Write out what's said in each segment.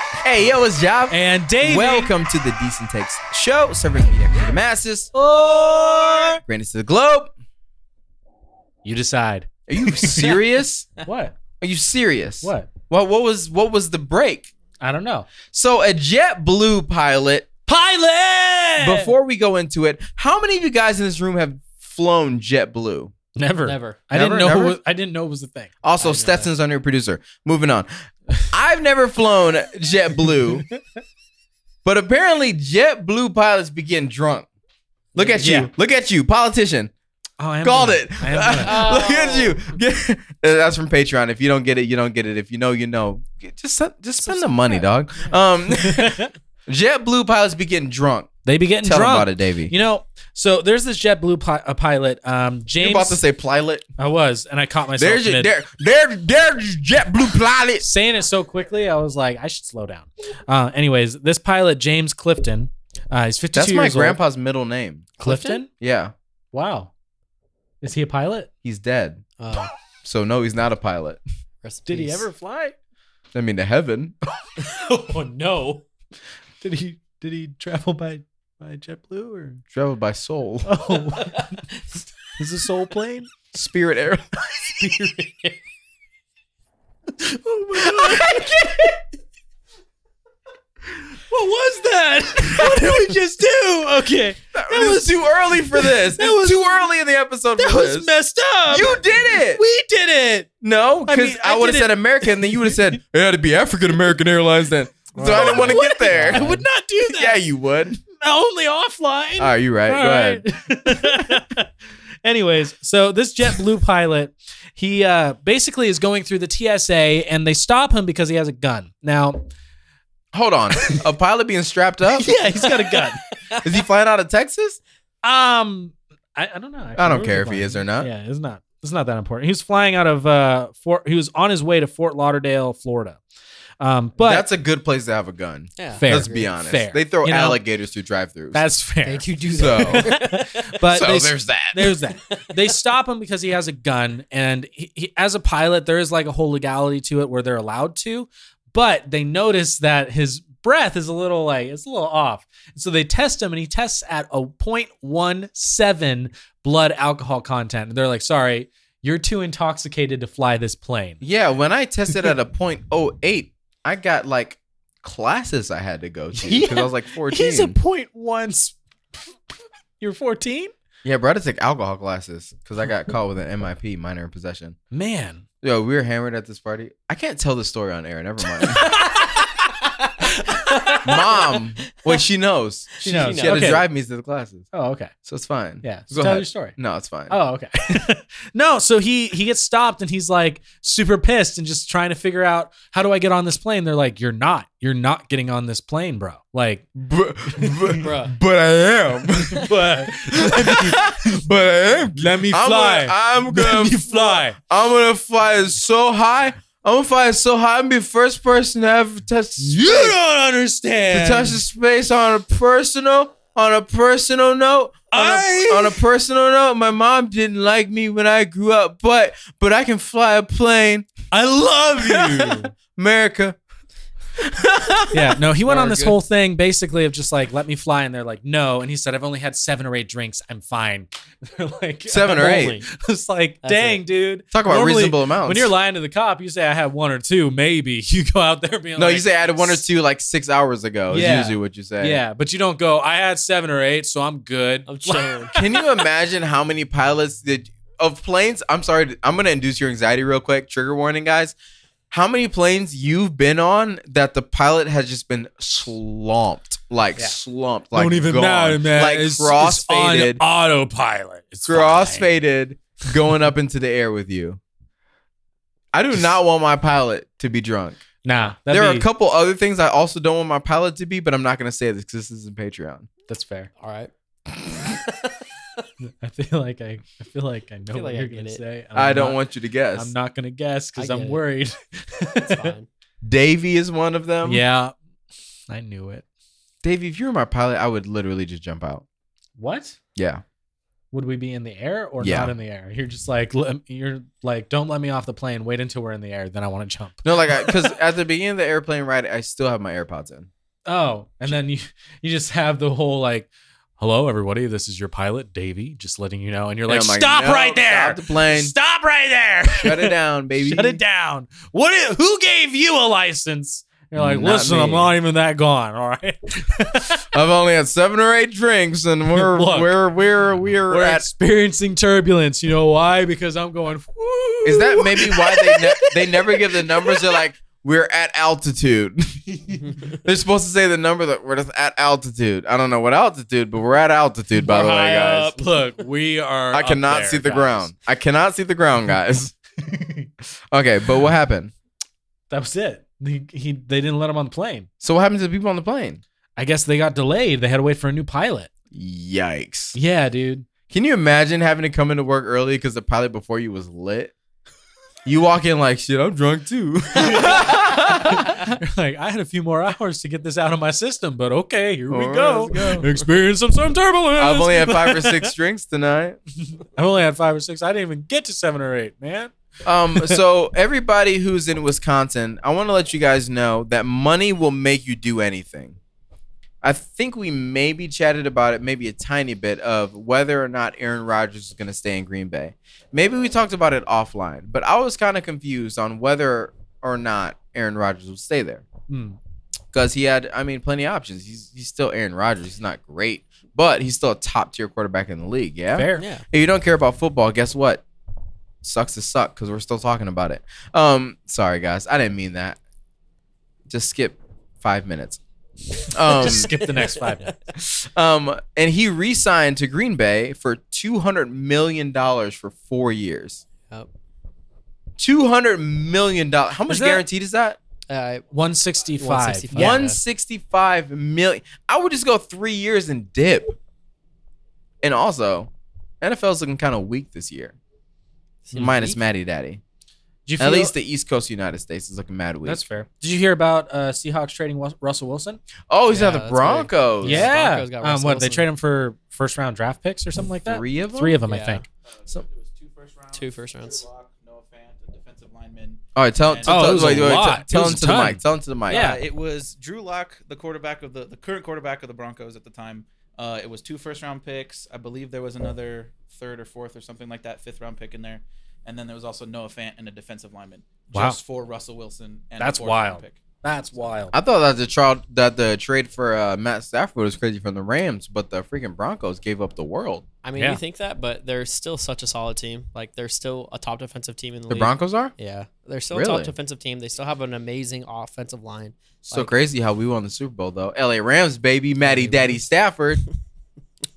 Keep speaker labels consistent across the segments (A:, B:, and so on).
A: Hey, yo, what's up?
B: And Dave.
A: Welcome to the Decent Takes Show, serving media to the masses, or greatness to the globe.
B: You decide.
A: Are you serious?
B: What?
A: Are you serious?
B: What?
A: Well, what was what was the break?
B: I don't know.
A: So a JetBlue pilot.
B: Pilot!
A: Before we go into it, how many of you guys in this room have flown JetBlue?
B: Never.
C: Never.
B: I
A: Never,
B: didn't know.
A: never?
B: It was, I didn't know it was a thing.
A: Also,
C: I've never.
A: Stetson's our new producer. Moving on. I've never flown JetBlue, but apparently JetBlue pilots be getting drunk. Look at
B: Yeah.
A: you. Look at you, politician.
B: Oh, I am
A: Called
B: doing
A: it.
B: I am doing
C: Oh.
A: Look at you. Get- That's from Patreon. If you don't get it, you don't get it. If you know, you know. Get- Just sen- just spend the money, dog. Um,
C: Uh,
B: it.
A: JetBlue pilots be getting drunk.
B: they be getting
A: Tell them
B: drunk.
A: about it, Davey.
B: You know, so there's this JetBlue pi- a pilot, um, James.
A: You're about to say pilot.
B: I was, and I caught myself
A: There's your,
B: mid-
A: there, there, there's your JetBlue pilot.
B: saying it so quickly. I was like, I should slow down. Uh, anyways, this pilot, James Clifton, uh, he's 52
A: That's my
B: years old.
A: grandpa's middle name.
B: Clifton?
A: Yeah,
B: Wow. Is he a pilot?
A: he's dead.
C: Uh,
A: So no, he's not a pilot.
C: rest in
B: Did he
C: peace.
B: ever fly?
A: I mean, to heaven.
B: oh no. Did he did he travel by by JetBlue or
A: Traveled by soul.
B: Oh. Is this soul plane?
A: Spirit Air.
B: Oh my god. What was that? What did we just do? Okay.
A: That was too early for this. That was too early in the episode
B: That
A: for
B: was
A: this.
B: messed up.
A: you did it.
B: we did it.
A: No,
B: I
A: because I,
B: mean, I
A: would have
B: didn't-
A: said American, then you would have said it had to be African American Airlines then. So I didn't want to get there.
B: I would not do that.
A: yeah, you would.
B: only offline.
A: All right, you're right. Go ahead.
B: Anyways, so this JetBlue pilot, he uh, basically is going through the TSA and they stop him because he has a gun. Now,
A: Hold on. A pilot being strapped up?
B: yeah, he's got a gun.
A: Is he flying out of Texas?
B: Um, I, I don't know. actually.
A: I don't
B: Where
A: care
B: was
A: if he
B: flying?
A: is or not.
B: Yeah, it's not. It's not that important. He was flying out of uh, Fort. He was on his way to Fort Lauderdale, Florida. Um, but
A: That's a good place to have a gun.
C: Yeah.
B: Fair.
A: Let's be honest.
B: Fair.
A: They throw
B: You know?
A: alligators through drive-throughs.
B: that's fair.
C: They do do
A: So-
C: that.
B: But
A: so
B: they-
A: there's that.
B: There's that. They stop him because he has a gun, and he, he, as a pilot, there is like a whole legality to it where they're allowed to, but they notice that his breath is a little like it's a little off, so they test him, and he tests at a 0.17 blood alcohol content, and they're like, "Sorry, you're too intoxicated to fly this plane."
A: yeah, when I tested at a .08, I got like classes I had to go to because I was like 14.
B: He's a 0.1. sp- You're 14,
A: yeah, bro, I had to take alcohol classes because I got caught with an MIP, minor in possession.
B: man.
A: Yo, we were hammered at this party. I can't tell the story on air. Never mind. Mom, wait, she knows. She,
B: She knows.
A: she had
B: Okay.
A: to drive me to the classes,
B: Oh, okay.
A: so it's fine.
B: Yeah. So
A: Go
B: tell
A: ahead.
B: your story.
A: No, it's fine.
B: Oh, okay. no, so he he gets stopped and he's like super pissed and just trying to figure out how do I get on this plane? They're like, You're not. You're not getting on this plane, bro. Like
A: But,
C: Bruh.
A: I am.
B: but
A: but I am.
B: let me
A: I'm gonna, I'm gonna,
B: fly.
A: I'm gonna fly it so high. I'm gonna fly it so high. I'm be the first person to ever touch the space.
B: don't
A: to
B: understand.
A: touch the space on a personal on a personal note on,
B: I-
A: a, on a personal note my mom didn't like me when i grew up but but i can fly a plane
B: I love
A: america
B: yeah, no, he went
A: Very
B: on this
A: good.
B: whole thing basically of just like, let me fly. And they're like, no. And he said, I've only had seven or eight drinks. I'm fine. They're like,
A: Seven or eight.
B: "Only." It's like,
C: That's
B: dang,
C: it.
B: dude.
A: talk about
B: Normally,
A: reasonable amounts
B: When you're lying to the cop, you say I had one or two, maybe. You go out there being
A: no
B: like,
A: you say i had one or two like six hours ago
B: Yeah.
A: is usually what you say
B: Yeah, but you don't go. I had seven or eight, so I'm good.
C: I'm chilling.
A: can you imagine how many pilots did of planes i'm sorry i'm gonna induce your anxiety real quick trigger warning guys how many planes you've been on that the pilot has just been slumped like
B: Yeah.
A: slumped like gone, like crossfaded
B: autopilot. It's
A: crossfaded going up into the air with you. I do not want my pilot to be drunk.
B: Nah,
A: there are a couple other things I also don't want my pilot to be, but I'm not going to say this because this isn't Patreon.
B: That's fair.
C: All right.
B: I feel like I, I feel like I know
C: feel
B: what
C: like I
B: you're
C: get
B: gonna
C: it.
B: say. and
A: I
B: I'm
A: don't
B: not-
A: want you to guess.
B: I'm not gonna guess because
C: I get
B: I'm
C: it.
B: worried.
C: It's fine.
A: Davey is one of them.
B: yeah, I knew it.
A: Davey, if you were my pilot, I would literally just jump out.
B: What?
A: Yeah.
B: would we be in the air or
A: Yeah.
B: not in the air? You're just like "Let- you're like, don't let me off the plane. Wait until we're in the air, then I want to jump.
A: No, like, because at the beginning of the airplane ride, I still have my AirPods in.
B: Oh, and then you you just have the whole like, hello everybody, this is your pilot Davey, just letting you know, and you're
A: And
B: like,
A: I'm
B: stop
A: no,
B: right there,
A: Stop the plane.
B: stop right there,
A: Shut it down, baby.
B: shut it down. What? i- Who gave you a license? You're like,
A: Not
B: listen, I'm
A: me."
B: not even that gone. All right,
A: I've only had seven or eight drinks, and we're
B: Look.
A: we're we're we're,
B: we're
A: at.
B: experiencing turbulence. You know why? Because I'm going.
A: Is that maybe why they ne- they never give the numbers? They're like we're at altitude. They're supposed to say the number that we're just at altitude. I don't know what altitude, but we're at altitude. By the way,
B: High
A: guys,
B: up. Look, we are.
A: I
B: up
A: cannot
B: there,
A: see the
B: guys.
A: ground. I cannot see the ground, guys. okay, but what happened?
B: That was it. He, he, they didn't let him on the plane.
A: So what happened to the people on the plane?
B: I guess they got delayed. They had to wait for a new pilot.
A: Yikes!
B: Yeah, dude.
A: Can you imagine having to come into work early because the pilot before you was lit? You walk in like shit. I'm drunk too.
B: You're like, I had a few more hours to get this out of my system, but okay, here we
A: All right,
B: go.
A: let's go.
B: Experience some, some turbulence.
A: I've only had five or six drinks tonight.
B: I've only had five or six. I didn't even get to seven or eight, man.
A: Um, so everybody who's in Wisconsin, I want to let you guys know that money will make you do anything. I think we maybe chatted about it, maybe a tiny bit of whether or not Aaron Rodgers is going to stay in Green Bay. Maybe we talked about it offline, but I was kind of confused on whether or not Aaron Rodgers would stay there
B: Hmm.
A: because he had, I mean, plenty of options. He's he's still Aaron Rodgers. He's not great, but he's still a top tier quarterback in the league. Yeah,
B: Fair.
C: yeah.
A: if you don't care about football, guess what? Sucks to suck because we're still talking about it. Um, sorry guys, I didn't mean that. Just skip five minutes. Um,
B: Just skip the next five minutes.
A: um, and he re-signed to Green Bay for two hundred million dollars for four years.
C: Yep.
A: Two hundred million dollars. How much
B: that-
A: guaranteed is that?
C: Uh,
B: 165.
C: 165.
B: Yeah.
A: One sixty-five million. I would just go three years and dip. And also, NFL's looking kind of weak this year, minus Matty Daddy.
B: Did you
A: At
B: feel-
A: least the East Coast United States is looking mad weak.
B: That's fair. Did you hear about uh, Seahawks trading Wus- Russell Wilson?
A: oh, he's
C: Yeah,
A: at the
C: that's
A: Broncos.
C: Yeah.
B: Yeah.
C: Broncos got
B: Um,
C: Russell
B: what, they
C: Wilson.
B: trade him for first round draft picks or something like that?
A: three of them.
B: Three of them, I
C: Yeah.
B: think.
A: So-
D: it was two first rounds.
C: Two first rounds.
D: Drew Lock, Noah Fant, a defensive lineman.
A: All right, tell,
D: Oh,
A: tell,
B: it was
A: tell, wait,
B: a
A: wait, tell-
B: lot.
A: tell
B: It
A: him
B: was
A: to
B: a
A: the
B: ton.
A: mic. Tell him to the mic.
B: Yeah.
D: Uh, it was Drew Lock, the quarterback of the the current quarterback of the Broncos at the time. Uh, it was two first round picks. I believe there was another third or fourth or something like that, fifth round pick in there, and then there was also Noah Fant and a defensive lineman.
B: Wow.
D: Just for Russell Wilson. And a
B: That's
D: fourth round
B: wild.
D: Pick.
B: That's wild.
A: I thought that the trial that the trade for uh, Matt Stafford was crazy from the Rams, but the freaking Broncos gave up the world.
C: I mean,
B: Yeah.
C: you think that, but they're still such a solid team. Like they're still a top defensive team in the,
A: The
C: league.
A: Broncos are
C: Yeah, they're still a
A: Really?
C: top defensive team. They still have an amazing offensive line.
A: so
C: Like-
A: crazy how we won the Super Bowl though. L.A. Rams, baby, Matty Daddy Stafford,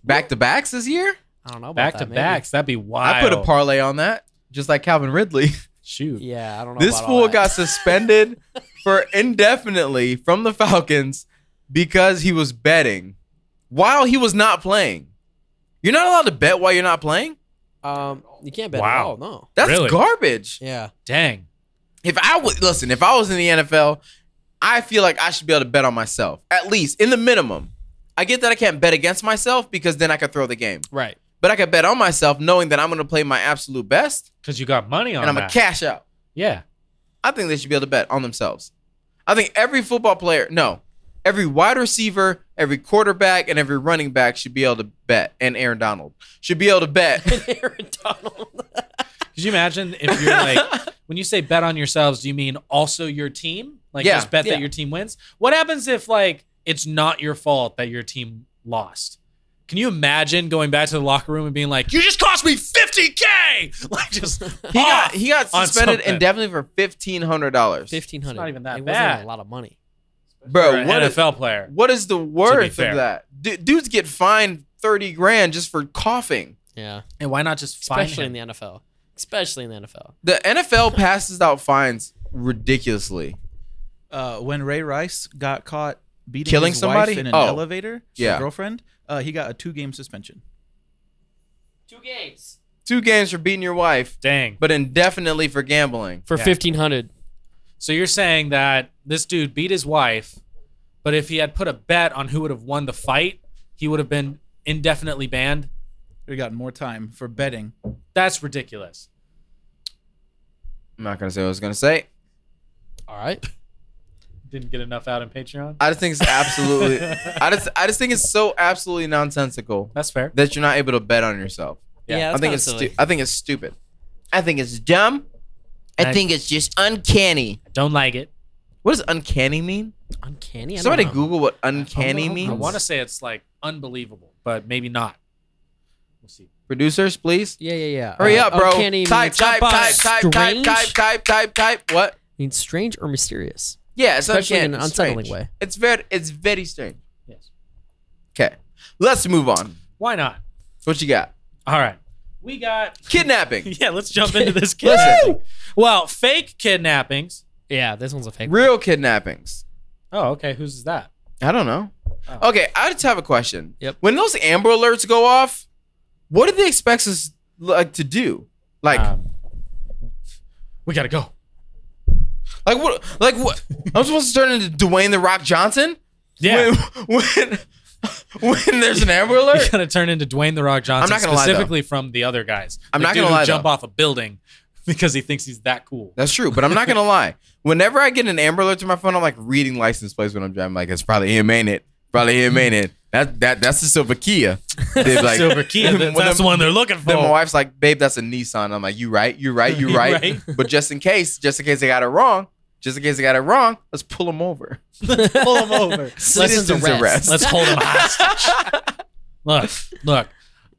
A: back to backs this year.
C: I don't know about
B: Back
C: that,
B: to
C: maybe.
B: backs. That'd be wild.
A: I put a parlay on that, just like Calvin Ridley.
B: Shoot.
C: Yeah, I don't know.
A: This
C: about all
A: fool
C: that.
A: got suspended for indefinitely from the Falcons because he was betting while he was not playing. You're not allowed to bet while you're not playing.
C: Um, you can't bet
B: Wow.
C: at all. No.
A: That's
B: Really?
A: garbage.
C: Yeah.
B: Dang.
A: If I would listen, if I was in the NFL, I feel like I should be able to bet on myself at least in the minimum. I get that I can't bet against myself because then I could throw the game,
C: Right.
A: but I could bet on myself knowing that I'm going to play my absolute best
B: Because you got money on
A: and I'm
B: that.
A: going to cash out.
B: yeah.
A: I think they should be able to bet on themselves. I think every football player, no, every wide receiver, every quarterback, and every running back should be able to bet. And Aaron Donald should be able to bet.
C: Aaron Donald.
B: Could you imagine if you're like, when you say bet on yourselves, do you mean also your team? Like
A: Yeah.
B: just bet
C: Yeah.
B: that your team wins? What happens if like it's not your fault that your team lost? Can you imagine going back to the locker room and being like, you just cost me 50K? Like just
A: He got he got
B: on
A: suspended
B: something.
A: indefinitely for fifteen hundred dollars.
C: Fifteen hundred.
B: It's not even that
C: it
B: bad.
C: Wasn't even a lot of money.
B: for
A: Bro,
B: an
A: what is,
B: NFL player.
A: what is the worth
B: fair.
A: of that? Du- dudes get fined thirty grand just for coughing.
C: Yeah.
B: And why not just find
C: Especially in
B: him?
C: the NFL. Especially in the NFL.
A: The NFL passes out fines ridiculously.
D: uh, when Ray Rice got caught beating
A: Killing
D: his
A: somebody?
D: wife in an
A: Oh.
D: elevator, his
A: Yeah.
D: girlfriend, uh, he got a two-game suspension.
C: Two games.
A: Two games for beating your wife,
B: Dang.
A: but indefinitely for gambling.
C: For
B: Yeah.
C: fifteen hundred.
B: So you're saying that this dude beat his wife, but if he had put a bet on who would have won the fight, he would have been indefinitely banned.
D: We got more time for betting.
B: That's ridiculous.
A: I'm not gonna say what I was gonna say.
C: All right.
B: Didn't get enough out on Patreon.
A: I just think it's absolutely. I just I just think it's so absolutely nonsensical
B: That's fair.
A: that you're not able to bet on yourself.
B: Yeah,
C: Yeah,
A: I think it's stu- I think it's stupid. I think it's dumb. I
B: I-
A: think it's just uncanny.
B: Don't like it.
A: What does uncanny mean?
C: uncanny. I don't
A: Somebody
C: know.
A: Google what uncanny
C: I
A: means.
B: I want to say it's like unbelievable, but maybe not. We'll see.
A: Producers, please.
C: Yeah, yeah, yeah.
A: Hurry
C: Uh,
A: up, bro.
C: Uncanny
A: type,
C: means up
A: type,
C: on
A: type, type, type,
C: strange.
A: type, type, type, type. What?
C: means strange or mysterious.
A: Yeah, it's
C: Especially
A: uncanny.
C: in an
A: It's
C: unsettling
A: strange.
C: way.
A: It's very, it's very strange.
B: Yes.
A: Okay, let's move on.
B: Why not?
A: What you got?
B: All right. We got.
A: Kidnapping.
B: Yeah, let's jump into this
A: Listen,
B: kidnapping. Well, fake kidnappings.
C: Yeah, this one's a fake.
A: real kidnappings.
B: Oh, okay. Whose is that?
A: I don't know.
B: Oh.
A: Okay, I just have a question.
C: Yep.
A: When those Amber Alerts go off, what do they expect us like to do? Like,
B: Um, we gotta go.
A: like what? Like what? I'm supposed to turn into Dwayne the Rock Johnson?
B: Yeah.
A: When when, when there's an Amber
B: You're
A: Alert?
B: gonna turn into Dwayne the Rock Johnson,
A: not gonna lie, though.
B: specifically from the other guys.
A: I'm
B: The
A: not
B: dude
A: gonna
B: who
A: lie,
B: Jump
A: though.
B: off a building because he thinks he's that cool.
A: That's true, but I'm not gonna lie. Whenever I get an Amber Alert to my phone, I'm like reading license plates when I'm driving. Like it's probably him, ain't it? Probably him, ain't it? That that that's the silver Kia. They're like,
B: Silver key.
A: When
B: That's the
A: them-
B: one they're looking for.
A: Then my wife's like, "Babe, that's a Nissan." I'm like, "You right? You right? You
B: You
A: right?"
B: right.
A: But just in case, just in case I got it wrong, just in case I got it wrong, let's pull him over.
B: Pull him over.
C: Citizen's
A: Citizen's
C: arrest.
A: arrest.
B: Let's hold him hostage. look, look.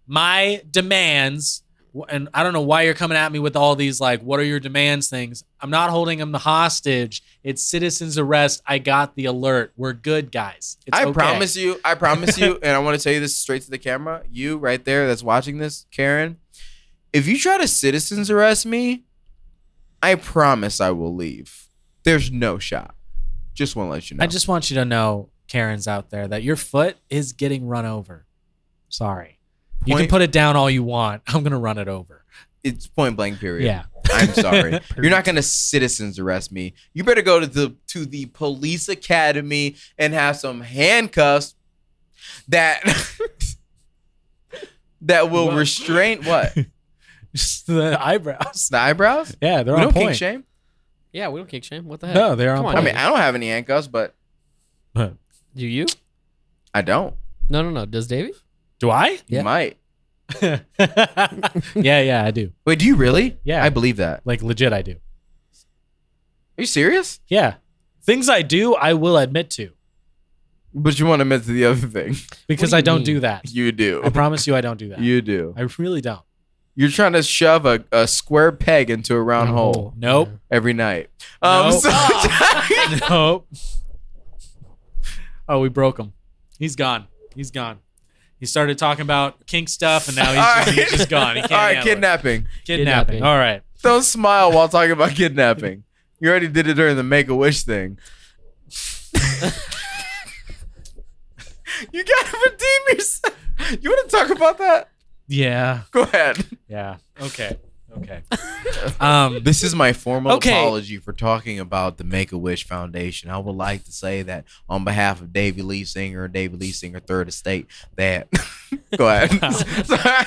B: My demands, and I don't know why you're coming at me with all these like, what are your demands things? I'm not holding him the hostage. It's citizens arrest. I got the alert. We're good, guys. It's
A: I
B: okay.
A: promise you, I promise you, and I want to tell you this straight to the camera. You right there that's watching this, Karen, if you try to citizens arrest me, I promise I will leave. There's no shot. Just want to let you know.
B: I just want you to know, Karen's out there, that your foot is getting run over. Sorry. You can
A: Point-
B: put it down all you want. I'm going to run it over.
A: it's point blank period.
B: Yeah.
A: I'm sorry. You're not gonna citizens arrest me. You better go to the to the police academy and have some handcuffs that that will
B: What?
A: restrain what
B: Just the eyebrows.
A: the eyebrows.
B: Yeah, they're
A: We
B: on
A: don't kink
B: point.
A: shame.
C: Yeah, we don't kick shame. What the heck?
B: No, they're on
C: Come on.
B: point.
A: I mean, I don't have any handcuffs, but
C: Do you?
A: I don't.
C: No, no, no. Does Davey?
B: do I?
A: You
C: Yeah.
A: might.
B: yeah, yeah, I do.
A: Wait, do you really?
B: Yeah.
A: I believe that.
B: Like legit, I do.
A: Are you serious?
B: Yeah, things I do, I will admit to
A: But you want to admit to the other thing.
B: because
C: do you
B: I don't
C: mean?
B: do that.
A: You do.
B: I promise you, I don't do that.
A: You do.
B: I really don't.
A: You're trying to shove a, a square peg into a round
C: No. Mm-hmm.
A: hole
B: Nope.
A: every night. Um,
B: Nope.
A: so-
B: Ah. nope. Oh, we broke him. He's gone. He's gone. He started talking about kink stuff, and now he's,
A: All
B: just, he's
A: right.
B: just gone. He can't
A: All right,
B: handle it.
A: kidnapping.
B: Kidnapping.
C: Kidnapping.
B: All right.
A: Don't smile while talking about kidnapping. You already did it during the Make a Wish thing. you gotta redeem yourself. You want to talk about that?
B: Yeah.
A: Go ahead.
B: Yeah. Okay. Okay. Um.
A: This is my formal
B: Okay.
A: apology for talking about the Make a Wish Foundation. I would like to say that on behalf of Davy Lee Singer and Davy Lee Singer Third Estate, that go ahead. Sorry.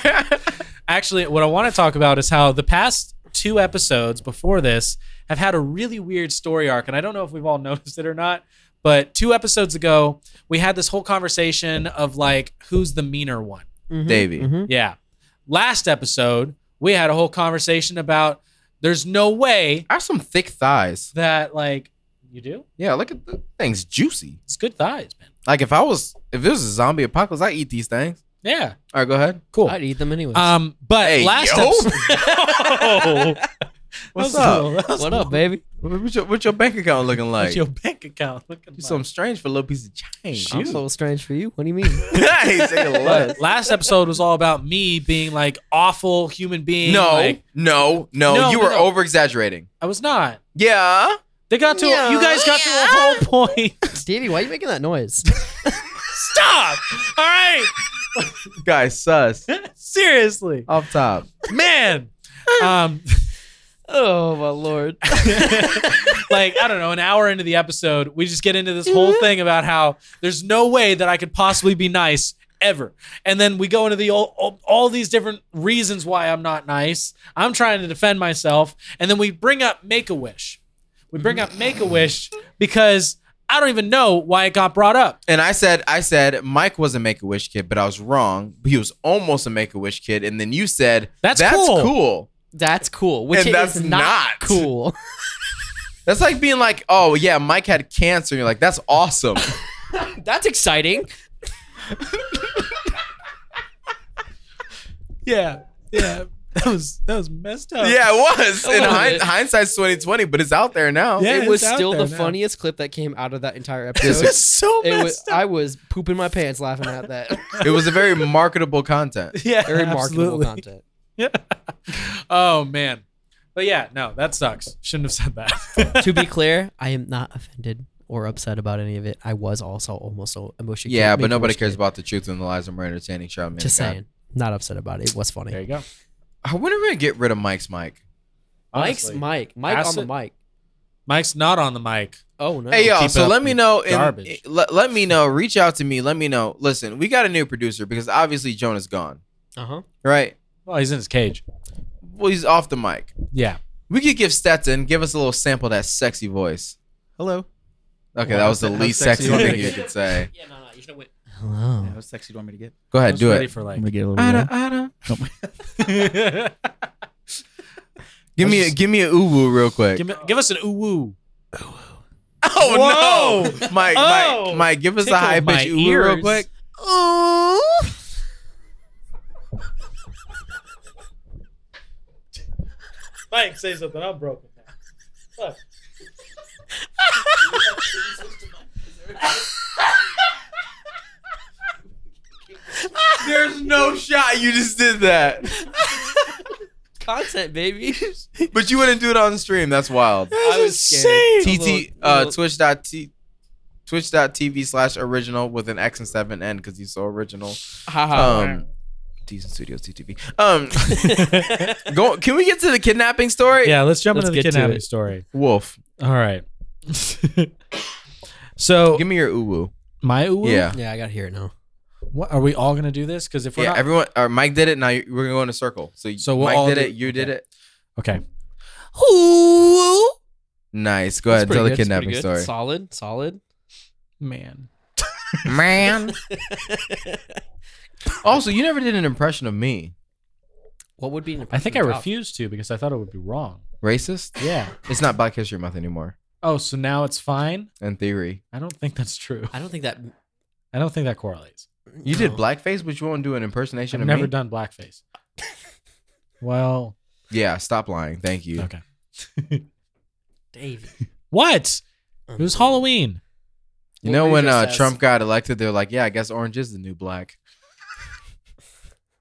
B: actually what i want to talk about is how the past two episodes before this have had a really weird story arc and i don't know if we've all noticed it or not but two episodes ago we had this whole conversation of like who's the meaner one
C: Mm-hmm.
A: Davey.
B: yeah last episode we had a whole conversation about there's no way
A: I have some thick thighs.
B: that like you do
A: Yeah, look at the things juicy.
B: it's good thighs man
A: Like if I was, if it was a zombie apocalypse, I eat these things.
B: yeah
A: All right, go ahead.
B: cool
C: I'd eat them anyway.
B: um but
A: Hey,
B: last
A: yo.
B: episode That
A: What's
B: was a
A: up?
B: little- that was
C: what
B: a
C: up, baby?
A: What- What's your, what's your bank account looking
B: little-
A: like?
B: your bank account
A: You
B: looking like?
A: something strange for a little piece of change.
C: I'm a little strange for you. What do you mean?
A: Hey, take a look.
B: But last episode was all about me being like awful human being.
A: No,
B: like,
A: no, no,
B: No,
A: You
B: no,
A: were
B: no.
A: over exaggerating.
B: I was not.
A: Yeah.
B: They got to
C: Yeah.
B: you guys got to a whole point.
C: Davey, why are you making that noise?
B: Stop. All right.
A: Guys, sus.
B: Seriously,
A: Off top.
B: man. Um,
C: oh my lord.
B: like I don't know. An hour Mm-hmm. into the episode, we just get into this whole thing about how there's no way that I could possibly be nice ever. And then we go into the all, all, all these different reasons why I'm not nice. I'm trying to defend myself, and then we bring up Make a Wish. We bring up Make a Wish because I don't even know why it got brought up.
A: And I said, I said Mike was a Make a Wish kid, but I was wrong. He was almost a Make a Wish kid, and then you said
B: That's
A: that's
B: cool."
A: cool.
C: That's cool. Which
A: And
C: it
A: that's
C: is not,
A: not.
C: cool.
A: That's like being like, oh yeah, Mike had cancer. And you're like, that's awesome.
C: that's exciting.
B: Yeah, yeah. That was that was messed up.
A: yeah, it was.
C: A
A: In
C: little
A: hind-
C: bit.
A: hindsight's 2020, but it's out there now.
B: Yeah,
E: it was
B: it's out
E: still
B: there
E: the
B: now.
E: funniest clip that came out of that entire
A: This
E: episode.
A: is-
B: so
E: it was, I was pooping my pants laughing at that.
A: It was a very marketable content.
B: yeah,
E: Very marketable
B: absolutely.
E: content.
B: oh man, but yeah, no, that sucks. Shouldn't have said that.
E: To be
C: clear,
E: I am not offended or upset about any of it. I was also almost so emotional.
A: Yeah, but nobody cares about the truth and the lies and we're entertaining. Shout out, man.
E: Just
A: God.
E: saying, not upset about it. It was funny.
B: there you go.
A: I wonder if we're gonna get rid of Mike's mic.
E: Mike's
B: Honestly.
E: Mike, Mike
B: Acid-
E: on the mic.
B: Mike's not on the mic.
E: Oh no!
A: Hey y'all,
B: keep
A: so
B: up
A: let me
B: with
A: know. in-
B: garbage.
A: let, let me know. Reach out to me. Let me know. Listen, we got a new producer because obviously Jonah's gone,
E: Uh huh.
A: right?
B: Well, he's in his cage.
A: Well, he's off the mic.
B: Yeah.
A: We could give Stetson give us a little sample of that sexy voice.
E: Hello.
A: Okay,
D: Well,
A: that was
D: how
A: the
D: se- how
A: least sexy
D: sexy you want me
A: thing
D: to
A: you
D: get?
A: could say.
C: Yeah, no, no, you should have went.
E: Hello.
D: Yeah, how sexy do you want me to get?
A: Go
B: I
A: ahead,
B: was
A: do
B: ready
A: it.
B: for like.
D: I'm gonna get a little.
A: Ada,
D: low.
A: ada.
B: give
A: Give me a, give me a ooh woo real quick.
B: me, give us an ooh woo.
A: oh
B: Whoa.
A: no, Mike,
B: Oh.
A: Mike, Mike, give us a
B: Tickled
A: high
B: my
A: pitch ooh woo real
B: ears.
A: quick.
B: Mike, say something. I'm broken now.
A: There's no shot you just did that.
C: Content, baby.
A: But you wouldn't do it on stream. That's wild.
C: I was
B: insane.
C: scared.
A: TT uh, Twitch dot t twitch.tv slash original with an X and seven N because he's so original.
E: Oh,
A: Um Decent Studios TTV. Um go can we get to the kidnapping story?
B: yeah, let's jump
C: Let's
B: into the
C: get to
B: kidnapping
C: it.
B: story.
A: Wolf.
B: All right. so
A: Give me your uwu.
B: my ooh woo?
A: Yeah.
E: Yeah, I gotta hear it now.
B: What are we all gonna do this? Because if we're
A: Yeah,
B: not,
A: everyone or Mike did it. Now you- we're gonna go in a circle. So,
B: So
A: so
B: we'll all
A: Mike did
B: do-
A: it, you did
B: okay.
A: it.
B: okay.
A: Nice. Go
E: That's
A: ahead, tell the
E: pretty good, that's
A: kidnapping story.
C: Solid, solid.
B: Man,
A: Man. also, you never did an impression of me.
E: What would be? An
B: I think I
E: impression of
B: refused to because I thought it would be wrong.
A: Racist?
B: Yeah.
A: It's not Black History Month anymore.
B: Oh, so now it's fine.
A: In theory,
B: I don't think that's true.
E: top? I don't think that.
B: I don't think that correlates.
A: you did
E: No.
A: blackface, but you won't do an impersonation
B: I've
A: of
B: never
A: me.
B: done blackface. well,
A: yeah, stop lying. Thank you.
B: okay.
E: Dave.
B: What? It was Halloween.
A: You
E: What
A: know
E: were you
A: when uh,
E: just asking?
A: Trump got elected, they're like, "Yeah, I guess orange is the new black."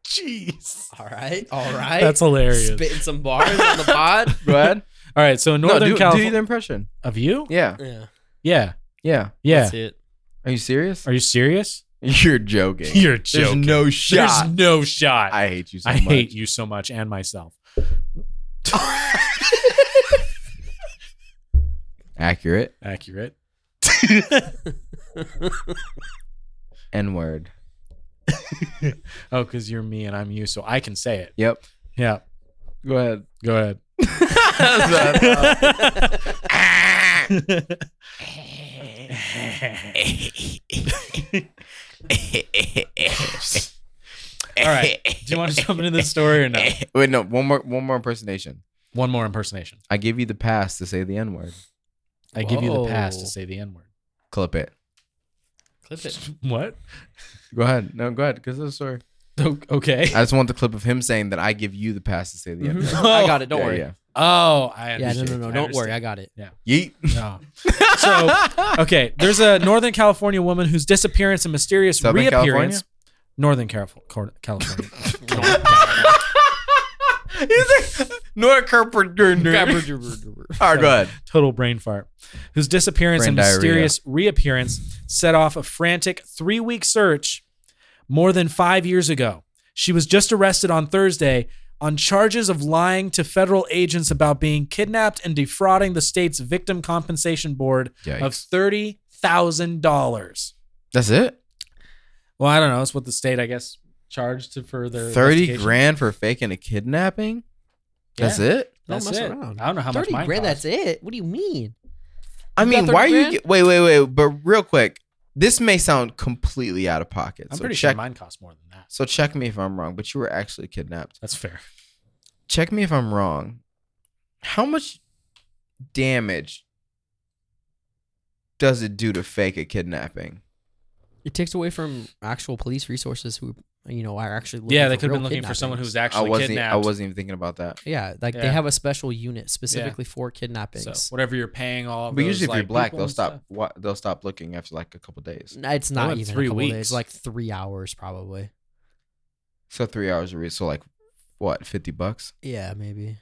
B: Jeez.
E: All right. All right.
B: That's hilarious.
E: spitting some bars on the pod.
A: Go ahead.
B: All right, so in
A: no,
B: Northern
A: do, do
B: California
A: the impression.
B: of you?
A: Yeah,
E: Yeah.
B: Yeah.
A: yeah.
B: Yeah.
C: That's it.
A: Are you serious?
B: Are you serious?
A: You're joking.
B: You're
A: There's
B: joking.
A: no shot.
B: There's no shot.
A: I hate you so
B: I
A: much.
B: hate you so much and myself.
A: Accurate.
B: Accurate.
A: N word.
B: Oh, because you're me and I'm you, so I can say it.
A: Yep.
B: Yeah.
A: Go ahead.
B: Go ahead. All right. Do you want to jump into the story or no?
A: Wait, no. One more. One more impersonation.
B: One more impersonation.
A: I give you the pass to say the N word.
B: I give you the pass
E: Whoa.
B: to say the N word.
A: Clip it.
C: Clip it.
B: What?
A: Go ahead. No, go ahead. Cause it's a story.
B: O- Okay.
A: I just want the clip of him saying that I give you the pass to say the N word.
E: I got it. Don't
A: Yeah,
E: worry.
A: Yeah.
B: Oh, I
E: Yeah, no,
B: Oh, understand.
E: no, no.
B: I
E: Don't worry. I
B: understand.
E: got it.
A: Yeet.
B: No. So, okay, there's a Northern California woman whose disappearance and mysterious
A: Southern
B: reappearance. Northern Carif- Cor- California.
A: He's like Nora Carpenter. All right, go ahead.
B: Total brain fart. Whose disappearance
A: Brain
B: and
A: diarrhea.
B: mysterious reappearance set off a frantic three week search more than five years ago. She was just arrested on Thursday on charges of lying to federal agents about being kidnapped and defrauding the state's Victim Compensation Board of
A: Yikes.
B: $30,000.
A: That's it.
B: Well, I don't know. It's what the state, I guess, charged to for their
A: Thirty
B: investigation.
A: grand for faking a kidnapping.
B: Yeah.
A: That's it.
E: Don't
B: That's
E: mess
B: it.
E: around.
B: I don't know how much
E: Thirty
B: mine
E: grand.
B: cost.
E: That's it. What do you mean?
A: I
E: You got
A: mean,
E: 30
A: why are you?
E: grand?
A: Get, wait, wait, wait. But real quick, this may sound completely out of pocket.
B: I'm
A: so
B: pretty
A: check,
B: sure mine costs more than that.
A: So check me if I'm wrong. But you were actually kidnapped.
B: That's fair.
A: Check me if I'm wrong. How much damage does it do to fake a kidnapping?
E: It takes away from actual police resources who, you know, are actually. Looking
B: Yeah, they
E: for
B: could have
E: real
B: been looking for someone who
E: kidnappings.
B: was actually
A: I wasn't. e-,
B: kidnapped.
A: I wasn't even thinking about that.
E: Yeah, like they
B: Yeah.
E: have a special unit specifically for kidnappings.
B: So whatever you're paying all. Of
A: But
B: those,
A: usually, if
B: like,
A: you're black,
B: people
A: they'll
B: and
A: stop.
B: stuff.
A: What they'll stop looking after like a couple days.
E: N- It's not
B: went
E: even
B: three
E: a couple days,
B: weeks.
E: like three hours probably.
A: So three hours a week. So like, what? Fifty bucks.
E: Yeah, maybe.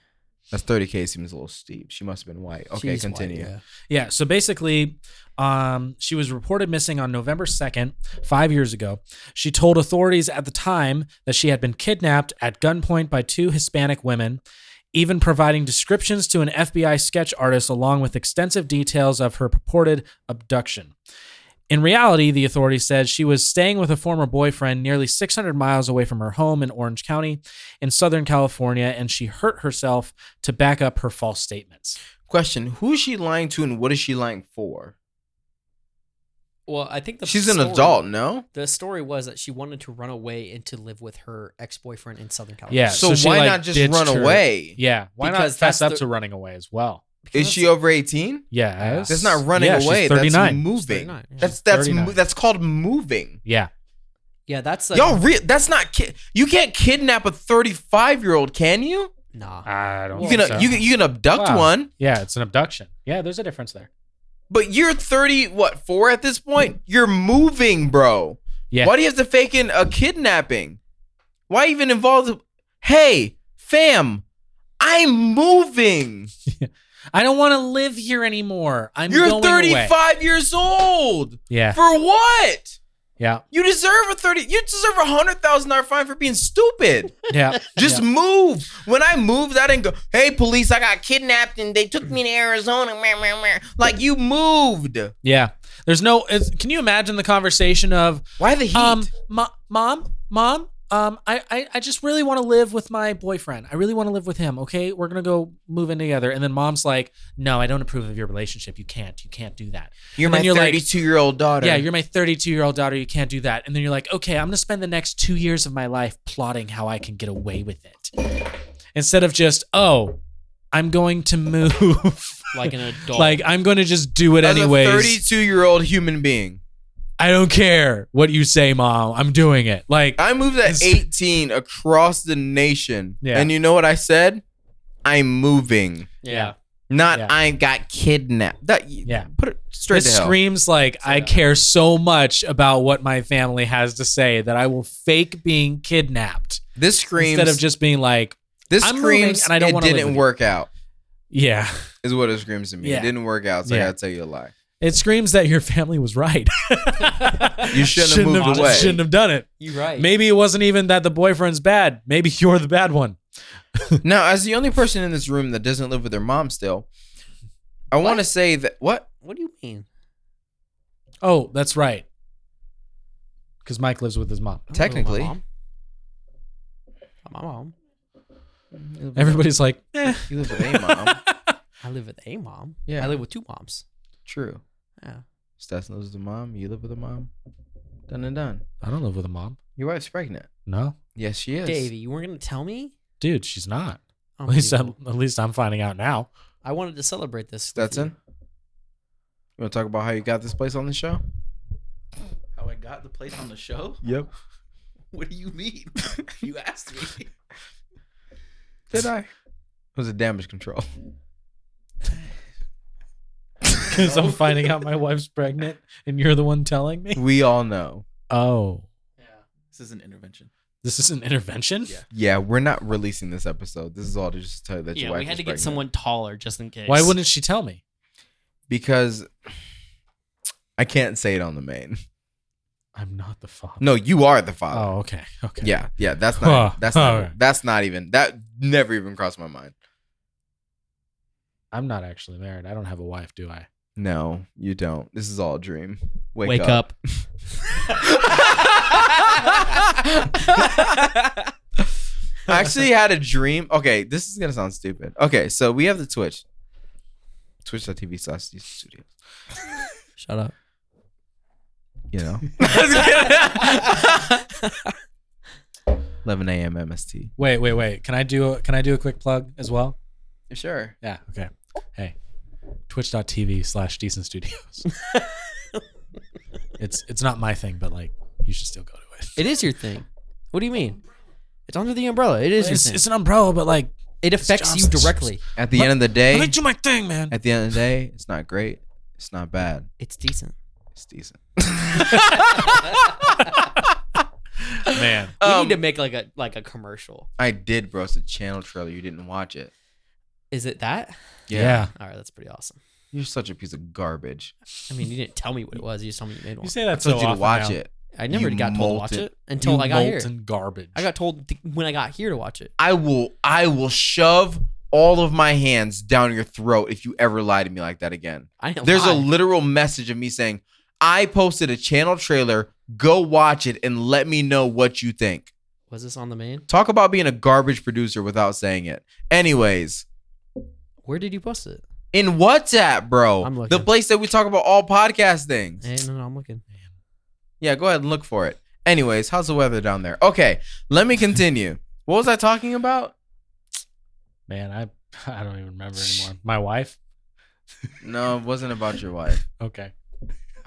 A: That's thirty k. Seems a little steep. She must have been white. Okay,
E: She's white,
A: continue.
E: yeah.
B: Yeah. So basically, um, she was reported missing on November 2nd, five years ago. She told authorities at the time that she had been kidnapped at gunpoint by two Hispanic women, even providing descriptions to an FBI sketch artist along with extensive details of her purported abduction. In reality, the authorities said she was staying with a former boyfriend nearly 600 miles away from her home in Orange County in Southern California, and she hurt herself to back up her false statements.
A: Question: Who is she lying to, and what is she lying for?
E: Well, I think
A: The She's an adult, no.
E: The story was that she wanted to run away and to live with her ex boyfriend in Southern California.
B: Yeah.
A: So,
B: she,
A: why
B: like,
A: not just
B: ditched
A: run
B: her-
A: away?
B: Yeah. Why
E: Because
B: not fess
E: that's
B: up
E: the-
B: to running away as well?
A: Is she over eighteen?
B: Yeah.
A: That's not running
B: Yeah, she's
A: away. That's
B: 39.
E: She's
A: moving.
E: 39, yeah.
A: That's that's mo-
B: 39.
A: that's called moving.
B: Yeah.
E: Yeah, that's like,
A: Y'all, re- that's not ki- you can't kidnap a thirty-five year old, can you?
E: nah.
B: I don't
A: You
E: Well,
A: can
B: think
A: uh,
B: so.
A: you can, you can abduct
B: Wow.
A: one,
B: Yeah, it's an abduction. Yeah, there's a difference there.
A: but you're thirty what four at this point? You're moving, bro.
B: Yeah.
A: Why do you have to fake in a kidnapping? Why even involve? Hey, fam, I'm moving.
B: I don't want to live here anymore. I'm
A: You're
B: going
A: 35
B: away.
A: years old.
B: Yeah.
A: For what?
B: Yeah.
A: You deserve a 30. You deserve a hundred thousand dollar fine for being stupid.
B: Yeah.
A: Just move. When I moved, I didn't go. Hey, police, I got kidnapped and they took me to Arizona. Meh, meh, meh." Like you moved.
B: Yeah. There's no it's, Can you imagine the conversation of
A: Why the heat?
B: um mo- mom, mom, um I I, I just really want to live with my boyfriend. I really want to live with him, okay? We're going to go move in together. And then mom's like, "No, I don't approve of your relationship. You can't. You can't do that."
A: you're
B: and
A: my
B: then you're like-
A: 32 year old daughter.
B: Yeah, you're my 32 year old daughter. You can't do that. And then you're like, okay, I'm going to spend the next two years of my life plotting how I can get away with it. Instead of just, oh, I'm going to move.
C: like an adult.
B: like, I'm going to just do it
A: As
B: anyways.
A: a 32 year old human being.
B: I don't care what you say, mom. I'm doing it. Like,
A: I moved at
B: It's-
A: 18 across the nation.
B: Yeah.
A: And you know what I said? I'm moving.
C: yeah.
A: Not
B: Yeah.
A: I got kidnapped. That
B: Yeah.
A: Put it straight
B: this
A: to hell.
B: screams like I
C: Yeah.
B: care so much about what my family has to say that I will fake being kidnapped
A: This screams.
B: instead of just being like,
A: this
B: I'm
A: screams.
B: moving and I don't
A: it
B: wanna live
A: didn't
B: with you.
A: work out.
B: yeah.
A: Is what it screams to me.
B: Yeah.
A: It didn't work out. So
B: Yeah.
A: I gotta tell you a lie.
B: It screams that your family was right.
A: You shouldn't have moved away.
B: Shouldn't have done it.
E: You're right.
B: Maybe it wasn't even that the boyfriend's bad. Maybe you're the bad one.
A: now, as the only person in this room that doesn't live with their mom still, I want to say that what
E: What do you mean?
B: Oh, that's right. Because Mike lives with his mom.
E: I don't live with
A: Technically.
E: Oh, my mom. I'm my mom.
B: Everybody's like, eh.
A: you live with a mom.
E: I live with a mom.
A: Yeah.
E: I live with two moms.
A: True.
E: Yeah.
A: Stetson lives with a mom. You live with a mom. Done and done.
B: I don't live with a mom.
A: Your wife's pregnant.
B: No,
A: Yes, she is.
E: Davey, you weren't gonna tell me?
B: dude, she's not. At least, I'm,
E: Unbelievable.
B: at least I'm finding out now.
E: I wanted to celebrate this. with you.
A: Stetson. You want to talk about how you got this place on the show?
D: How I got the place on the show?
A: Yep.
D: What do you mean? you asked me.
A: Did I? It was a damage control.
B: Because I'm finding out my wife's pregnant, and you're the one telling me.
A: We all know.
B: Oh,
D: This is an intervention.
B: this is an intervention.
D: Yeah.
A: Yeah, we're not releasing this episode. This is all to just tell you that your
C: Yeah,
A: wife
C: we
A: is
C: had to
A: pregnant.
C: get someone taller just in case.
B: Why wouldn't she tell me?
A: because I can't say it on the main.
B: I'm not the father.
A: No, you are the father.
B: Oh, okay. Okay.
A: Yeah, yeah. That's
B: Huh,
A: not. That's not.
B: alright.
A: That's not even. That never even crossed my mind.
B: I'm not actually married. I don't have a wife, do I?
A: No, you don't. This is all a dream. Wake,
C: wake up?
A: I actually had a dream. Okay, this is gonna sound stupid. Okay, so we have the Twitch, twitch.tv slash studios.
E: Shut up.
A: You know, 11 a.m. MST.
B: Wait, wait, wait. Can I do a, can I do a quick plug as well?
A: Sure.
B: Yeah. Okay. Hey, twitch.tv slash decent studios. it's it's not my thing, but like you should still go to it.
E: It is your thing. What do you mean? It's under the umbrella. It is your
B: It's,
E: thing.
B: it's an umbrella, but like
E: it affects you
B: Johnson's.
E: directly.
A: At the end of the
B: let me
A: day,
B: do my thing, man.
A: at the end of the day, it's not great. It's not bad.
E: It's decent.
A: It's decent.
B: man.
C: We
A: Um,
C: need to make like a like a commercial.
A: I did, bro. It's a channel trailer. You didn't watch it.
C: Is it that?
B: Yeah.
C: All right, that's pretty awesome.
A: You're such a piece of garbage.
C: I mean, you didn't tell me what it was. You just told me you made one.
B: You say that
A: I
B: so
A: told you to
B: often
A: watch
B: now.
A: it.
C: I never
A: you
C: got told to watch
A: molten-
C: it until
B: You
C: I got here.
B: molten garbage.
C: I got told th- when I got here to watch it.
A: I will I will shove all of my hands down your throat if you ever lie to me like that again.
C: I didn't
A: There's a
C: lie.
A: literal message of me saying, I posted a channel trailer, go watch it and let me know what you think.
C: was this on the main?
A: Talk about being a garbage producer without saying it. Anyways,
C: Where did you post it?
A: in WhatsApp, bro.
C: I'm looking.
A: the place that we talk about all podcast things.
C: Hey, no, no, I'm looking.
A: Yeah, go ahead and look for it. Anyways, how's the weather down there? Okay, let me continue. what was I talking about?
B: man, I I don't even remember anymore. My wife?
A: No, it wasn't about your wife.
B: Okay.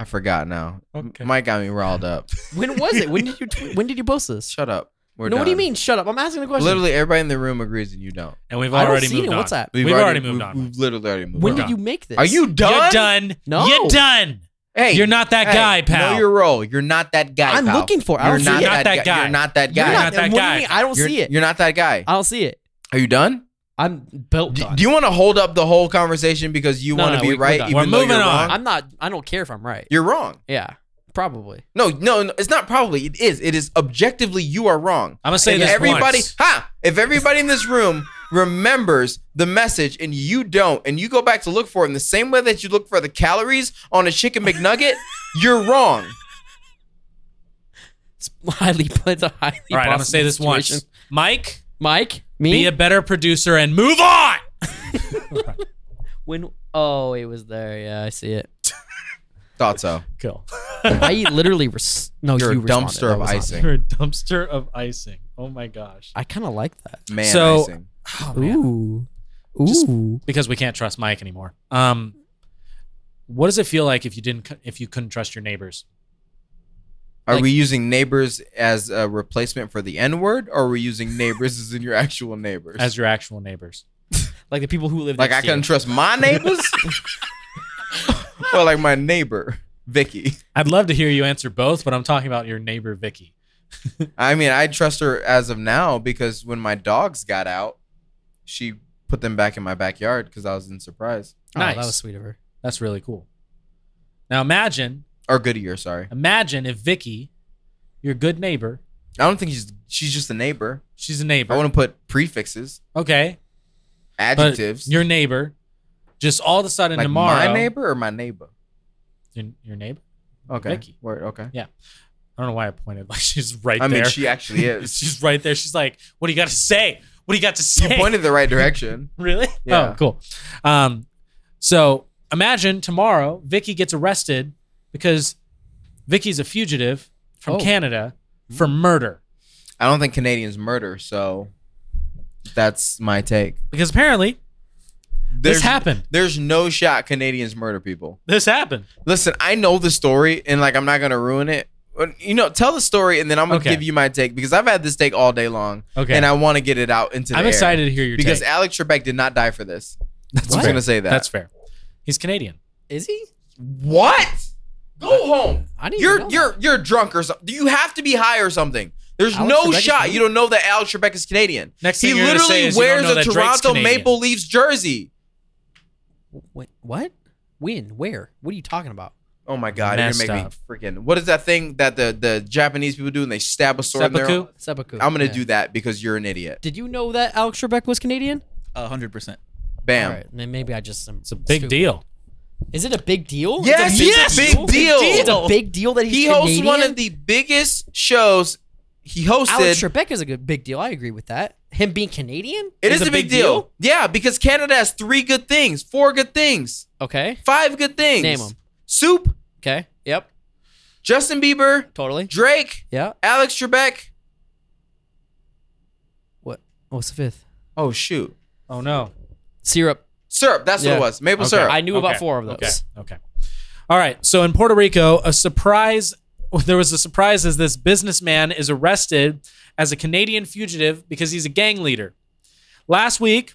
A: I forgot now.
B: Okay.
A: Mike got me riled up.
C: When was it? When did you tw- when did you post this?
A: Shut up. We're
C: no, what do you
A: done.
C: mean? Shut up! I'm asking a question.
A: Literally, everybody in the room agrees, and you don't.
B: And we've
C: I don't
B: already
C: see it
B: moved
C: in
B: on.
C: WhatsApp.
B: We've, already
A: already-
B: moved
A: We've,
B: on.
A: we've literally already moved
B: We're
C: when
A: on.
C: did
B: done.
C: you make this?
A: Are you done?
B: You're done.
E: No.
B: You're done.
A: Hey,
B: You're not that
A: hey,
B: guy, pal.
A: Know your role. You're not that guy.
E: I'm
A: pal.
E: looking for. it. I
A: You're
E: don't see
A: not,
E: it.
B: You're
A: that
B: not that
A: guy.
B: guy.
A: You're not that
E: You're
A: guy.
B: not that
E: what do you
B: guy.
E: mean? I don't
A: You're-
E: see it.
A: You're not that guy.
E: I don't see it.
A: Are you done?
E: I'm built
A: D-
E: on.
A: Do you want to hold up the whole conversation because you
C: No,
A: want to
C: no,
A: be
C: we- we're
A: right?
C: done.
A: even
B: We're
A: though
B: moving
A: you're
B: on.
A: wrong?
C: I'm not. I don't care if I'm right.
A: You're wrong.
C: yeah, probably.
A: No, no, no, it's not probably. It is. It is objectively you are wrong.
B: I'm gonna say
A: if
B: this
A: everybody,
B: once.
A: ha! If everybody in this room remembers the message and you don't, and you go back to look for it in the same way that you look for the calories on a chicken McNugget, you're wrong.
E: It's highly, it's a highly.
B: All right, I'm gonna say this
E: possible
B: once.
E: situation.
B: Mike,
E: Mike, me.
B: be a better producer and move on.
E: when? Oh, it was there. Yeah, I see it.
A: Thought so.
B: Cool.
E: I literally. Res- no,
A: You're
E: you
A: a dumpster of
E: responded. That was not-
A: icing,
B: You're a dumpster of icing. Oh my gosh.
E: I kind of like that.
A: man.
B: So-
A: icing.
B: Oh, man.
E: Ooh,
B: Just-
E: ooh.
B: Because we can't trust Mike anymore. Um, what does it feel like if you didn't if you couldn't trust your neighbors?
A: Are
B: like-
A: we using neighbors as a replacement for the N word, or are we using neighbors as in your actual neighbors?
B: as your actual neighbors.
C: Like the people who live
A: like I
C: next to
A: can
C: you.
A: trust my neighbors, or like my neighbor Vicky.
B: I'd love to hear you answer both, but I'm talking about your neighbor Vicky.
A: I mean, I trust her as of now because when my dogs got out, she put them back in my backyard because I was in surprise
E: Oh,
B: Nice.
E: that was sweet of her.
B: That's really cool. Now imagine,
A: or Goodyear. Sorry,
B: imagine if Vicky, your good neighbor,
A: I don't think she's she's just a neighbor.
B: she's a
A: I
B: neighbor.
A: want to put prefixes,
B: okay, but
A: adjectives.
B: your neighbor, just all of a sudden
A: like
B: tomorrow,
A: my neighbor or my neighbor.
B: your, your neighbor.
A: Okay,
B: Vicky.
A: word. Okay,
B: I don't know why I pointed like she's right
A: I
B: there.
A: mean she actually is.
B: she's right there. She's like, "What do you got to say? What do you got to
A: you
B: say?"
A: pointed the right direction.
B: Really?
A: Yeah.
B: Oh, cool. Um, so imagine tomorrow Vicky gets arrested because Vicky's a fugitive from
E: Oh.
B: Canada for
A: Mm.
B: murder.
A: I don't think Canadians murder, so that's my take.
B: Because apparently
A: There's,
B: this happened.
A: There's no shot Canadians murder people.
B: This happened.
A: Listen, I know the story, and like I'm not gonna ruin it. But, You know, tell the story, and then I'm gonna
B: Okay.
A: give you my take because I've had this take all day long,
B: Okay.
A: and I want to get it out into. The
B: I'm
A: air.
B: excited to hear your
A: because
B: take.
A: Alex Trebek did not die for this. That's I'm
E: What?
A: gonna say that.
B: That's fair. He's Canadian.
E: Is he?
A: what. Go home.
E: I didn't.
A: You're
E: even know
A: you're you're drunk or something. You have to be high or something. There's
E: Alex
A: no
E: Trebek is
A: shot
E: Canadian?
A: you don't know that Alex Trebek is Canadian.
B: Next
A: he
B: thing you're gonna
A: literally
B: say is you don't
A: wears
B: know
A: a
B: that Drake's
A: Toronto
B: Canadian.
A: Maple Leafs jersey.
E: that. Wait, what? When? Where? What are you talking about?
A: Oh my god, you're gonna
B: Messed
A: make
B: up.
A: me freaking. What is that thing that the the Japanese people do and they stab a sword in their
B: Seppuku.
E: Seppuku.
A: I'm gonna
E: Yeah.
A: do that because you're an idiot.
E: Did you know that Alex Trebek was Canadian?
D: A hundred percent.
A: Bam.
E: All right, then maybe I just. Am
B: It's a big
E: stupid.
B: deal.
E: Is it a big deal?
A: Yes,
E: It's a
A: yes, big deal.
E: It's a big deal that he's
A: He hosts
E: Canadian?
A: one of the biggest shows. he hosted.
E: Alex Trebek is a good big deal. I agree with that. Him being Canadian,
A: it is, a big, deal. Yeah, because Canada has three good things, four good things,
E: Okay,
A: five good things.
E: Name 'em.
A: Soup,
E: okay, yep,
A: Justin Bieber,
E: totally,
A: Drake,
E: yeah.
A: Alex Trebek.
E: What? What's the fifth?
A: Oh shoot,
B: Oh no.
E: Syrup.
A: syrup. That's what
E: Yeah.
A: it was. Maple
B: Okay.
A: syrup.
E: I knew about
B: Okay,
E: four of those.
B: Okay. Okay. All right. So in Puerto Rico, a surprise. There was a surprise as this businessman is arrested as a Canadian fugitive because he's a gang leader. Last week,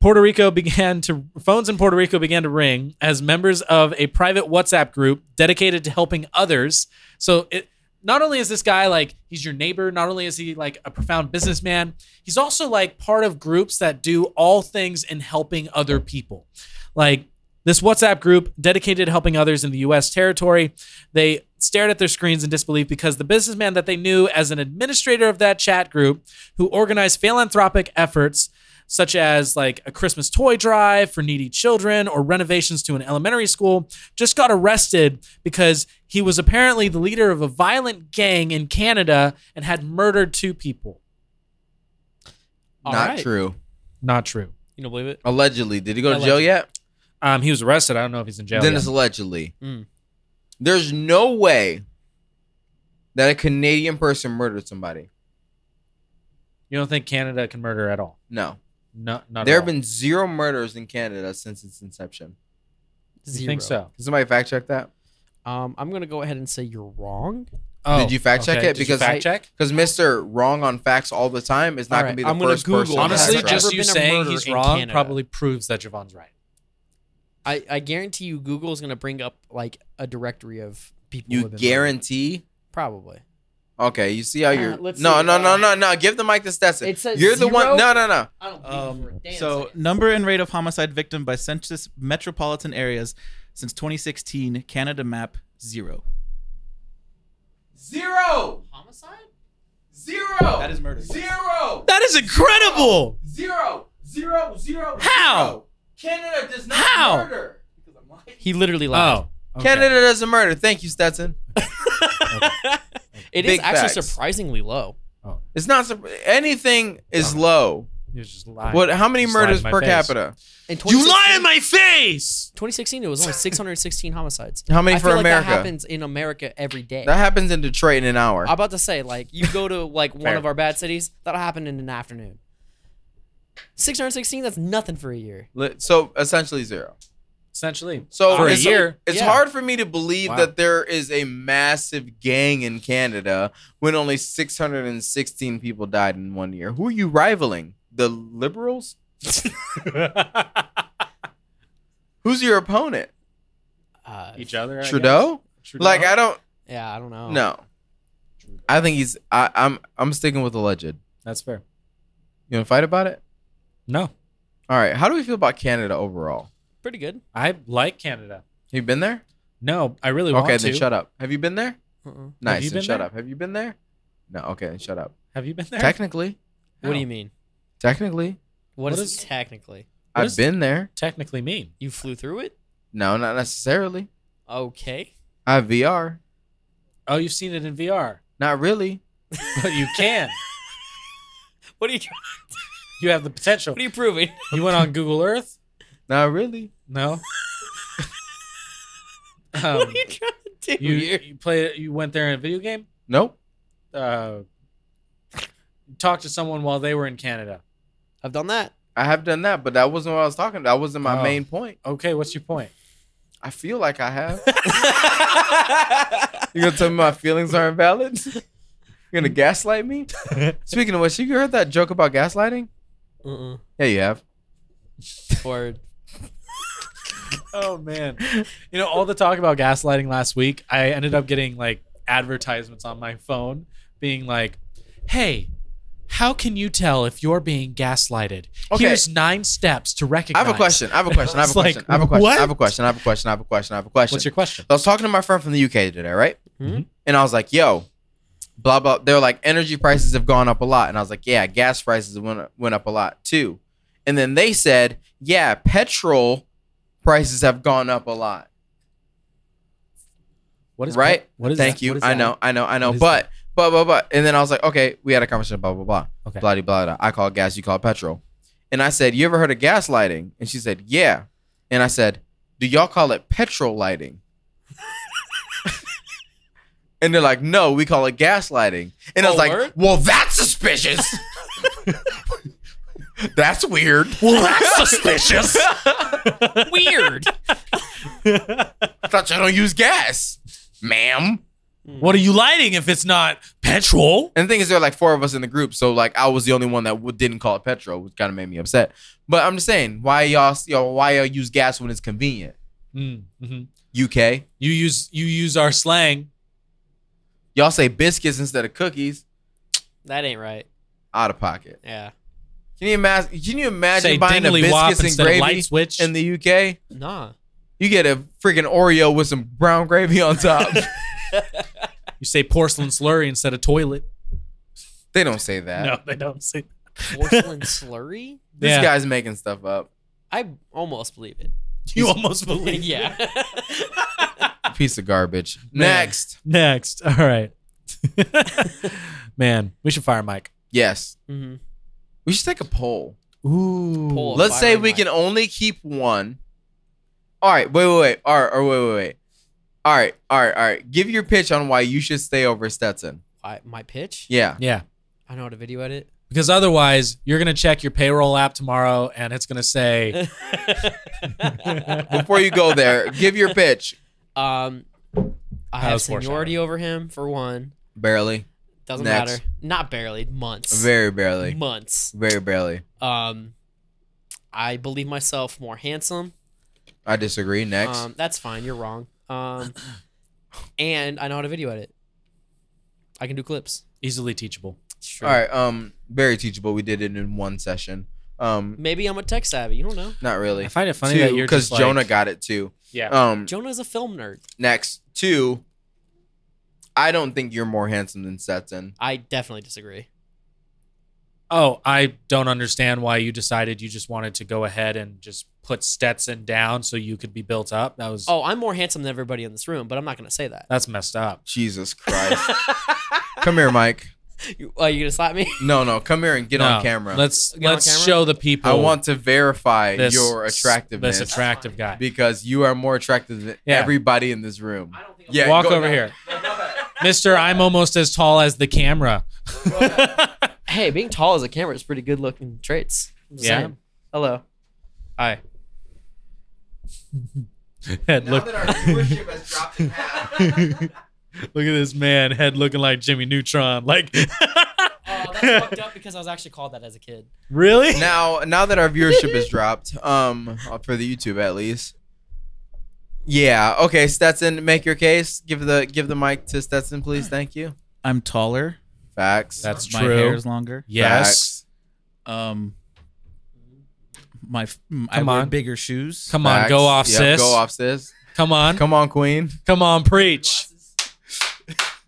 B: Puerto Rico began to phones in Puerto Rico began to ring as members of a private WhatsApp group dedicated to helping others. So it not only is this guy like he's your neighbor, not only is he like a profound businessman, he's also like part of groups that do all things in helping other people. Like this WhatsApp group dedicated to helping others in the US territory, they stared at their screens in disbelief because the businessman that they knew as an administrator of that chat group, who organized philanthropic efforts such as like a Christmas toy drive for needy children or renovations to an elementary school, just got arrested because he was apparently the leader of a violent gang in Canada and had murdered two people.
E: All
A: Not
E: right.
A: true.
B: Not true.
C: You don't believe it?
A: Allegedly, did he go to jail yet?
B: Um, he was arrested. I don't know if he's in jail.
A: then
B: yet.
A: it's allegedly.
C: Mm.
A: There's no way that a Canadian person murdered somebody.
B: You don't think Canada can murder at all?
A: No,
B: No, not at
A: there
B: all.
A: have been zero murders in Canada since its inception.
B: You think
E: Zero.
B: so?
A: Can somebody fact check that?
E: Um, I'm gonna go ahead and say you're wrong.
B: Oh,
A: Did you fact check it?
B: Did you
A: Because-
B: fact check.
A: Because Mister Wrong on facts all the time is not
E: All
A: going to
E: right,
A: be the
E: I'm gonna
A: first
E: Google
A: person.
E: that.
B: Honestly,
A: that's right.
B: just
E: Never
B: you
E: been a
B: saying
E: murder
B: he's
E: in
B: wrong
E: Canada.
B: probably proves that Javon's right.
E: I, I guarantee you Google's gonna bring up like a directory of people. who
A: you
E: have been
A: guarantee.
E: murdered. Probably.
A: Okay, you see how you're. no,
E: let's
A: no,
E: see,
A: no,
E: uh,
A: no, no. Give the mic to Stetson.
E: it says
A: you're the one.
E: zero?
A: No, no, no.
E: I don't
D: Um, so number and rate of homicide victim by census metropolitan areas since 2016 Canada map zero.
A: Zero,
E: homicide.
A: zero.
D: That is murder.
A: Zero.
B: That is incredible.
A: Zero, zero, zero.
B: How?
A: Canada does not
B: How?
A: murder.
E: He literally lied.
B: Oh,
A: Canada doesn't murder. Thank you, Stetson.
E: It is
A: Big
E: actually
A: facts.
E: surprisingly low.
A: It's not sur- anything is
B: Um,
A: low.
B: You're just lying.
A: What? How many
B: Just lied in
A: murders
B: my
A: per
B: face.
A: capita?
E: In
B: You lie in my face.
E: 2016, it was only 616 homicides.
A: How many
E: I
A: for
E: feel like
A: America?
E: that happens in America every day.
A: That happens in Detroit in an hour.
E: I'm about to say, like, you go to like one
B: Fair.
E: of our bad cities, that'll happen in an afternoon. 616, that's nothing for a year.
A: Li- So essentially zero.
B: Essentially,
A: So
B: For a
A: it's,
B: year,
A: it's
E: yeah.
A: hard for me to believe
B: Wow.
A: that there is a massive gang in Canada when only 616 people died in one year. Who are you rivaling? The liberals? Who's your opponent?
E: Uh,
B: each other. I guess.
A: Trudeau?
B: Trudeau? Oh.
A: Like I don't
E: yeah, I don't know.
A: no. I think he's I, I'm I'm sticking with alleged. You
B: That's fair.
A: wanna fight about it?
B: No,
A: All right. How do we feel about Canada overall?
E: Pretty good.
B: I like Canada.
A: Have you been there?
B: No, I really want
A: Okay,
B: to.
A: then shut up. Have you been there?
E: Uh-uh.
A: Nice.
B: you
A: then
B: been
A: shut
B: there?
A: up. Have you been there? No, okay, then shut up.
B: Have you been there?
A: Technically.
E: What do you mean?
A: Technically.
E: What,
B: What
E: is,
B: is-
E: it technically?
B: What
A: I've
B: is-
A: been there.
B: Technically mean.
E: You flew through it?
A: No, not necessarily.
E: Okay.
A: I have VR.
B: Oh, you've seen it in VR,
A: Not really.
B: but you can.
E: What are you? trying-
B: You have the potential.
E: What are you proving?
B: You went on Google Earth.
A: Not really.
B: No.
E: what
B: um,
E: are you trying to do
B: you
E: here?
B: you play you went there in a video game.
A: Nope.
B: Uh, talked to someone while they were in Canada.
E: I've done that.
A: I have done that, but that wasn't what I was talking about. That wasn't my
B: Oh.
A: main point.
B: Okay, what's your point?
A: I feel like I have. You're gonna tell me my feelings aren't valid? You're gonna gaslight me? Speaking of which, you heard that joke about gaslighting?
E: Uh-uh.
A: Yeah, you have.
E: Word.
B: Oh man, you know all the talk about gaslighting last week. I ended up getting like advertisements on my phone being like, "Hey." How can you tell if you're being gaslighted?
A: Okay.
B: Here's nine steps to
A: I
B: recognize.
A: have a question. I have a question. I have a
B: It's like,
A: question. I have a question.
B: what?
A: I have a question. I have a question. I have a question. I have a question.
B: What's your question?
A: I was talking to my friend from the UK today, right?
E: Mhm.
A: And I was like, yo, blah, blah. They're like, energy prices have gone up a lot. And I was like, yeah, gas prices went, went up a lot too. And then they said, yeah, petrol prices have gone up a lot.
B: What is
A: right?
B: What is
A: Thank
B: that?
A: you.
B: What is
A: I
B: that?
A: know, I know, I know.
B: What is
A: But blah blah blah. And then I was like, okay, we had a conversation, blah blah blah,
B: Okay.
A: blah de, blah. blah. I call it gas, you call it petrol. And I said, you ever heard of gaslighting? And she said, yeah. And I said, do y'all call it petrol lighting? and they're like, no, we call it gaslighting. And I was
C: Oh,
A: like,
C: word?
A: well, that's suspicious. that's weird. Well, that's suspicious.
C: Weird.
A: I thought y'all don't use gas, ma'am.
B: What are you lighting if it's not petrol?
A: And the thing is, there are like four of us in the group, so like I was the only one that w- didn't call it petrol, which kind of made me upset. But I'm just saying, why y'all, y'all, why y'all use gas when it's convenient?
B: Mm-hmm.
A: UK,
B: You use you use our slang.
A: y'all say biscuits instead of cookies.
C: that ain't right.
A: Out of pocket.
C: Yeah.
A: Can you imagine? Can you imagine
B: Say
A: buying a
B: dingly wop
A: biscuits and
B: instead of
A: gravy
B: light switch.
A: in the UK?
C: Nah.
A: You get a freaking Oreo with some brown gravy on top.
B: you say porcelain slurry instead of toilet.
A: they don't say that.
B: No, they don't say.
C: Porcelain slurry?
A: This
B: yeah.
A: guy's making stuff up.
C: I almost believe it.
B: you almost believe.
C: yeah.
A: Piece of garbage.
B: Man.
A: Next,
B: Next. All right. Man, we should fire Mike.
A: yes,
C: mm-hmm.
A: we should take a poll.
B: Ooh.
C: Poll. Well,
A: Let's
C: if I
A: say
C: were
A: we
C: Mike-
A: can only keep one. All right, wait, wait, wait. All right, or wait, wait, wait. All right, all right, all right. Give your pitch on why you should stay over Stetson.
C: I, my pitch?
A: Yeah.
B: Yeah.
C: I know how to video edit.
B: Because otherwise, you're gonna check your payroll app tomorrow, and it's gonna say
A: Before you go there, give your pitch.
C: um, I have
B: How's foreshadowing?
C: seniority over him for one.
A: Barely,
C: Doesn't
A: Next.
C: matter. Not barely. Months.
A: very barely,
C: Months.
A: very barely.
C: Um, I believe myself more handsome.
A: I disagree. Next,
C: Um, that's fine. You're wrong. Um, and I know how to video edit. I can do clips.
B: easily teachable.
C: Sure.
A: all right. Um, very teachable. We did it in one session. Um,
C: Maybe I'm a tech savvy. You don't know.
A: not really.
B: I find it funny that you're
A: because
B: because
A: Jonah got it too.
B: Yeah.
A: Um,
C: Jonah's a film nerd.
A: next two. I don't think you're more handsome than Stetson.
C: I definitely disagree.
B: oh, I don't understand why you decided you just wanted to go ahead and just put Stetson down so you could be built up. That was
C: Oh, I'm more handsome than everybody in this room, but I'm not gonna say that.
B: that's messed up.
A: Jesus Christ! Come here, Mike.
C: You, oh, you gonna slap me?
A: No, no, come here and get
B: No,
A: on camera.
B: Let's
C: Get on
B: let's
C: camera?
B: show the people.
A: I want to verify
B: this-
A: your attractiveness
B: This attractive guy.
A: because you are more attractive than
B: Yeah.
A: everybody in this room.
C: don't think.
A: Yeah,
B: Walk
A: go-
B: over here, Mister. I'm almost as tall as the camera.
C: Hey, being tall as a camera is pretty good looking traits. I'm just
B: Yeah.
C: saying. Hello.
B: Hi. Head look.
A: our viewership has dropped in half.
B: Look at this man, head looking like Jimmy Neutron. Like,
C: Oh, that's fucked up because I was actually called that as a kid.
B: really?
A: Now, now that our viewership has dropped, um, for the YouTube at least. Yeah. Okay, Stetson, make your case. Give the give the mic to Stetson, please. Thank you.
D: I'm taller.
A: Facts.
B: That's
D: my
B: true.
D: hair is longer.
B: yes.
A: Facts.
D: Um, my f- mm, I
B: Come
D: wear
B: on.
D: bigger shoes.
B: Come on,
A: Facts.
B: go off,
A: Yep,
B: sis.
A: Go off, sis.
B: Come on. Come,
A: Come on, queen.
B: on, preach.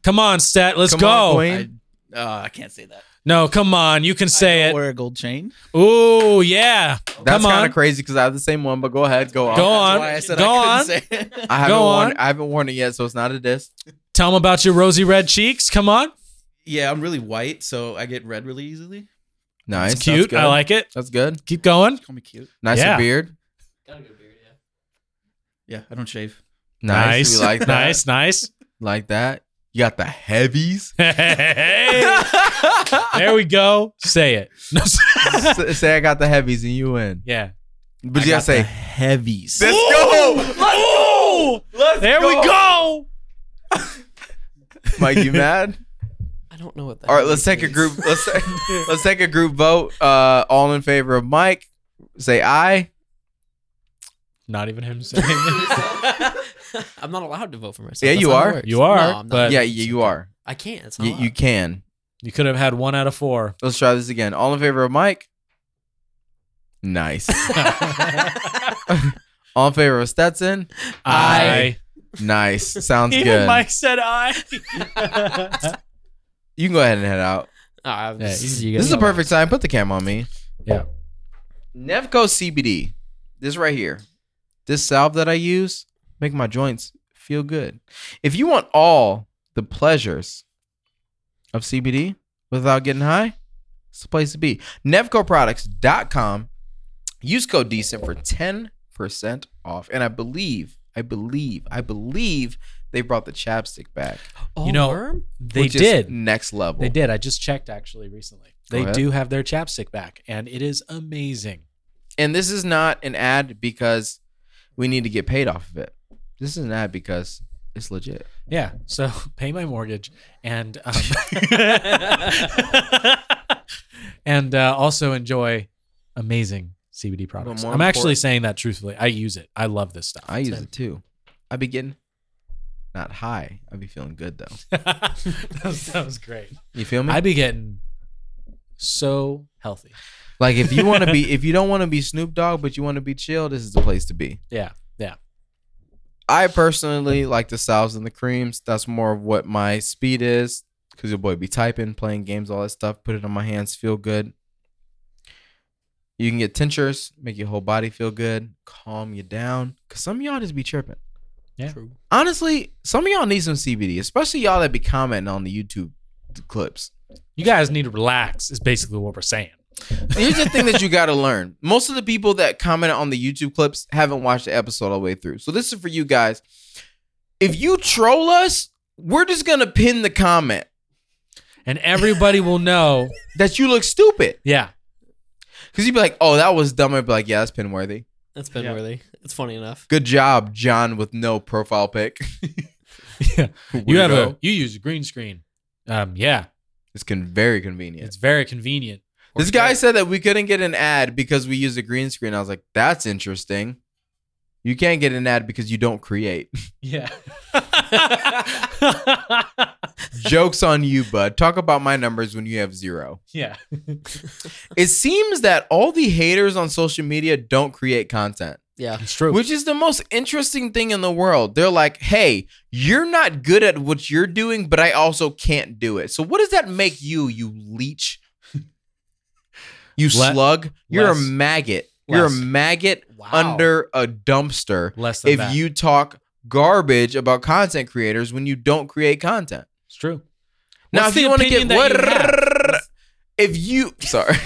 B: Come on, Stat. Let's
A: Come on,
B: go.
A: queen.
D: I, uh, I can't say that.
B: no, come on. You can
D: I
B: say
D: don't Wear a gold chain.
B: it. Ooh, yeah.
A: That's
B: come
A: kind
B: on.
A: of crazy because I have the same one. But go ahead. Go on.
B: Go on.
D: Why I said
B: Go
D: I
B: on.
D: couldn't Say it.
A: I haven't
B: Go
A: worn
B: on.
A: I haven't worn it yet, so it's not a disc.
B: Tell them about your rosy red cheeks. Come on.
D: yeah, I'm really white, so I get red really easily.
A: Nice.
B: It's cute.
A: That's good.
B: I like it.
A: That's good.
B: Keep going.
D: Call me cute.
A: Nice
B: Yeah.
A: beard.
D: Yeah, I don't shave.
A: Nice. We like that.
B: nice. Nice.
A: Like that. You got the heavies.
B: Hey. there we go. Say it. No, s-
A: S- say I got the heavies and you win.
B: yeah.
A: But
D: I
A: you
D: got
A: gotta say
D: the heavies.
A: Let's go.
B: Oh, there we go.
A: Mike, you mad?
C: I don't know what that.
A: All right, let's take a group. Let's take, let's take a group vote. Uh, all in favor of Mike. Say aye.
B: Not even him saying it.
C: I'm not allowed to vote for myself.
A: Yeah,
C: That's
A: you
C: how it
A: are.
C: works.
B: You are,
C: No, I'm not.
B: but-
A: Yeah, yeah, you are.
C: I can't. It's not
A: You, you
C: allowed.
A: can.
B: You could have had one out of four.
A: Let's try this again. All in favor of Mike. Nice. all in favor of Stetson.
B: I.
A: Nice. Sounds good.
B: said I.
A: You can go ahead and head out.
C: Ah,
B: Yeah,
C: this
B: you-
C: is- you
A: This
C: guys
A: is the
C: know.
A: perfect time. Put the camera on me.
B: Yeah.
A: Nevco CBD. This right here. This salve that I use make my joints feel good. If you want all the pleasures of CBD without getting high, it's the place to be. NevcoProducts.com. Use code DECENT for 10% off. And I believe, I believe, I believe they brought the chapstick back.
E: Oh,
B: know,
E: worm?
B: They
A: which is
B: did.
A: next level.
B: They did. I just checked actually recently. They
A: ahead.
B: do have their chapstick back, and it is amazing.
A: And this is not an ad because we need to get paid off of it. This is an ad because it's legit.
B: Yeah. So pay my mortgage and um, and uh, also enjoy amazing CBD products.
A: more
B: I'm actually
A: important-
B: saying that truthfully. I use it. I love this stuff.
A: I use it too. I be getting not high. I be feeling good though.
B: that, was, that was great.
A: You feel me?
B: I'd be getting so healthy.
A: like if you want to be, if you don't want to be Snoop Dogg, but you want to be chill, this is the place to be.
B: Yeah.
A: I personally like the sours and the creams. That's more of what my speed is. Cause your boy be typing, playing games, all that stuff. Put it on my hands, feel good. You can get tinctures, make your whole body feel good, calm you down. Cause some of y'all just be tripping.
B: Yeah.
E: True.
A: Honestly, some of y'all need some CBD, especially y'all that be commenting on the YouTube clips.
B: You guys need to relax. Is basically what we're saying.
A: Here's the thing that you got to learn. Most of the people that comment on the YouTube clips haven't watched the episode all the way through. So this is for you guys. If you troll us, we're just going to pin the comment
B: And everybody will know.
A: that you look stupid.
B: Yeah.
A: Because you'd be like, oh, that was dumb. I'd be like, yeah, that's pin worthy.
E: That's been
D: Yeah.
E: worthy. It's funny enough.
A: Good job, John, with no profile pic.
B: Yeah. You have
A: Weirdo.
B: a you use a green screen. Um, yeah,
A: It's con- very convenient.
B: it's very convenient.
A: this guy said that we couldn't get an ad because we use a green screen. I was like, that's interesting. You can't get an ad because you don't create.
B: Yeah.
A: Joke's on you, bud. Talk about my numbers when you have zero.
B: yeah.
A: It seems that all the haters on social media don't create content,
E: Yeah.
B: It's true.
A: which is the most interesting thing in the world. They're like, hey, you're not good at what you're doing, but I also can't do it. So, what does that make you, you leech? You
B: Le-
A: slug? You're
B: less.
A: a maggot. You're a
B: Less.
A: maggot
E: Wow.
A: under a dumpster
B: Less than
A: if
B: that.
A: you talk garbage about content creators when you don't create content.
B: it's true.
A: Now,
B: What's
A: if
B: the
A: you want to
B: opinion
A: get
B: that you
A: what, if you sorry,
B: Keep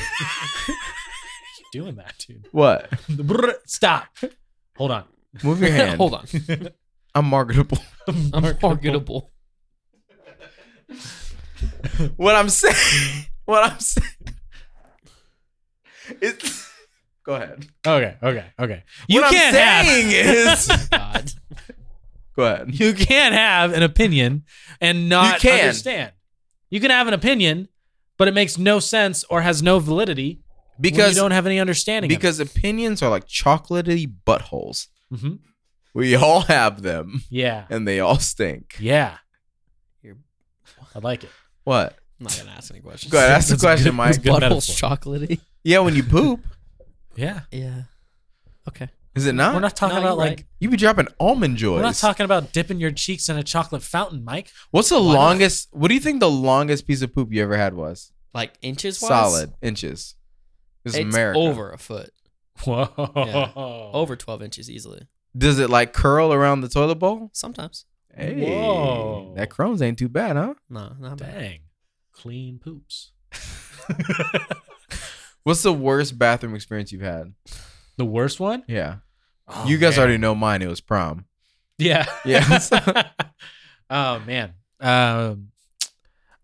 B: doing that, dude.
A: what?
B: Brr, Stop. Hold on.
A: Move your hand.
E: Hold on.
A: I'm marketable.
E: I'm marketable.
A: What I'm saying, what I'm saying, it's. Go ahead.
B: Okay. Okay. Okay. You
A: what
B: can't
A: I'm
B: have.
A: saying is,
E: God.
A: go ahead.
B: You can't have an opinion and not
A: can.
B: understand. You can have an opinion, but it makes no sense or has no validity because
A: Because
B: you don't have any understanding. of it.
A: because opinions are like chocolatey buttholes.
B: Mhm.
A: We all have them,
B: yeah,
A: and they all stink.
B: yeah,
E: You're-
B: I like it.
A: What?
E: I'm not gonna ask any questions.
A: Go ahead. Ask the
B: That's a
A: question,
B: good- that's
A: Mike.
B: a good
E: Butthole's
B: metaphor.
E: chocolatey.
A: Yeah, when you poop,
B: Yeah.
E: Yeah. Okay.
A: is it not?
B: We're not talking
E: No,
B: about
E: you're
B: like
E: right.
A: you be dropping almond joys.
B: we're not talking about dipping your cheeks in a chocolate fountain, Mike.
A: What's the
E: Why not?
A: longest? What do you think the longest piece of poop you ever had was?
E: Like inches wise?
A: Solid inches. This
E: It's
A: is America.
E: over a foot.
B: Whoa.
E: Yeah. Over 12 inches easily.
A: Does it like curl around the toilet bowl?
E: Sometimes.
A: Hey,
B: Whoa.
A: that Crohn's ain't too bad, huh?
E: No, not bad.
B: Dang. Clean poops.
A: What's the worst bathroom experience you've had?
B: The worst one?
A: Yeah,
B: Oh,
A: you guys
B: man.
A: already know mine. It was prom.
B: Yeah.
A: Yes.
B: oh man. Um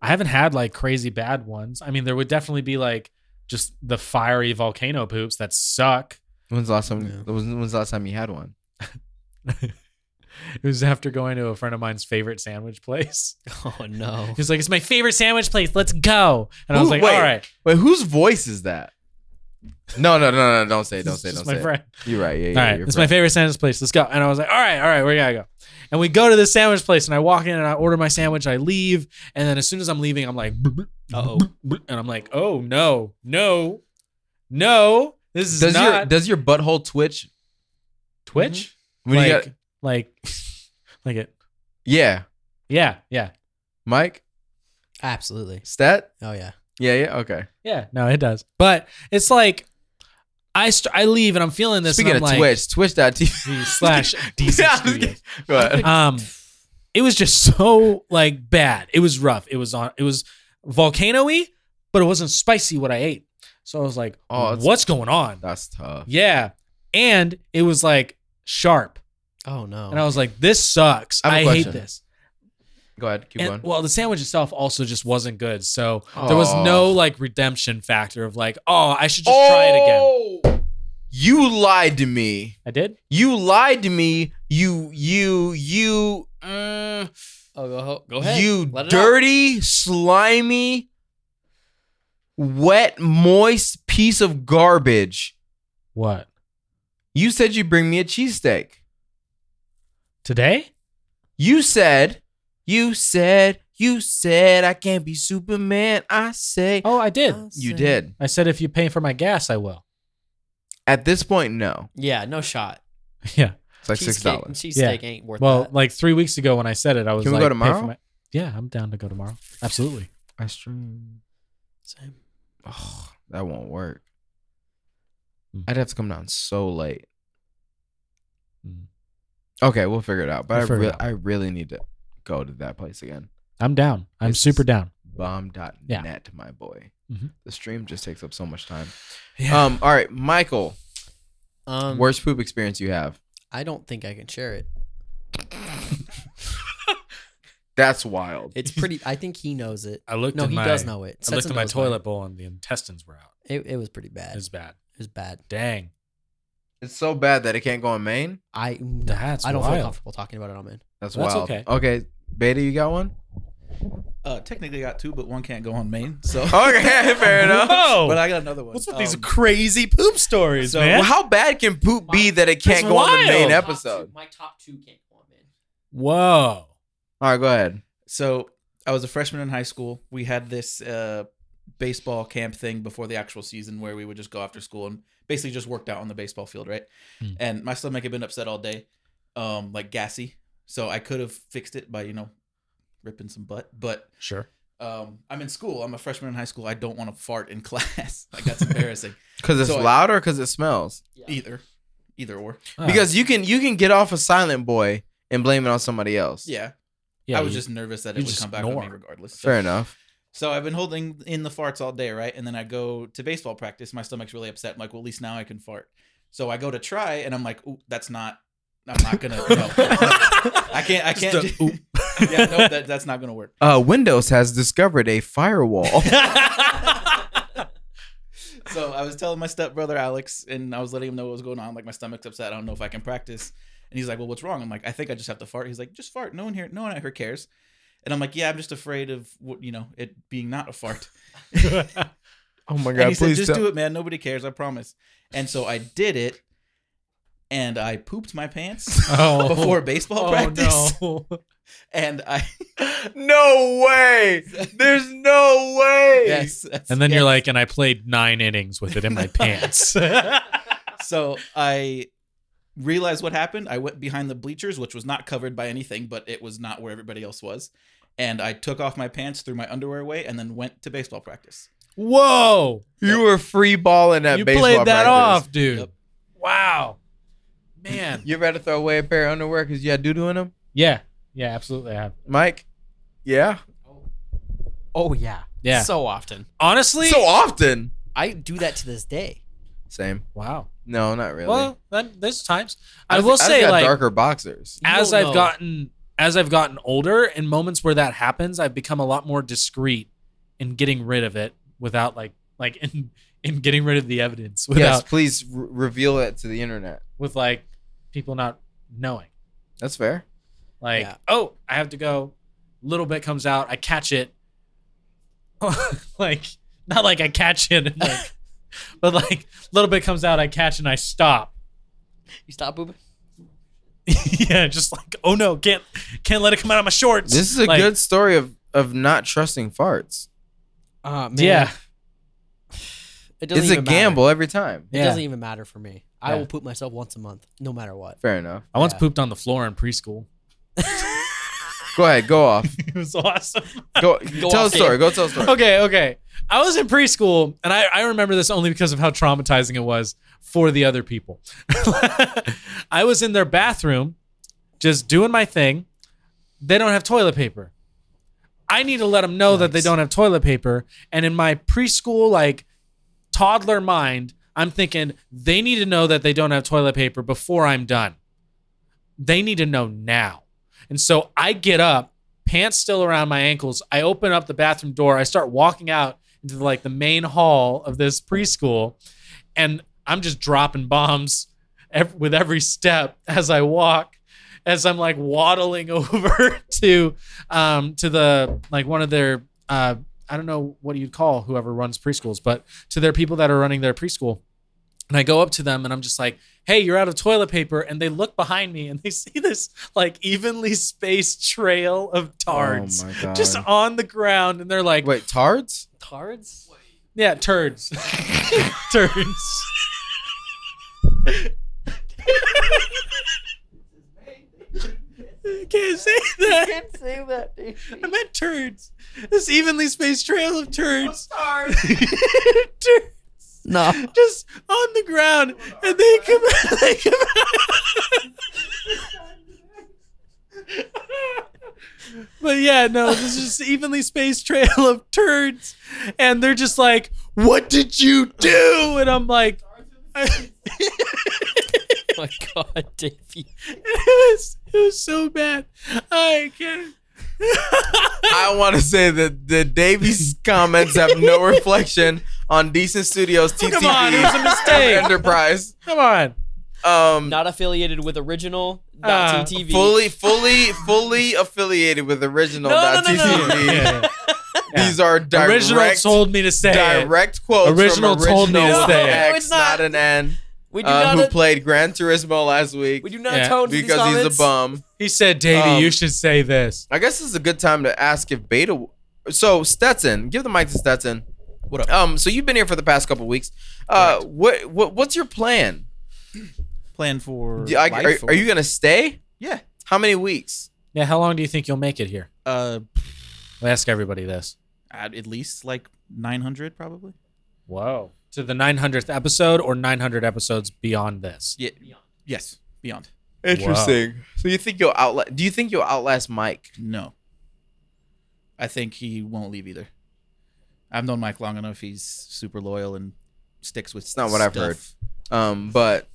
B: I haven't had like crazy bad ones. I mean, there would definitely be like just the fiery volcano poops that suck.
A: When's the last time?
E: Yeah.
A: was When's the last time you had one?
B: It was after going to a friend of mine's favorite sandwich place.
E: Oh no.
B: He's like, "It's my favorite sandwich place. Let's go." And I was
A: Ooh,
B: like,
A: wait.
B: "All right,
A: Wait, whose voice is that? No, no, no, no! Don't say, it, don't
B: it's
A: say, it,
B: just
A: don't
B: my
A: say. it.
B: friend."
A: You're right. Yeah, yeah.
B: all right,
A: your
B: it's my
A: friend.
B: favorite sandwich place. Let's go. And I was like, all right, all right, we gotta go. And we go to this sandwich place, and I walk in and I order my sandwich. I leave, and then as soon as I'm leaving, I'm like, "Bloop, bloop,
E: Uh-oh.
B: bloop, bloop," and I'm like, oh no, no, no, this is
A: Does
B: not
A: your does your butthole twitch
B: Twitch.
A: when
B: like,
A: you got?
B: like, like it.
A: Yeah,
B: Yeah, yeah,
A: Mike,
E: Absolutely.
A: stat.
E: Oh yeah.
A: Yeah, yeah, okay.
B: yeah. No, it does. But it's like, I st- I leave and I'm feeling this.
A: Speaking of
B: and I'm like,
A: Twitch, twitch.tv.
B: slash
A: Yeah, I
B: DC
A: was
B: Studios.
A: kidding. Go ahead.
B: um it was just so like bad it was rough it was on it was volcano-y, but it wasn't spicy what I ate. So I was like,
A: Oh, that's-
B: what's going on?
A: That's tough.
B: Yeah. And it was like sharp.
E: Oh no.
B: And I was like, this sucks.
A: I
B: I,
A: have a
B: hate
A: question.
B: this.
A: Go ahead, keep
B: And,
A: going.
B: well, the sandwich itself also just wasn't good. So there was
A: Oh.
B: no like redemption factor of like, oh, I should just try it
A: Oh!
B: again.
A: again. You lied to me.
B: I did.
A: You lied to me. You you you mm,
C: Oh, go, ho- go ahead.
A: you
C: Let it out.
A: dirty, slimy, wet, moist piece of garbage.
B: What?
A: You said you'd bring me a cheesesteak.
B: Today?
A: You said, you said, you said I can't be Superman. I say
B: Oh, I did.
A: you did.
B: I said if you pay for my gas, I will.
A: At this point, no.
C: Yeah, no shot.
B: Yeah.
A: It's like six
C: Cheesecake,
A: dollars.
C: cheesesteak ain't worth
B: Well,
C: that.
B: like three weeks ago when I said it, I was
A: Can we
B: like,
A: go
B: pay for
A: tomorrow?
B: my- yeah, I'm down to go tomorrow. Absolutely.
A: I stream.
C: Same.
A: Oh, that won't work.
B: Mm.
A: I'd have to come down so late.
B: Mm.
A: Okay, we'll figure it out. But
B: We'll
A: I,
B: figure it
A: re-
B: out.
A: I really need to go to that place again.
B: I'm down. I'm
A: It's-
B: super down.
A: Bomb.net,
B: Yeah.
A: my boy.
B: Mhm.
A: The stream just takes up so much time.
B: Yeah.
A: Um. All right, Michael.
C: Um,
A: worst poop experience you have?
C: I don't think I can share it.
A: That's wild.
C: It's pretty. I think he knows it.
B: I looked
C: No,
B: at
C: he
B: my,
C: does know it.
B: I
C: Stetson
B: looked at my
C: knows mine.
B: toilet bowl and the intestines were out.
C: It, it was pretty bad.
B: It
C: It was,
B: was bad.
C: bad.
B: Dang.
A: It's so bad that it can't go in Maine.
C: I
B: That's
C: I don't
B: wild.
C: feel comfortable talking about it on man.
A: That's
B: That's
A: wild.
B: okay.
A: Okay, Beta, you got one?
D: Uh, technically got two, but one can't go on main. So,
A: Okay, fair enough.
B: Whoa.
D: but Oh, I got another one.
B: What's with these
D: Um,
B: crazy poop stories,
D: so-
B: man?
A: Well, how bad can poop be that it can't
B: That's
A: go on the main
B: wild.
A: episode?
C: my top two can't go on man.
B: Whoa.
A: All right, go ahead.
D: So I was a freshman in high school. We had this uh, baseball camp thing before the actual season where we would just go after school and basically just worked out on the baseball field, right?
B: Hmm.
D: And my stomach had been upset all day, um, like gassy. So I could have fixed it by, you know, ripping some butt. But
B: Sure.
D: um, I'm in school. I'm a freshman in high school. I don't want to fart in class. like, that's embarrassing.
A: Because it's
D: So I-
A: loud or because it smells.
D: Either. Either or.
B: Uh.
A: Because you can you can get off a silent boy and blame it on somebody else.
D: Yeah.
B: yeah,
D: I was
B: you-
D: just nervous that
B: you
D: it would
B: just
D: come back on me
B: snore.
D: regardless. So-
A: Fair enough.
D: So I've been holding in the farts all day, right? And then I go to baseball practice. My stomach's really upset. I'm like, well, at least now I can fart. So I go to try, and I'm like, ooh, that's not. I'm not gonna. No, I can't. I can't.
B: Just a
D: do- yeah, no, that, that's not gonna work.
A: Uh, Windows has discovered a firewall.
D: So I was telling my stepbrother Alex, and I was letting him know what was going on. Like my stomach's upset. I don't know if I can practice. And he's like, well, what's wrong? I'm like, I think I just have to fart. He's like, just fart. No one here, no one out here cares. And I'm like, yeah, I'm just afraid of what you know, it being not a fart.
A: oh my
D: and
A: god!
D: he said,
A: Please
D: "Just
A: tell-
D: do it, man. Nobody cares. I promise." And so I did it, and I pooped my pants
B: oh,
D: before baseball practice,
B: Oh, no.
D: and I
A: No way! There's no way!
D: yes, that's-
B: And then
D: yes.
B: you're like, and I played nine innings with it in my pants.
D: so I realized what happened. I went behind the bleachers, which was not covered by anything, but it was not where everybody else was. And I took off my pants, threw my underwear away, and then went to baseball practice.
B: Whoa.
A: You were free balling at
B: you
A: baseball
B: played that
A: practice.
B: off, dude.
D: Yep.
B: Wow. Man.
A: You ever had to throw away a pair of underwear because you had doo doo in them,
B: yeah. Yeah, absolutely. I have.
A: Mike? Yeah.
E: Oh yeah.
B: Yeah.
E: So often.
B: Honestly.
A: So often.
E: I do that to this day.
A: Same.
B: wow.
A: No, not really.
B: Well, then there's times. I,
A: just-
B: will
A: just
B: say,
A: got
B: like,
A: darker boxers.
E: You
B: as
E: don't
B: I've
E: know.
B: gotten as I've gotten older, in moments where that happens, I've become a lot more discreet in getting rid of it without like like in in getting rid of the evidence without
A: yes, please re- reveal that to the internet.
B: with like people not knowing.
A: That's fair.
B: Like,
E: Yeah.
B: oh, I have to go. Little bit comes out, I catch it. like not like I catch it, and like, but like little bit comes out, I catch and I stop.
E: You stop pooping?
B: yeah, just like oh no, can't can't let it come out of my shorts.
A: This is a
B: Like,
A: good story of of not trusting farts.
E: Uh man.
B: yeah.
E: It doesn't
A: It's a
E: even matter.
A: gamble every time.
E: It
B: Yeah.
E: doesn't even matter for me. I
B: Yeah.
E: will poop myself once a month, no matter what.
A: Fair enough.
B: I once
E: Yeah.
B: pooped on the floor in preschool.
A: Go ahead. Go off.
B: it was awesome.
A: Go, tell a
E: off,
A: story. Go tell a story.
B: okay, okay. I was in preschool, and I, I remember this only because of how traumatizing it was for the other people. I was in their bathroom, just doing my thing. They don't have toilet paper. I need to let them know that they
E: Yikes.
B: don't have toilet paper. And in my preschool, like toddler mind, I'm thinking they need to know that they don't have toilet paper before I'm done. They need to know now. And so I get up, pants still around my ankles. I open up the bathroom door. I start walking out into like the main hall of this preschool, and I'm just dropping bombs ev- with every step as I walk. As I'm like waddling over to um, to the like one of their uh, I don't know what you'd call whoever runs preschools, but to their people that are running their preschool. And I go up to them and I'm just like, hey, you're out of toilet paper. And they look behind me and they see this like evenly spaced trail of tards
A: Oh my god.
B: just on the ground. And they're like,
A: wait, tards?
E: Cards?
B: yeah, turds. turds. Can't say that.
E: Can't say that, dude.
B: I meant turds. This evenly spaced trail of turds. Tur-
E: No.
B: just on the ground, and they come. They come but yeah, no, this is just evenly spaced trail of turds, and they're just like, "What did you do?" And I'm like,
C: my god, Davey.
B: it, was, "It was so bad. I can't."
A: I want to say that the Davies comments have no reflection on Decent Studios TTV
B: Oh, Come on, it was a mistake.
A: Enterprise.
B: Come on.
A: Um,
C: Not affiliated with original.
B: Ah,
C: Dot TV.
A: fully, fully, fully affiliated with original
B: No, no,
A: dot
B: no, no.
A: TTV.
B: Yeah.
A: These are direct,
B: Original told me to say it.
A: direct quotes
B: Original
A: from
B: told me
A: original
B: to say it.
A: X,
E: No, it's
A: not.
E: not.
A: an N,
E: We do
A: uh, who
E: not.
A: played Gran Turismo last week
E: we do not
B: Yeah,
E: tone for these
A: because he's a
E: comments.
A: bum.
B: He said, "Davey,
A: Um,
B: you should say this."
A: I guess this is a good time to ask if Beta. So Stetson, give the mic to Stetson. What up? Um, so you've been here for the past couple weeks. Uh, what, what what's your plan?
D: Plan for
A: Do- I- are,
D: life or-
A: are you gonna stay?
D: Yeah.
A: How many weeks?
B: Yeah, how long do you think you'll make it here?
D: Uh,
B: We ask everybody this.
D: at at least like 900 probably.
B: Whoa. To the 900th episode or 900 episodes beyond this?
D: Yeah. Yes. Beyond.
B: Interesting.
A: So you think you'll outlast? Do you think you'll outlast Mike?
D: No. I think he won't leave either. I've known Mike long enough. He's super loyal and sticks with.
A: It's not what I've
D: stuff.
A: heard. Um, but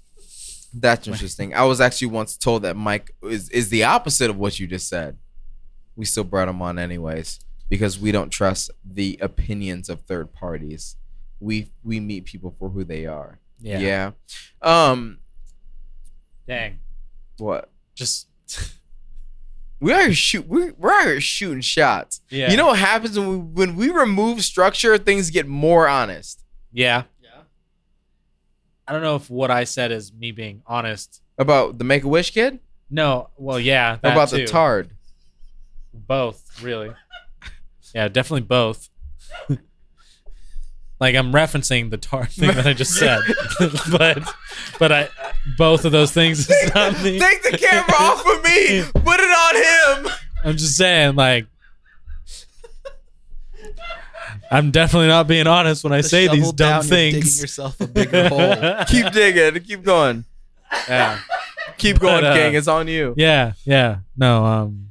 A: that's interesting. I was actually once told that Mike is is the opposite of what you just said. We still brought him on anyways because we don't trust the opinions of third parties. We we meet people for who they are.
B: Yeah.
A: yeah. Um.
B: Dang.
A: What?
B: Just.
A: We are shoot. We're, we're out here shooting shots.
B: Yeah.
A: You know what happens when we when we remove structure? Things get more honest
B: Yeah. Yeah. I don't know if what I said is me being honest.
A: about the Make a Wish kid.
B: No. Well, yeah.
A: Or
B: that
A: about the
B: too.
A: tard.
B: Both, really. yeah, definitely both. like I'm referencing the tar thing that I just said, but but I both of those things is not me.
A: Take the camera off of me. Put it on him.
B: I'm just saying, like. I'm definitely not being honest when I
D: The
B: say these
D: shovel
B: dumb
D: down, you're Digging
B: things.
D: yourself a bigger hole.
A: Keep digging. Keep going.
B: yeah,
A: Keep going,
B: But, uh,
A: King. It's on you.
B: yeah, yeah. No, um,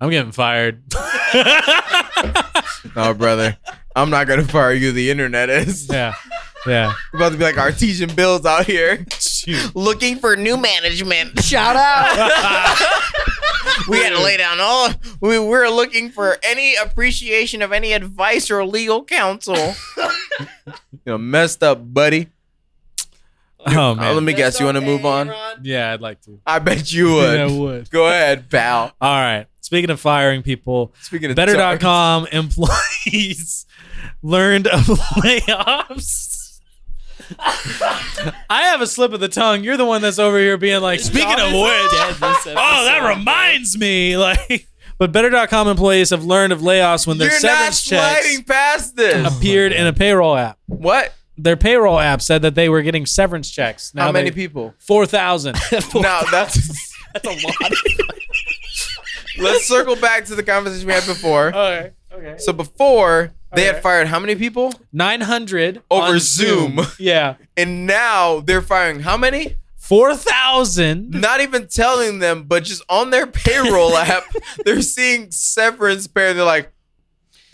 B: I'm getting fired.
A: No, brother. I'm not gonna fire you. The internet is.
B: yeah, yeah.
A: We're about to be like artesian bills out here,
B: Shoot.
A: looking for new management.
E: Shout out.
A: We had to lay down all. We were looking for any appreciation of any advice or legal counsel. you know, messed up, buddy.
B: Oh
A: Uh, let
B: man.
A: me guess. You want to move on?
B: Yeah, I'd like to.
A: I bet you
B: Yeah, I
A: would.
B: would.
A: Go ahead, pal.
B: All right. Speaking of firing people,
A: Speaking of dark-
B: better.com employees learned of layoffs. I have a slip of the tongue. You're the one that's over here being like, speaking of which,
C: oh,
B: oh, that reminds me. Like, but better.com employees have learned of layoffs when their
A: You're not
B: severance checks Uh,
A: sliding past this.
B: appeared in a payroll app.
A: What?
B: Their payroll app said that they were getting severance checks. Now
A: How many
B: they-
A: people?
B: 4,000.
A: Now that's.
C: That's a lot.
A: Let's circle back to the conversation we had before.
B: okay. Okay.
A: So before they had
B: Uh, Okay.
A: fired how many people,
B: 900
A: Over
B: on
A: Zoom.
B: Yeah.
A: and now they're firing how many?
B: four thousand.
A: Not even telling them, but just on their payroll app, they're seeing severance pay. and They're like,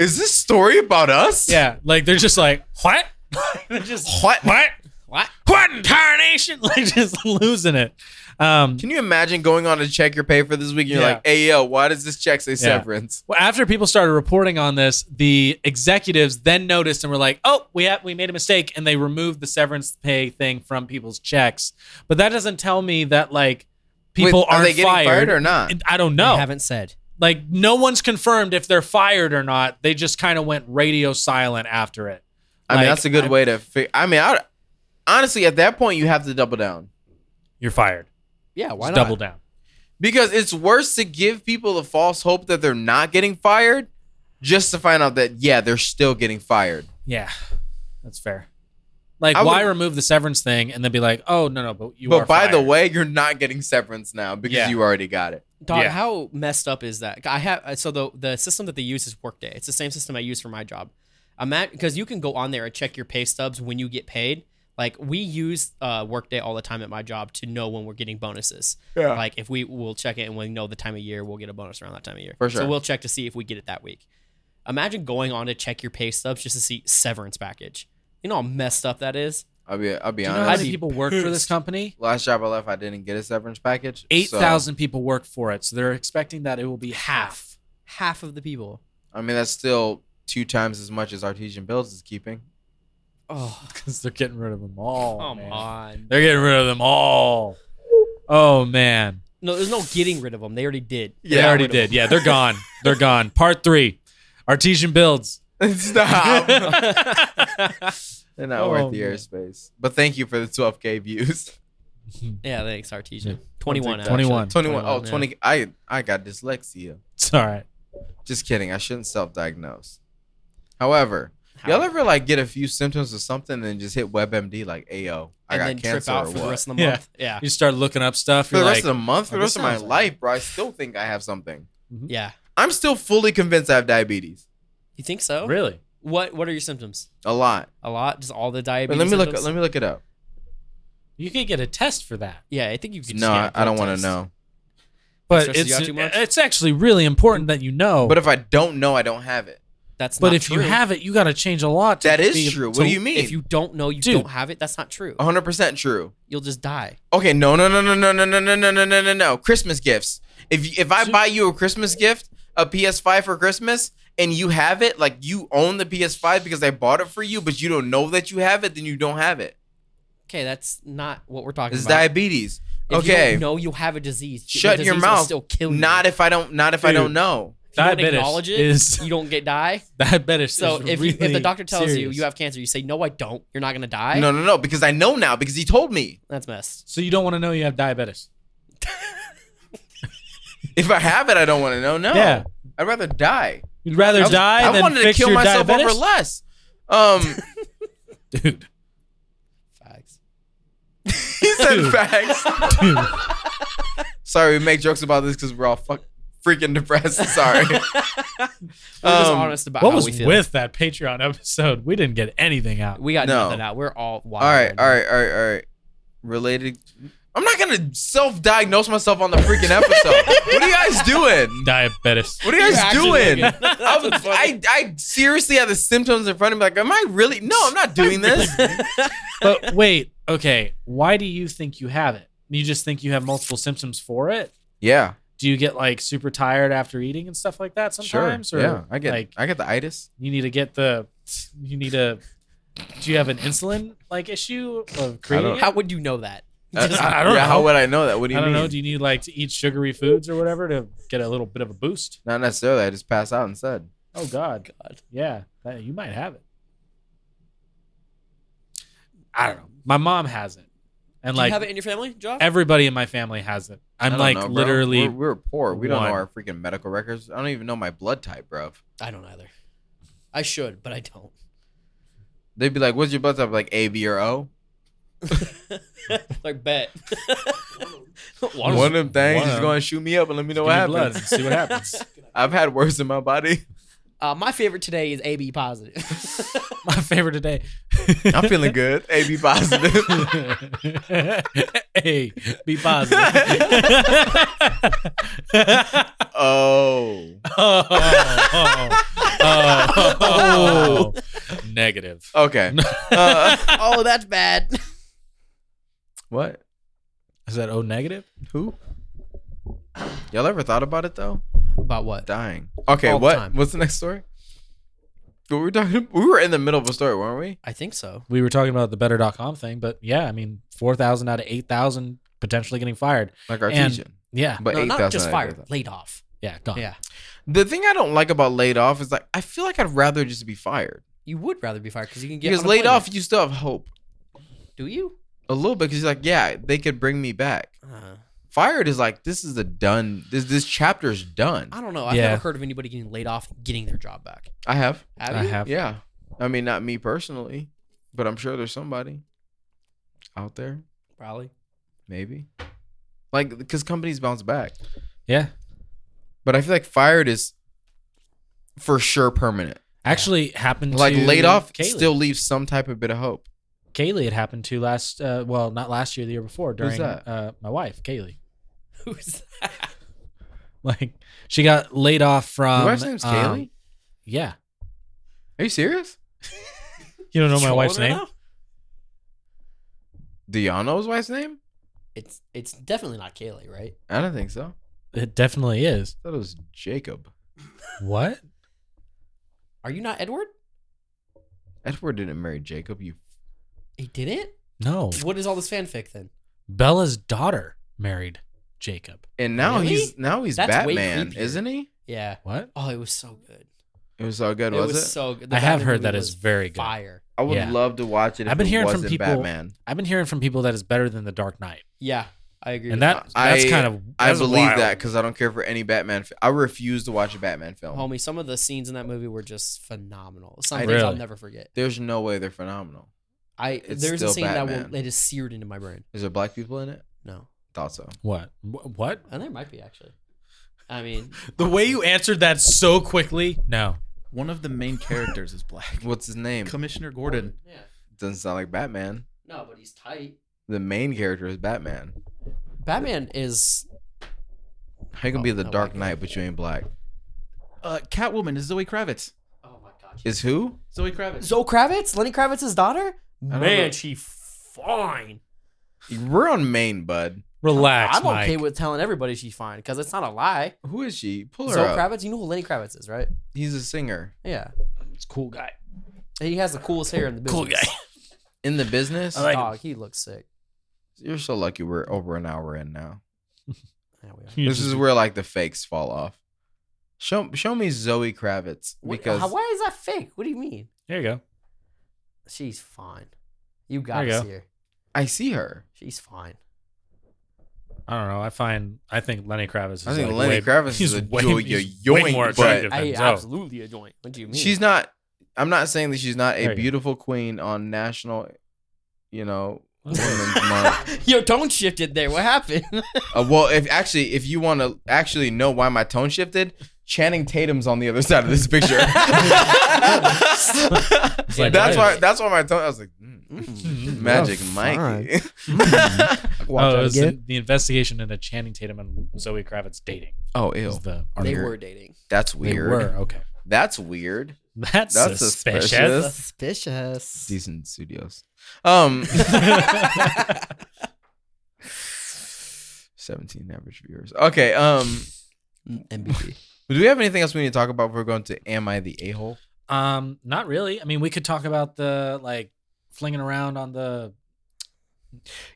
A: "Is this story about us?
B: Yeah, like they're just like what? they're just
A: What?
B: what?
C: What?
B: What in tarnation? Like just losing it. Um,
A: Can you imagine going on to check your pay for this week? And you're
B: Yeah.
A: like, "Hey, yo, why does this check say severance?
B: Well, after people started reporting on this, the executives then noticed and were like, "Oh, we have, we made a mistake," and they removed the severance pay thing from people's checks. But that doesn't tell me that like people
A: Wait,
B: aren't
A: are they getting fired. or not?
B: I don't
E: They
B: know.
E: haven't said.
B: Like no one's confirmed if they're fired or not. They just kind of went radio silent after it.
A: I mean,
B: Like,
A: that's a good
B: I-
A: way to. Fig- I mean, I, honestly, at that point, you have to double down
B: You're fired.
E: Yeah, why
B: Just
E: not?
B: double down.
A: because it's worse to give people the false hope that they're not getting fired, just to find out that yeah, they're still getting fired.
B: Yeah, that's fair. Like,
A: I would-
B: why remove the severance thing and then be like, "Oh no, no, but you are."
A: but by the
B: fired."
A: way, you're not getting severance now because
B: Yeah.
A: you already got it.
E: Dog,
B: Yeah.
E: how messed up is that? I have uh, so the the system that they use is Workday. It's the same system I use for my job. I'm at because you can go on there and check your pay stubs when you get paid. Like we use uh, Workday all the time at my job to know when we're getting bonuses.
A: Yeah.
E: Like if we will check it and we know the time of year, we'll get a bonus around that time of year.
A: For sure.
E: So we'll check to see if we get it that week. Imagine going on to check your pay stubs just to see severance package. You know how messed up that is.
A: I'll be. I'll be
B: do you know how
A: honest.
B: many people work for this company?
A: Last job I left, I didn't get a severance package.
B: Eight
A: so-
B: thousand people work for it, so they're expecting that it will be half.
E: Half of the people.
A: I mean, that's still two times as much as Artesian Builds is keeping.
E: Oh,
B: because they're getting rid of them all.
A: Oh,
E: come
B: man.
E: on.
B: They're getting rid of them all. Oh man,
E: No, there's no getting rid of them. They already did.
B: they
A: Yeah.
B: already did. Yeah, they're gone. they're gone. Part three, artesian builds.
A: Stop. They're not
B: Oh,
A: worth the
B: man.
A: airspace. But thank you for the 12k views.
E: Yeah, thanks, Artesian. 21. actually.
B: 21.
A: 21. Oh,
E: 21,
A: 20. I I got dyslexia.
B: It's all right.
A: Just kidding. I shouldn't self-diagnose. However,
E: How-
A: y'all ever like get a few symptoms of something and just hit WebMD like, "Ayo, I
E: and
A: got
E: then trip
A: cancer or
E: out for
A: what?"
E: the rest of the
B: Yeah.
E: month. Yeah.
B: You start looking up stuff.
A: for
B: You're
A: the
B: like,
A: rest of the month, for the
B: "Oh,
A: rest of
B: this
A: my
B: sounds like
A: life, bro, I still think I have something.
E: Yeah.
A: I'm still fully convinced I have diabetes.
E: You think so?
B: "Oh, really?
E: What What are your symptoms?
A: A lot.
E: A lot? Just all the
A: But
E: diabetes?
A: let me look.
E: symptoms?
A: Let me look it up.
B: You could get a test for that,
E: yeah, I think you could.
A: No, I, I don't want to know.
B: but
E: Stresses you
B: it's
E: out too much?
B: it's actually really important that you know.
A: But if I don't know, I don't have it.
E: That's
B: but
E: not
B: if you
E: true.
B: have it, you got to change a lot. To
A: That
B: be-
A: is true.
B: to-
A: What do you mean? Oh.
E: if you don't know, you
B: Dude.
E: don't have it. That's not true.
A: 100% true.
E: You'll just die.
A: Okay, no, no, no, no, no, no, no, no, no, no, no, no, no. Christmas gifts. If you- if I buy you a Christmas gift, a PS5 for Christmas, and you have it, like you own the PS5 because I bought it for you, but you don't know that you have it, then you don't have it.
E: Okay, that's not what we're talking
A: It's
E: about.
A: diabetes.
E: If you
A: okay,
E: don't know you have a disease. the
A: Shut your
E: disease will
A: mouth.
E: Still kill you.
A: not if I don't. Not if I
B: Dude.
A: don't know.
E: If you don't
B: Diabetes
E: acknowledge it.
B: is-
E: you don't get die.
B: diabetes.
E: So
B: is
E: if you, if
B: really
E: the doctor tells you
B: serious.
E: you have cancer, you say no, I don't. You're not gonna die.
A: No, no, no. Because I know now. Because he told me.
E: that's messed.
B: so you don't want to know you have diabetes.
A: If I have it, I don't want to know. No.
B: Yeah.
A: I'd rather die.
B: You'd rather
A: I, was-
B: die
A: I
B: than
A: wanted to
B: fix
A: kill
B: your
A: myself
B: diabetes?
A: over less. Um,
B: dude.
E: Facts.
A: he said
B: Dude.
A: facts.
B: Dude,
A: Sorry, we make jokes about this because we're all fuck, freaking depressed. Sorry.
E: We're just
A: Um,
E: honest about
B: what
E: how
B: was
E: we
B: with
E: feel.
B: that Patreon episode? We didn't get anything out.
E: We got
A: No.
E: nothing out. We're all wild.
A: all right,
E: right now.
A: all right, all right, all right. Related. I'm not gonna self-diagnose myself on the freaking episode. what are you guys doing?
B: Diabetes.
A: What are you guys
E: You're actually
A: doing?
E: looking.
A: I, was- I, I seriously had the symptoms in front of me. Like, am I really? No, I'm not doing this.
B: But wait, okay. Why do you think you have it? You just think you have multiple symptoms for it?
A: yeah,
B: Do you get like super tired after eating and stuff like that sometimes?
A: sure.
B: Or
A: yeah, I get,
B: like
A: I get the itis.
B: you need to get the you need to do you have an insulin like issue of creating? it?
E: How would you know that?
A: Uh,
E: Just-
B: I don't
A: yeah,
B: know.
A: How would I know that? What do you
B: I don't
A: mean?
B: know. Do you need like to eat sugary foods or whatever to get a little bit of a boost?
A: not necessarily. I just pass out instead.
B: Oh God. God. Yeah. that- you might have it. I don't know. My mom has it. And
E: Do
B: like
E: you have it in your family, Joff?
B: everybody in my family has it.
A: I
B: I'm
A: don't
B: like
A: know, bro.
B: literally
A: We're, we're poor. We don't
B: one.
A: know our freaking medical records. I don't even know my blood type, bro.
E: I don't either. I should, but I don't.
A: They'd be like, "What's your blood type?" Like A, B, or O.
E: like bet.
A: One, of them things
B: one
A: is
B: of-
A: going to shoot me up and let me know
B: give
A: what
B: me
A: happens.
B: blood and see what happens.
A: I've had worse in my body.
C: Uh, my favorite today is AB positive.
B: My favorite today.
A: I'm feeling good. AB positive.
B: hey, be positive.
A: oh.
B: oh, oh, oh, oh. negative.
A: Okay. Uh,
C: oh, that's bad.
A: what?
B: Is that O oh, negative?
A: Who? Y'all ever thought about it though?
E: About what?
A: Dying. Okay.
E: All the
A: what?
E: time.
A: What's the next story? What were we talking? We were in the middle of a story, weren't we?
E: I think so.
B: We were talking about the better.com thing, but yeah, I mean, 4,000 out of 8,000 potentially getting fired.
A: Like
B: And-
A: Artesian.
B: Yeah.
A: But
E: No,
A: eight
E: not
A: thousand.
E: just fired, laid off.
B: Yeah. Gone.
E: Yeah.
A: The thing I don't like about laid off is like I feel like I'd rather just be fired
E: You would rather be fired because you can
A: because laid off you still have hope
E: Do you? Uh,
A: a little bit because you're like yeah they could bring me back. Fired is like this is a done. This this chapter is done.
E: I don't know. I've
B: Yeah.
E: never heard of anybody getting laid off, and getting their job back.
A: I have.
E: Have
B: I
E: you?
B: have.
A: Yeah. I mean, not me personally, but I'm sure there's somebody out there.
E: Probably.
A: Maybe. Like, because companies bounce back.
B: Yeah.
A: But I feel like fired is for sure permanent.
B: Actually happened
A: Like,
B: to
A: laid off
B: Kaylee.
A: still leaves some type of bit of hope.
B: Kaylee it happened to last uh, well not last year the year before during
A: that?
B: Uh, my wife Kaylee
E: Who's
B: like she got laid off from
A: Your wife's name's
B: um,
A: Kaylee?
B: yeah
A: Are you serious?
B: you don't know my wife's
E: Trolling
B: name
E: her
A: Diano's wife's name?
E: It's it's definitely not Kaylee, right?
A: I don't think so.
B: it definitely is
A: I thought it was Jacob.
B: what
E: Are you not Edward?
A: Edward didn't marry Jacob. You.
E: He didn't.
B: no
E: What is all this fanfic then?
B: Bella's daughter married Jacob
A: And now
E: Really?
A: he's now he's
E: That's way
A: Batman,
E: creepier.
A: isn't he?
E: Yeah.
B: what
E: Oh, it was so good.
A: It was so good,
E: it
A: was,
E: was
A: it?
E: so good.
B: I have
E: Batman
B: heard
E: movie
B: that is
E: was
B: very good.
E: Fire.
A: I would
B: Yeah.
A: love to watch it. If I've been hearing from people. Batman.
B: I've been hearing from people that is better than the Dark Knight
E: Yeah, I agree.
B: and
E: with
B: that that's
A: I-
B: kind of
A: I
B: that's
A: believe
B: wild.
A: that because I don't care for any Batman. Fi- I refuse to watch a Batman
E: you.
A: film.
E: homie, some of the scenes in that movie were just phenomenal. Some
A: I
E: things I'll
B: Really?
E: never forget.
A: There's no way they're phenomenal.
E: I
A: It's
E: there's a
A: still
E: scene that
A: Batman.
E: will that is seared into my brain.
A: Is there black people in it?
E: No,
A: Thought so.
B: what Wh- what
E: and there might be actually. I mean,
B: the way you answered that so quickly no
D: One of the main characters is black.
A: What's his name?
D: Commissioner Gordon.
E: yeah,
A: Doesn't sound like Batman.
E: no, but he's tight.
A: The main character is Batman.
E: Batman is
A: How you gonna
E: Oh,
A: be the
E: no, I
A: Dark
E: get it.
A: Knight but you ain't black?
D: Uh, Catwoman is Zoe Kravitz.
E: oh my god.
A: Is who?
D: Zoe Kravitz.
E: Zoe Kravitz, Lenny Kravitz's daughter.
A: don't know.
E: Man, she fine.
A: We're on main, bud.
B: relax
E: I'm okay
B: Mike.
E: with telling everybody she's fine because it's not a lie.
A: Who is she? Pull her
E: Zoe
A: up.
E: Kravitz, you know who Lenny Kravitz is, right?
A: He's a singer
E: Yeah,
B: It's cool guy
E: he has the coolest hair in the business.
B: Cool guy.
A: in the business.
B: I like-
E: Dog, he looks sick.
A: You're so lucky. We're over an hour in now.
E: Yeah, we are.
A: This is where like the fakes fall off. Show show me Zoe Kravitz
E: What-
A: because
E: how- why is that fake? What do you mean?
B: there you go
E: She's fine. You gotta
B: you go.
E: see her.
A: I see her.
E: She's fine.
B: I don't know. I find I think Lenny Kravitz. Is
A: I think
B: like
A: Lenny
B: way-
A: Kravitz is
B: he's
A: a
B: way,
A: joy-
B: he's
A: a
B: way
A: yoink,
B: more
A: but-
B: attractive
E: I
B: than Zoe.
E: absolutely a joint. What do you mean?
A: She's not. I'm not saying that she's not a
B: There you go.
A: beautiful queen on national, you know,
B: Okay.
A: Women's Month.
E: Your tone shifted there. What happened?
A: Uh, well, if actually, if you want to actually know why my tone shifted, Channing Tatum's on the other side of this picture.
B: It's like,
A: that's
B: what
A: why. That's why my tone. I was like, mm,
B: is-
A: Magic
C: Oh,
A: Mikey.
B: oh, it was the, the investigation into Channing Tatum and Zoe Kravitz dating.
A: oh,
B: Is
A: ew.
B: the
E: they
B: article.
E: were dating.
A: That's
B: They
A: weird.
B: were, okay.
A: That's weird.
B: That's,
A: That's
B: suspicious.
A: suspicious.
E: Suspicious.
A: Decent studios. Um, seventeen average viewers. Okay. Um.
E: MVP.
A: Do we have anything else we need to talk about before we go into Am I the A hole?
B: Um, not really. I mean, we could talk about the like flinging around on the.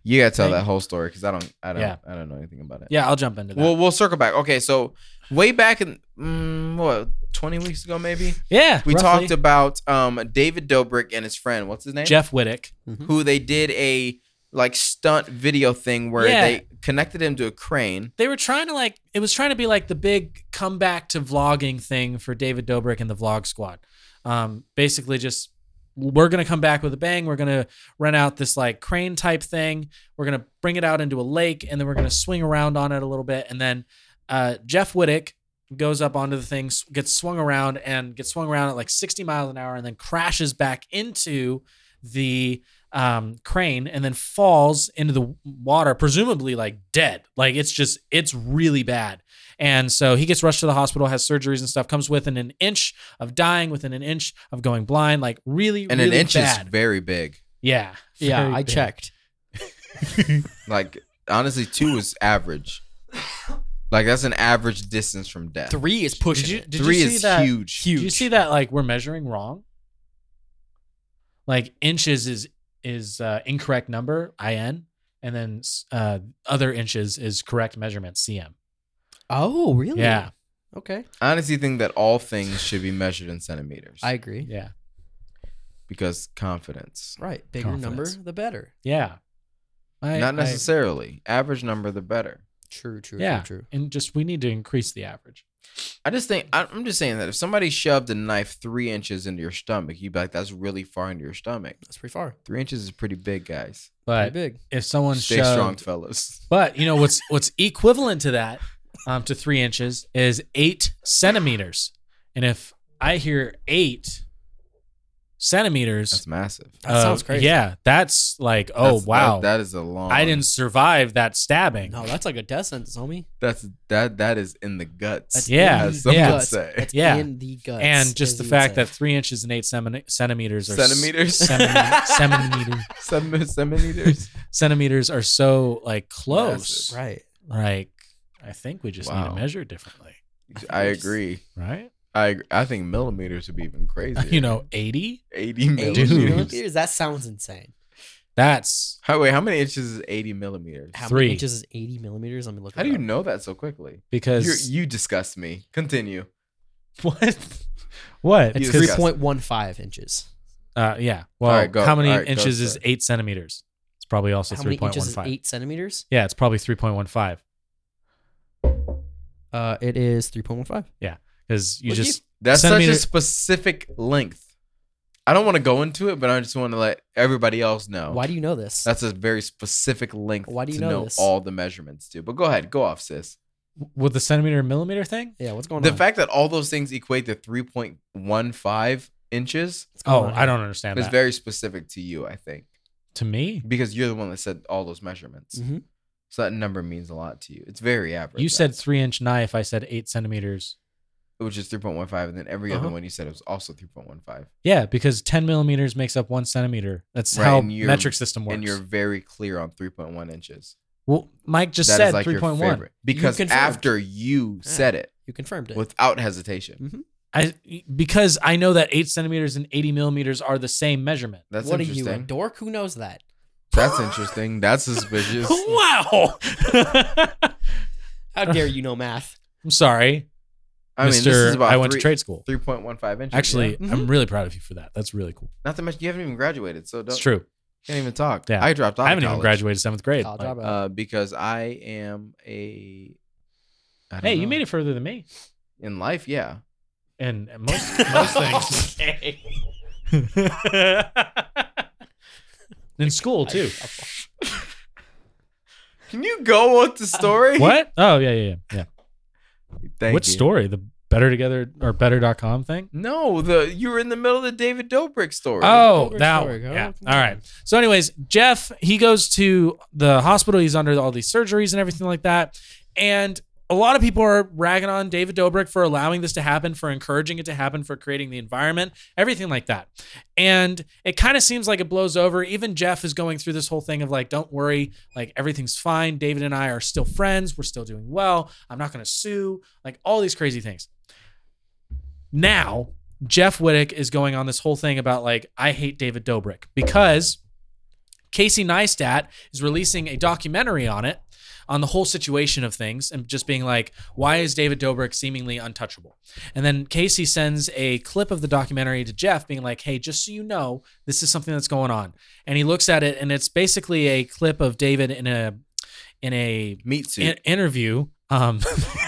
A: You gotta tell
B: Thank-
A: that whole story because I don't, I don't,
B: Yeah.
A: I don't know anything about it.
B: Yeah, I'll jump into that.
A: We'll we'll circle back. Okay, so way back in mm, what twenty weeks ago maybe
B: yeah,
A: we
B: roughly.
A: talked about um David Dobrik and his friend. What's his name?
B: Jeff Wittick.
A: Who they did a like stunt video thing where
B: Yeah.
A: they connected him to a crane.
B: They were trying to like it was trying to be like the big comeback to vlogging thing for David Dobrik and the Vlog Squad. Um, basically, just we're gonna come back with a bang. We're gonna rent out this like crane type thing. We're gonna bring it out into a lake, and then we're gonna swing around on it a little bit. And then uh, Jeff Wittick goes up onto the thing, s- gets swung around and gets swung around at like 60 miles an hour and then crashes back into the um, crane and then falls into the water, presumably like dead. Like it's just, it's really bad. And so he gets rushed to the hospital, has surgeries and stuff, comes within an inch of dying, within an inch of going blind, like really,
A: And an
B: really
A: inch
B: bad.
A: is very big.
B: yeah.
E: Yeah,
B: Very
E: I
B: bad.
E: checked.
A: Like honestly, two is average. Like that's an average distance from death.
E: Three is
B: Did
E: pushing.
B: you,
E: it.
B: did
A: Three
B: you see
A: is
B: that?
A: huge.
B: Did you see that like we're measuring wrong? Like inches is is uh, incorrect number IN, and then uh, other inches is correct measurement CM.
C: Oh, really?
B: Yeah,
C: Okay.
A: I honestly think that all things should be measured in centimeters
C: I agree.
B: yeah,
A: because confidence.
C: Right. Bigger
B: Confidence.
C: number, the better.
B: yeah. I,
A: Not
B: I-
A: necessarily. average number, the better.
C: True, true,
B: Yeah.
C: true, true.
B: and just we need to increase the average.
A: I just think I- I'm just saying that if somebody shoved a knife three inches into your stomach, you'd be like, "That's really far into your stomach.
C: That's pretty far.
A: Three inches is pretty big, guys.
B: But
C: pretty big.
B: if someone
A: Stay
B: shoved,
A: strong, fellas."
B: but you know what's what's equivalent to that, um, to three inches is eight centimeters, and if I hear eight centimeters,
A: That's massive.
C: That
B: Uh,
C: sounds crazy.
B: Yeah, that's like, oh
A: That's- that-
B: wow,
A: that is a long.
B: I didn't survive that stabbing.
C: No, that's like a death sentence, homie.
A: That's that. That is in the guts.
C: That's
B: Yeah,
C: in
A: as
C: the
A: some
B: yeah.
A: would
C: guts.
A: say.
C: That's
B: Yeah.
C: in the guts.
B: and just
C: as
B: the
C: you would
B: fact
C: say.
B: that three inches and eight semini- centimeters are s-
A: Centimeters.
B: semini- centimeters,
A: Sem- centimeters.
B: centimeters are so like close.
C: right.
B: Like, I think we just need
A: Wow.
B: to measure it differently,
A: I agree.
B: right?
A: I agree. I think millimeters would be even crazier.
B: You know, eighty.
A: eighty
C: Eight
A: millimeters.
C: millimeters? That sounds insane.
B: That's
A: How, wait, how many inches is eighty millimeters?
C: How
B: Three.
C: many inches is 80 millimeters? Let me look.
A: How
C: it
A: do you
C: up.
A: know that so quickly? you
B: because
A: you disgust me. Continue.
B: what? What?
A: You
C: It's
A: discuss it.
C: 3.15 inches.
B: Uh, yeah. Well,
A: All right, go.
B: how many
A: All right, go,
B: inches is
A: sir.
B: eight centimeters? It's probably also
C: How
B: three
C: many
B: point
C: inches
B: one
C: is
B: five.
C: eight centimeters?
B: Yeah, it's probably three point one five.
C: Uh, it is 3.15.
B: Because you
A: Would you-
B: just
A: That's
B: Centimeter-
A: such a specific length. I don't want to go into it, but I just want to let everybody else know.
C: Why do you know this?
A: Oh, That's a very specific length
C: Why do you
A: to
C: know
A: know
C: this?
A: all the measurements too. But go ahead, go off, sis.
B: with the centimeter and millimeter thing.
C: yeah, what's going
A: The
C: on?
A: fact that all those things equate to 3.15 inches
C: What's going
B: Oh,
C: on
B: I
C: here?
B: don't understand
A: is
B: that.
A: very specific to you, I think,
B: to me,
A: because you're the one that said all those measurements.
C: Mhm.
A: So that number means a lot to you. It's very average.
B: you said three inch knife. I said eight centimeters.
A: which is 3.15, and then every other
C: Uh-huh.
A: one you said was also 3.15.
B: Yeah, because ten millimeters makes up one centimeter. That's
A: Right,
B: how
A: and you're-
B: metric system works.
A: And you're very clear on 3.1 inches.
B: well, Mike just
A: That is
B: said
A: like
B: three
A: your
B: point one.
A: favorite. because
C: confirmed.
A: after you
C: Yeah.
A: said it
C: You confirmed it. Mm-hmm.
A: without
B: Mm-hmm.
A: hesitation.
B: I because I know that eight centimeters and eighty millimeters are the same measurement.
A: That's
C: what are you, a
A: interesting.
C: dork? Who knows that?
A: That's interesting. That's suspicious.
B: wow.
C: How dare you know math?
B: I'm sorry,
A: I mean, this
B: Mister.
A: is about
B: I went
A: three,
B: to trade school.
A: 3.15 inches.
B: Actually,
A: yeah? Mm-hmm.
B: I'm really proud of you for that. That's really cool.
A: not to mention you haven't even graduated, so don't,
B: It's true.
A: can't even talk.
B: Yeah.
A: I dropped out.
B: I haven't
A: of
B: even
A: college,
B: graduated seventh grade.
C: College
B: Like,
C: dropout.
A: uh, because I am a. I don't
B: hey, you
A: know.
B: made it further than me.
A: in life. Yeah,
B: and and most most things. In school too.
A: can you go with the story?
B: What? Oh yeah, yeah, yeah. yeah.
A: Thank
B: Which
A: you.
B: story? The Better Together or Better.com thing?
A: No, the you were in the middle of the David Dobrik story.
B: Oh,
C: Over
B: that
C: story,
B: one.
C: girl.
B: Yeah.
C: Come
B: All right.
C: on.
B: So, anyways, Jeff he goes to the hospital. He's under all these surgeries and everything like that. And a lot of people are ragging on David Dobrik for allowing this to happen, for encouraging it to happen, for creating the environment, everything like that. And it kind of seems like it blows over. Even Jeff is going through this whole thing of like, don't worry, like everything's fine. David and I are still friends. We're still doing well. I'm not going to sue, like all these crazy things. Now, Jeff Wittick is going on this whole thing about like, I hate David Dobrik because Casey Neistat is releasing a documentary on it, on the whole situation of things, and just being like, why is David Dobrik seemingly untouchable? And then Casey sends a clip of the documentary to Jeff, being like, hey, just so you know, this is something that's going on. And he looks at it, and it's basically a clip of David in a in a
A: meat suit.
B: in- interview. Um,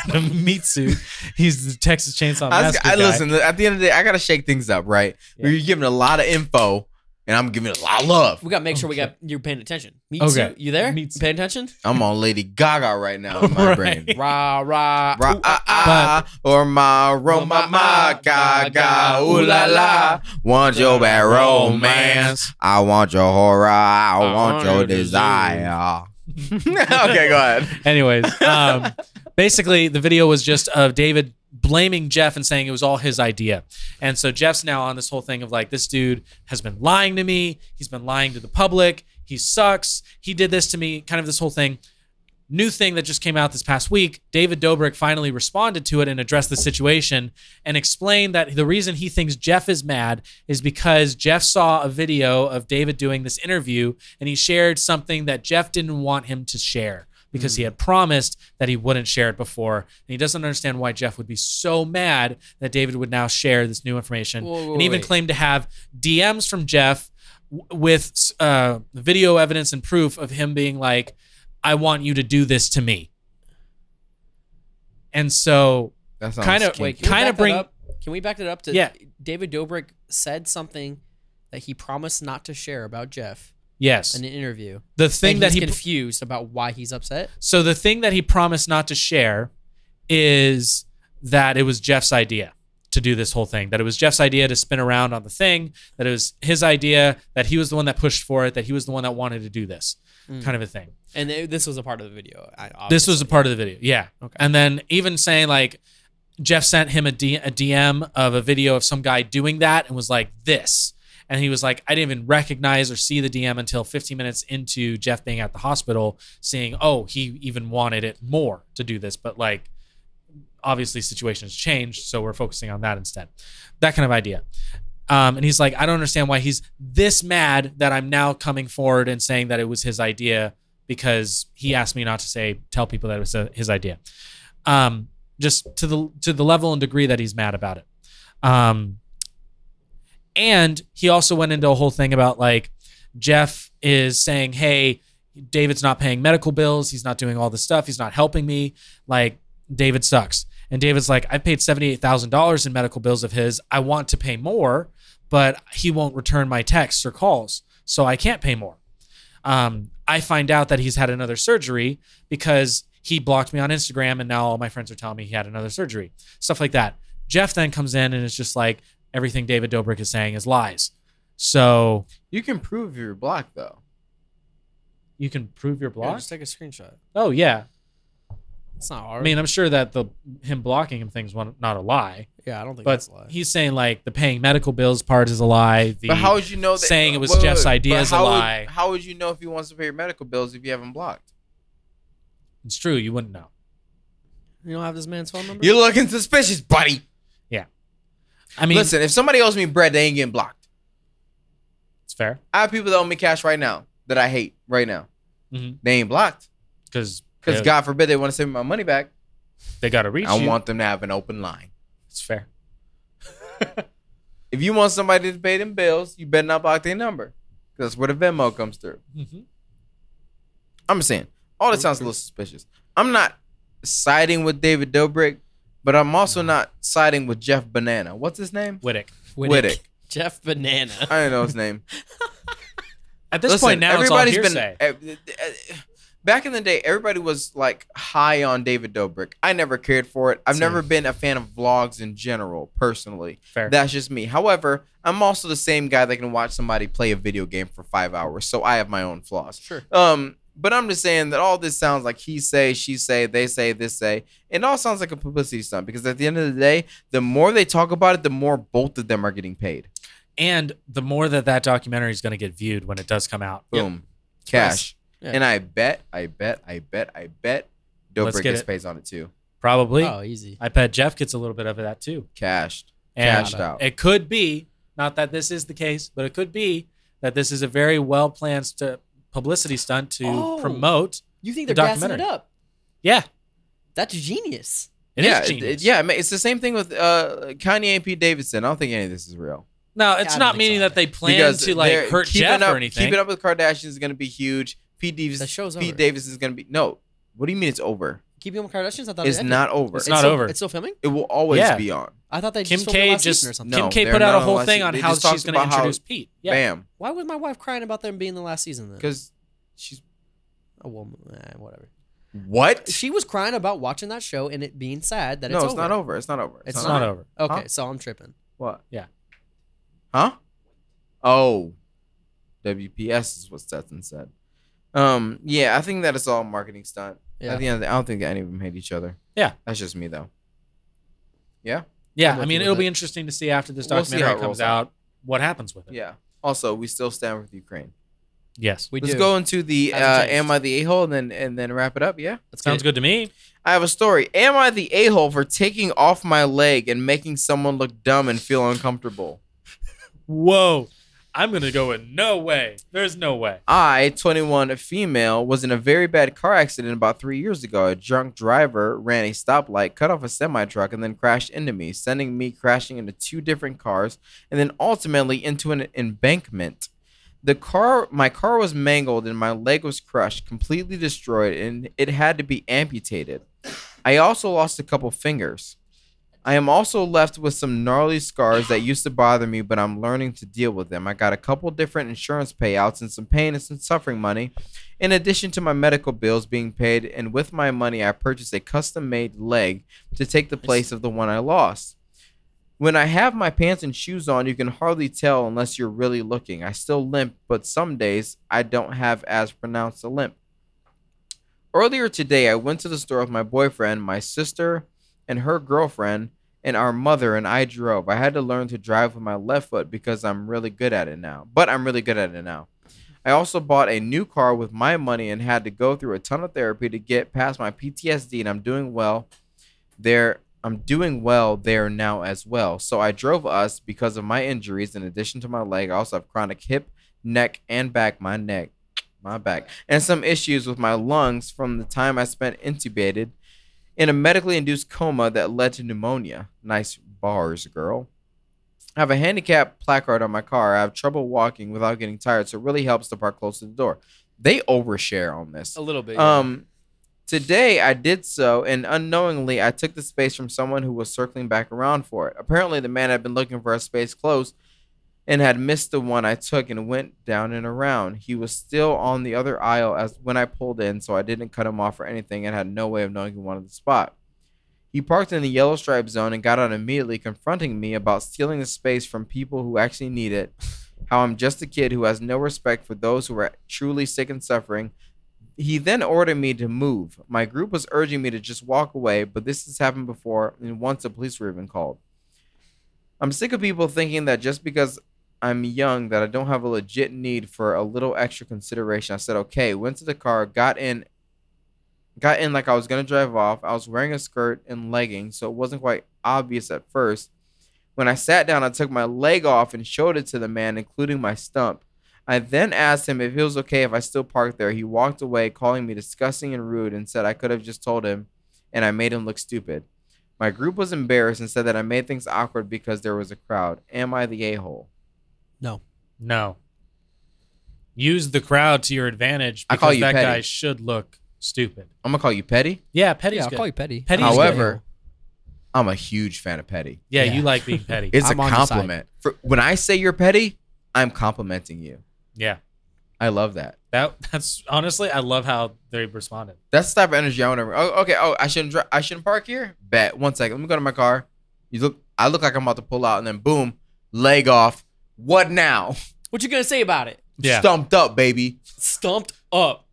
B: the meat suit. He's the Texas Chainsaw
A: I, was,
B: Massacre.
A: I
B: guy.
A: listen. At the end of the day, I gotta shake things up, right? You're giving a lot of info, and I'm giving it a lot of love.
C: We got to make sure we got you're paying attention. Me
B: Okay.
C: too. You there?
B: Me
C: Me
B: too.
C: Paying attention?
A: I'm on Lady Gaga right now in my
B: Right.
A: brain.
C: rah, rah.
A: Ra
C: Ooh,
A: ah ah, or ma ro ma ma ga ga ooh la la. Want your bad romance? I want your horror. I want your desire. okay, go ahead.
B: Anyways, um, basically, the video was just of David blaming Jeff and saying it was all his idea. And so Jeff's now on this whole thing of like, this dude has been lying to me. He's been lying to the public. He sucks. He did this to me, kind of this whole thing. New thing that just came out this past week David Dobrik finally responded to it and addressed the situation and explained that the reason he thinks Jeff is mad is because Jeff saw a video of David doing this interview and he shared something that Jeff didn't want him to share because
C: Hmm.
B: he had promised that he wouldn't share it before. And he doesn't understand why Jeff would be so mad that David would now share this new information
C: Whoa, whoa,
B: and even
C: wait.
B: claimed to have DMs from Jeff w- with uh, video evidence and proof of him being like, I want you to do this to me. And so,
A: That
B: Kind of-
A: kinky.
C: Wait, can we
B: kinda
C: back that
B: bring-
C: up? Can we back that up to
B: Yeah.
C: David Dobrik said something that he promised not to share about Jeff
B: yes,
C: in an interview.
B: the thing
C: and
B: that
C: he's
B: he
C: confused about why he's upset.
B: So the thing that he promised not to share is that it was Jeff's idea to do this whole thing. That it was Jeff's idea to spin around on the thing. That it was his idea. That he was the one that pushed for it. That he was the one that wanted to do this
C: Mm.
B: kind of a thing.
E: And it- this was a part of the video. I,
B: This was a
E: obviously.
B: part of the video. Yeah. Okay. And then even saying like Jeff sent him a, D- a DM of a video of some guy doing that and was like this. And he was like, I didn't even recognize or see the DM until 15 minutes into Jeff being at the hospital, seeing, oh, he even wanted it more to do this. But like, obviously, situation has changed. So we're focusing on that instead. That kind of idea. Um, and he's like, I don't understand why he's this mad that I'm now coming forward and saying that it was his idea because he asked me not to say tell people that it was uh his idea um just to the to the level and degree that he's mad about it um and he also went into a whole thing about like jeff is saying hey david's not paying medical bills he's not doing all this stuff he's not helping me like david sucks and david's like i've paid $78000 in medical bills of his i want to pay more but he won't return my texts or calls so i can't pay more um, I find out that he's had another surgery because he blocked me on Instagram and now all my friends are telling me he had another surgery. Stuff like that. Jeff then comes in and it's just like everything David Dobrik is saying is lies. So
A: You can prove you're black though.
B: you can prove your
C: Yeah,
B: block.
C: just take a screenshot.
B: Oh yeah.
C: It's not
B: I
C: hard.
B: mean, I'm sure that the him blocking him thing's one, not a lie,
C: yeah, I don't think
B: but
C: that's a lie.
B: he's saying like the paying medical bills part is a lie. The
A: But how would you know that
B: saying it was
A: Wait, wait,
B: Jeff's
A: wait,
B: idea
A: but
B: is a
A: how would-
B: lie.
A: How would you know if he wants to pay your medical bills if you haven't blocked?
B: it's true, you wouldn't know.
C: you don't have this man's phone number?
A: You're looking suspicious, buddy.
B: I mean,
A: Listen, if somebody owes me bread, they ain't getting blocked.
B: it's fair
A: I have people that owe me cash right now that I hate right now.
B: Mhm.
A: They ain't blocked
B: because
A: because
B: they,
A: God forbid they want to send me my money back.
B: got to uh, reach
A: I
B: you.
A: want them to have an open line.
B: it's fair.
A: If you want somebody to pay them bills, you better not block their number because that's where the Venmo comes through.
B: Mhm.
A: I'm just saying, all this sounds a little suspicious. I'm not siding with David Dobrik, but I'm also not siding with Jeff Banana. What's his name?
B: Wittick.
A: Wittick.
C: Jeff Banana.
A: I don't know his name.
B: At this
A: Listen,
B: point now,
A: everybody's
B: it's all hearsay.
A: been. eh, eh, Back in the day, everybody was like high on David Dobrik. I never cared for it. I've
B: Same.
A: never been a fan of vlogs in general, personally.
B: Fair.
A: That's just me. However, I'm also the same guy that can watch somebody play a video game for five hours, so I have my own flaws.
C: Sure.
A: Um, but I'm just saying that all this sounds like he say, she say, they say, this say. It all sounds like a publicity stunt because at the end of the day, the more they talk about it, the more both of them are getting paid.
B: And the more that that documentary is going to get viewed when it does come out,
A: Boom, cash.
C: Yeah.
A: And I bet, I bet, I bet, I bet,
B: Let's
A: Dobrik
B: get
A: gets
B: it.
A: pays on it too.
B: probably.
C: Oh, easy.
B: I bet Jeff gets a little bit of that too.
A: Cashed,
B: And
A: cashed out.
B: it could be, not that this is the case, but it could be that this is a very well planned st- publicity stunt to
C: Oh.
B: promote.
C: You think
B: The
C: they're gassing it
B: documentary.
C: up?
B: Yeah,
C: That's genius.
B: it is
A: yeah, it-
B: genius.
A: it- yeah. I mean, It's the same thing with uh, Kanye and Pete Davidson. I don't think any of this is real.
B: Now, it's
C: I don't
B: not
C: think
B: meaning
C: so.
B: that they plan to
A: they're
B: like hurt
A: keeping
B: Jeff
A: up,
B: or anything.
A: Keeping up with Kardashians is going to be huge. Pete Davis,
C: That show's
A: Pete
C: over.
A: Davidson is going to be no. What do you mean it's over?
C: Keeping up with Kardashians, I thought it
A: It's
C: ended.
A: not over.
B: It's not
C: still-
B: over.
C: It's still filming.
A: it will always
B: Yeah.
A: be on.
E: I thought they
B: Kim
E: just filmed it
B: K
E: last
B: just
E: season or something.
B: Kim
A: No,
B: K
A: they're
B: put out
A: not
B: a whole
A: last
B: thing
A: season.
B: on
A: They
B: how
A: just talked
B: she's going to
A: about how-
B: introduce Pete. Yeah,
A: Bam.
E: Why was my wife crying about them being the last season then?
A: Because she's
E: A woman, eh, whatever.
A: what?
E: She was crying about watching that show and it being sad that
A: no,
E: it's,
A: it's, not over. It's not over.
E: It's
B: it's not
E: Huh?
B: over.
E: Okay,
A: Huh?
E: so I'm tripping.
A: What?
B: Yeah.
A: Huh? Oh. WPS is what Stetson said. Um. Yeah, I think that it's all a marketing stunt.
E: Yeah.
A: At the end, of the, I don't think that any of them hate each other.
B: Yeah.
A: That's just me though. Yeah.
B: Yeah,
E: I'm
B: I
E: with
B: mean
E: you
B: it'll
E: with
B: be
E: it.
B: interesting to see after this
A: We'll see how
B: documentary
A: it rolls
B: comes out what happens with it.
A: Yeah. Also, we still stand with Ukraine.
B: Yes,
E: We
A: Let's
E: do.
A: go into the uh,
E: Hasn't changed.
A: "Am I the a-hole" and then and then wrap it up. Yeah.
E: Let's
B: sounds
E: get
B: good to me.
A: I have a story. Am I the a-hole for taking off my leg and making someone look dumb and feel uncomfortable?
B: Whoa, I'm gonna go in. No way. There's no way.
A: I, 21, a female, was in a very bad car accident about three years ago. A drunk driver ran a stoplight, cut off a semi truck, and then crashed into me, sending me crashing into two different cars and then ultimately into an embankment. The car, my car was mangled and my leg was crushed, completely destroyed, and it had to be amputated. I also lost a couple fingers. I am also left with some gnarly scars that used to bother me, but I'm learning to deal with them. I got a couple different insurance payouts and some pain and some suffering money, in addition to my medical bills being paid. And with my money, I purchased a custom made leg to take the place of the one I lost. When I have my pants and shoes on, you can hardly tell unless you're really looking. I still limp, but some days I don't have as pronounced a limp. Earlier today, I went to the store with my boyfriend, my sister, and her girlfriend and our mother and I drove. I had to learn to drive with my left foot because I'm really good at it now. But I'm really good at it now. I also bought a new car with my money and had to go through a ton of therapy to get past my PTSD and I'm doing well there. I'm doing well there now as well. So I drove us because of my injuries in addition to my leg. I also have chronic hip, neck and back my neck, my back and some issues with my lungs from the time I spent intubated in a medically induced coma that led to pneumonia. Nice bars, girl. I have a handicap placard on my car. I have trouble walking without getting tired, so it really helps to park close to the door. They overshare on this.
E: a little bit.
A: Um, today I did so, and unknowingly I took the space from someone who was circling back around for it. Apparently, the man had been looking for a space close, and had missed the one I took and went down and around. He was still on the other aisle as when I pulled in, so I didn't cut him off or anything, and had no way of knowing he wanted the spot. He parked in the yellow stripe zone and got out immediately, confronting me about stealing the space from people who actually need it. How I'm just a kid who has no respect for those who are truly sick and suffering, he then ordered me to move. My group was urging me to just walk away, but this has happened before, and once the police were even called. I'm sick of people thinking that just because I'm young that I don't have a legit need for a little extra consideration. I said okay, went to the car, got in got in like I was gonna drive off. I was wearing a skirt and leggings, so it wasn't quite obvious at first. When I sat down, I took my leg off and showed it to the man, including my stump. I then asked him if it was okay if I still parked there. He walked away, calling me disgusting and rude, and said I could have just told him, and I made him look stupid. My group was embarrassed and said that I made things awkward because there was a crowd. Am I the a hole?
B: No. Use the crowd to your advantage
A: I
B: because
A: call you
B: that
A: petty.
B: guy should look stupid.
A: I'm gonna call you petty.
B: Yeah, petty's
E: yeah, I'll
B: good.
E: call you petty.
B: Petty's good.
A: However, I'm a huge fan of petty.
B: yeah,
E: Yeah.
B: you like being petty.
A: It's
E: I'm
A: a
E: on your side.
A: compliment. For, when I say you're petty, I'm complimenting you.
B: yeah.
A: I love that.
B: That that's honestly I love how they responded.
A: That's the type of energy I want to. Oh, okay. Oh, I shouldn't. Dri- I shouldn't park here. Bet. One second. Let me go to my car. You look. I look like I'm about to pull out, and then boom, leg off. What now?
E: what you gonna say about it?
B: Yeah.
A: Stumped up, baby.
E: Stumped up.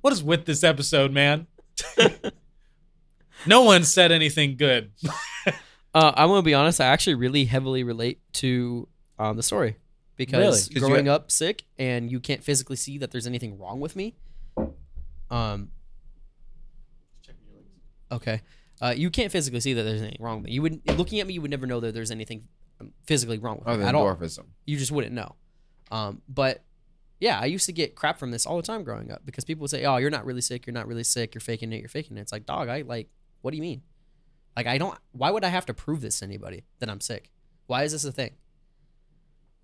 B: What is with this episode, man? no one said anything good.
E: Uh, I'm gonna be honest. I actually really heavily relate to um, the story because
A: 'Cause you-
E: growing up sick and you can't physically see that there's anything wrong with me. Um. Okay. Uh, you can't physically see that there's anything wrong with me. You would looking at me, you would never know that there's anything um, physically wrong with
A: Oh,
E: me
A: the
E: at all.
A: dwarfism.
E: You just wouldn't know. Um, but yeah, I used to get crap from this all the time growing up because people would say, "Oh, you're not really sick. You're not really sick. You're faking it. You're faking it." It's like, dog, I like. What do you mean? Like, I don't. Why would I have to prove this to anybody that I'm sick? Why is this a thing?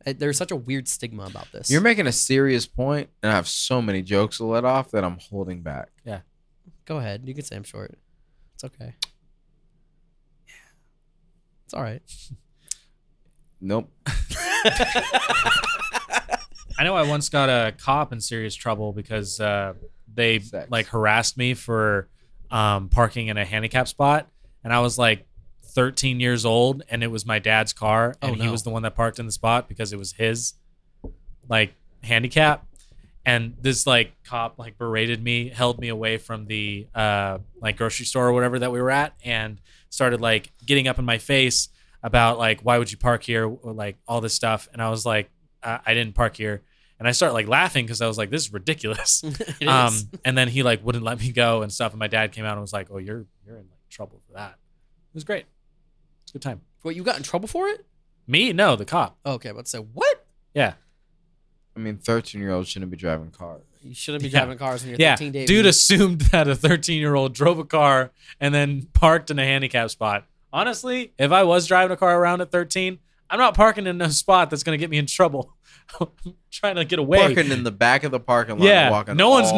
E: Uh, There's such a weird stigma about this.
A: You're making a serious point, and I have so many jokes to let off that I'm holding back.
B: Yeah.
E: Go ahead. You can say I'm short. It's okay. It's all right.
A: Nope.
B: I know I once got a cop in serious trouble because uh, they
A: Sex.
B: like harassed me for um, parking in a handicap spot, and I was like 13 years old, and it was my dad's car, and
E: Oh,
B: he
E: no.
B: was the one that parked in the spot because it was his like handicap. And this like cop like berated me, held me away from the uh, like grocery store or whatever that we were at, and started like getting up in my face about like why would you park here, or, like all this stuff. And I was like, I, I didn't park here. And I started like laughing because I was like, this is ridiculous.
E: It
B: um,
E: is.
B: and then he like wouldn't let me go and stuff. And my dad came out and was like, oh, you're you're in like trouble for that. It was great. It's a good time.
E: What you got in trouble for it?
B: Me? No, the cop.
E: Oh, okay, but say what?
B: Yeah.
A: I mean, 13 year olds shouldn't be driving cars.
E: You shouldn't be
B: Yeah.
E: driving cars when you're
B: yeah.
E: 13 days.
B: Dude assumed that a 13 year old drove a car and then parked in a handicap spot. Honestly, if I was driving a car around at 13, I'm not parking in a spot that's going to get me in trouble. I'm trying to get away.
A: Parking in the back of the parking lot. and
B: yeah.
A: walking
B: No one's
A: all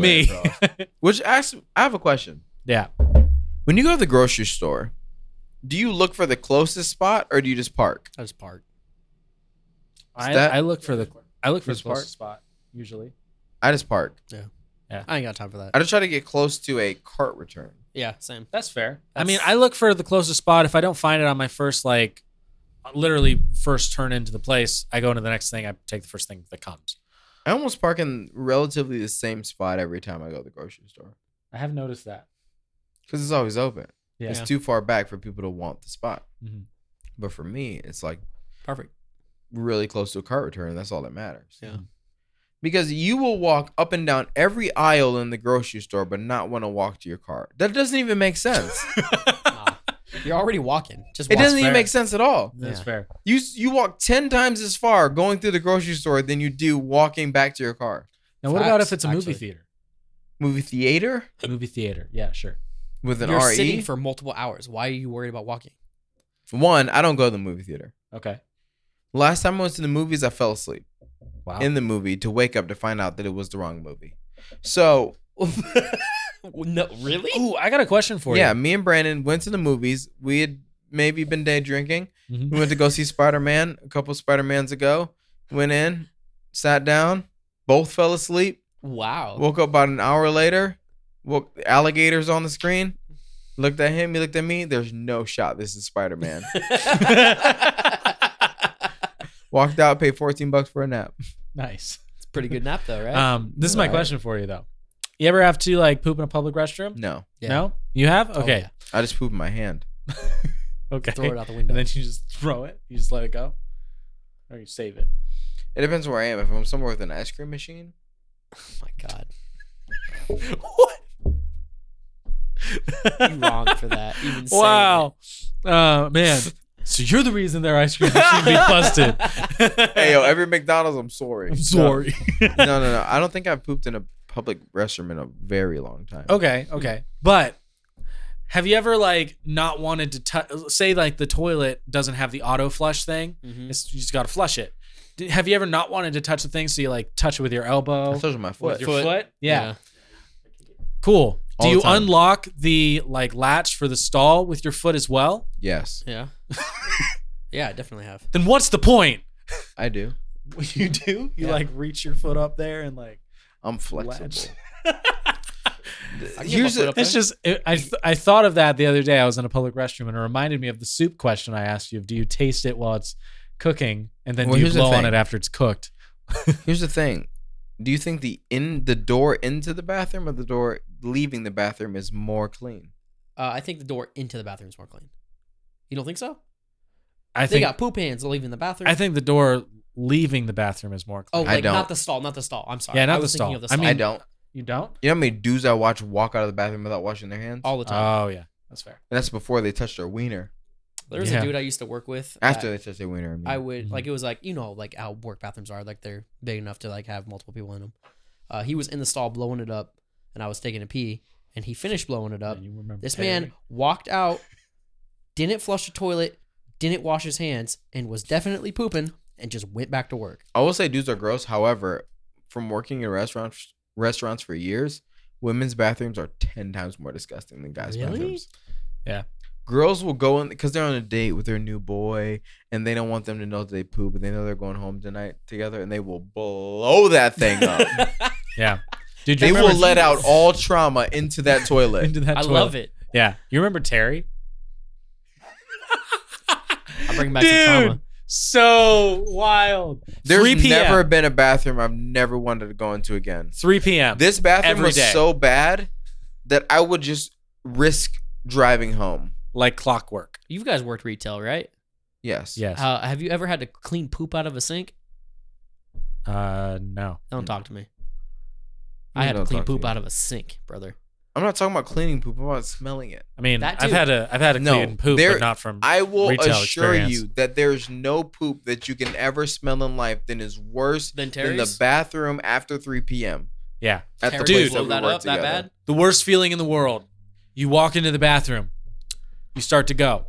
A: the way
B: me.
A: across. Which asks, I have a question.
B: yeah.
A: When you go to the grocery store, do you look for the closest spot or do you just park?
E: I just parked.
B: I,
A: that-
B: I look for the I look for the
A: Who's park?
B: closest spot usually.
A: I just park.
E: I ain't got time for that.
A: I just try to get close to a cart return.
E: Yeah, same.
B: That's fair. I
E: That's-
B: mean, I look for the closest spot. If I don't find it on my first like, literally first turn into the place, I go into the next thing. I take the first thing that comes.
A: I almost park in relatively the same spot every time I go to the grocery store
B: I have noticed that.
A: because it's always open.
B: Yeah.
A: It's too far back for people to want the spot.
B: Mhm.
A: But for me, it's like
E: Perfect.
A: really close to a cart return. That's all that matters.
E: Yeah.
A: Because you will walk up and down every aisle in the grocery store, but not want to walk to your cart. That doesn't even make sense.
E: Nah. You're already walking. Just
A: it
E: walk.
A: doesn't even
B: fair.
A: make sense at all.
B: Ah, That's
E: Yeah.
B: fair.
A: You you walk ten times as far going through the grocery store than you do walking back to your car.
B: Now, what about
E: Facts,
B: if it's a movie
E: actually.
B: theater?
A: Movie theater
B: movie theater. Yeah, sure.
A: with an E?
E: You're
A: RE.
E: sitting for multiple hours. Why are you worried about walking?
A: One, I don't go to the movie theater.
B: Okay.
A: Last time I went to the movies, I fell asleep
B: Wow.
A: in the movie to wake up to find out that it was the wrong movie. So
E: no, really?
B: Ooh, I got a question for
A: yeah,
B: you.
A: me and Brandon went to the movies. We had maybe been day drinking.
B: Mhm.
A: We went to go see Spider Man a couple Spider Mans ago. Went in, sat down, both fell asleep.
E: Wow.
A: Woke up about an hour later. Woke alligators on the screen. Looked at him. He looked at me. There's no shot. This is Spider Man. Walked out. Paid 14 bucks for a nap.
B: Nice.
E: it's pretty good nap though, right?
B: Um, this is my
A: Right.
B: question for you though. You ever have to like poop in a public restroom?
A: No,
E: Yeah.
B: No. You have?
E: Oh,
B: Okay.
E: yeah.
A: I just pooped in my hand.
B: Okay.
E: Throw it out the
B: and
E: window.
B: then you just throw it. You just let it go, or you save it.
A: It depends where I am. If I'm somewhere with an ice cream machine,
E: oh my god.
B: what?
E: You wrong for that. Even saying
B: Wow. Uh, man. So you're the reason their ice cream should be busted.
A: hey yo, every McDonald's, I'm sorry.
B: I'm sorry.
A: No, no, no. no. I don't think I've pooped in a public restroom in a very long time.
B: okay, okay. But have you ever like not wanted to tou- say like the toilet doesn't have the auto flush thing?
E: it. Mhm.
B: It's, you just got to flush it. Did- Have you ever not wanted to touch the thing so you like touch it with your
A: I
B: elbow?
E: Oh,
A: told you my
B: With
A: foot.
B: your foot? yeah. Cool.
A: All
B: Do
A: the
B: you
A: time.
B: unlock the like latch for the stall with your foot as well?
A: Yes,
E: Yeah. Yeah, I definitely have.
B: Then what's the point?
A: I do.
B: You do? You
E: Yeah.
B: like reach your foot up there and like
A: I'm flexible.
B: Latch.
E: I can get my
A: Here's
E: foot
A: the,
E: up
B: It's just it, I th- I thought of that the other day. I was in a public restroom and it reminded me of the soup question I asked you: of Do you taste it while it's cooking, and then
A: Well,
B: do you
A: here's the
B: blow on
A: thing.
B: it after it's cooked?
A: here's the thing. Do you think the in the door into the bathroom or the door leaving the bathroom is more clean?
E: Uh, I think the door into the bathroom is more clean. You don't think so?
B: I
E: they
B: think
E: got poop hands leaving the bathroom.
B: I think the door leaving the bathroom is more.
E: Oh,
B: Clean.
E: like
A: I don't.
E: not the stall, not the stall. I'm sorry.
B: Yeah, not
E: I
B: the
E: was
B: stall.
E: thinking of the
B: I
E: stall.
B: mean-
A: I don't.
B: you don't?
A: You know how many dudes I watch walk out of the bathroom without washing their hands?
E: all the time.
B: Oh yeah, that's fair.
A: and that's before they touch their wiener.
E: there was
B: yeah.
E: a dude I used to work with.
A: After
E: that
A: they touch their wiener, I mean.
E: I would
B: Mhm.
E: like it was like you know like how work bathrooms are like they're big enough to like have multiple people in them. Uh, he was in the stall blowing it up, and I was taking a pee, and he finished blowing it up.
B: You remember
E: This man walked out, didn't flush the toilet, didn't wash his hands, and was definitely pooping, and just went back to work.
A: I will say dudes are gross. However, from working in restaurants restaurants for years, women's bathrooms are 10 times more disgusting than guys'
C: Really?
A: bathrooms.
B: Yeah.
A: Girls will go in because they're on a date with their new boy and they don't want them to know that they poop and they know they're going home tonight together and they will blow that thing up.
B: Yeah. Dude, you
A: they will
B: remember-
A: let out all trauma into that toilet.
B: into that
E: I
B: toilet.
E: love it.
B: Yeah. You remember Terry?
E: I bring back some trauma.
B: Dude, so wild.
A: There's
B: 3 p.m.
A: never been a bathroom I've never wanted to go into again.
B: 3 p.m.
A: This bathroom
B: Every
A: was
B: day.
A: so bad that I would just risk driving home.
B: like clockwork.
E: You guys worked retail, right?
A: Yes.
B: Yes. Uh,
E: Uh, have you ever had to clean poop out of a sink?
B: Uh, no.
E: Don't talk to me.
A: You
E: I had to
A: don't
E: clean
A: talk to
E: poop
A: me.
E: out of a sink, brother.
A: I'm not talking about cleaning poop. I'm about smelling it.
B: I mean,
E: That
B: I've
E: too.
B: had a I've had a
A: No,
B: clean poop,
A: there-
B: but not from
A: I will
B: Retail
A: assure
B: experience.
A: you that there's no poop that you can ever smell in life that is worse
E: Then
A: than the
E: Terry's.
A: bathroom after 3 p.m.
B: yeah.
A: at
E: Terry's
A: the place
B: Dude.
A: that we
E: that
A: worked
E: up
A: together.
E: that bad?
B: The worst feeling in the world. You walk into the bathroom. You start to go.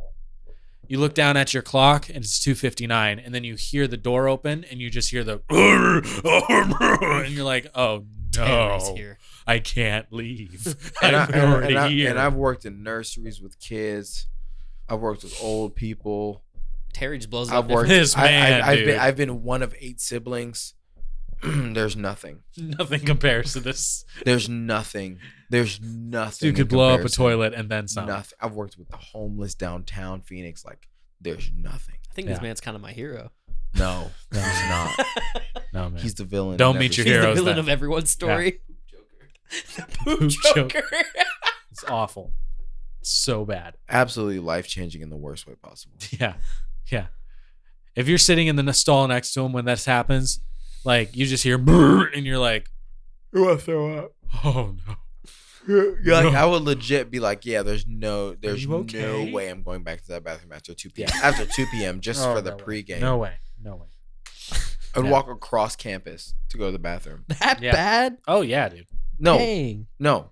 B: You look down at your clock and it's 2:59 and then you hear the door open and you just hear the and you're like, "Oh
E: Terry's
B: no.
E: here.
B: I can't leave."
A: And, I,
B: I'm already
A: and, I,
B: here.
A: and I've worked in nurseries with kids. I've worked with old people.
E: Terry just blows it
A: I've
E: up.
A: worked.
B: This
A: I,
B: man,
A: I, I've,
B: dude.
A: been, I've been one of eight siblings. there's nothing.
B: Nothing compares to this.
A: There's nothing. There's nothing.
B: You
A: in
B: could blow up a
A: comparison.
B: toilet and then some.
A: Nothing. I've worked with the homeless downtown Phoenix. Like, there's nothing.
E: I think
B: Yeah.
E: this man's kind of my hero.
A: No,
B: No.
A: he's not.
B: No man.
A: He's the villain. in
B: Don't meet
A: every
B: your hero.
E: He's the
B: Heroes
E: villain
B: then.
E: of everyone's story.
B: Poop
E: Joker.
B: joke. It's awful. So bad.
A: absolutely life changing in the worst way possible.
B: Yeah. Yeah. If you're sitting in the n- stall next to him when this happens, like you just hear "Brrr," and you're like,
A: You want to throw up?
B: oh no.
A: like, I would legit be like, yeah, there's no, there's
B: you okay?
A: no way I'm going back to that bathroom after 2 p.m. After 2 p.m. just
B: Oh,
A: for the
B: no way.
A: pregame.
B: No way. No way.
A: I would
B: Yeah.
A: walk across campus to go to the bathroom.
C: That
B: Yeah.
C: bad?
B: Oh yeah, dude.
A: No,
C: Dang.
A: no,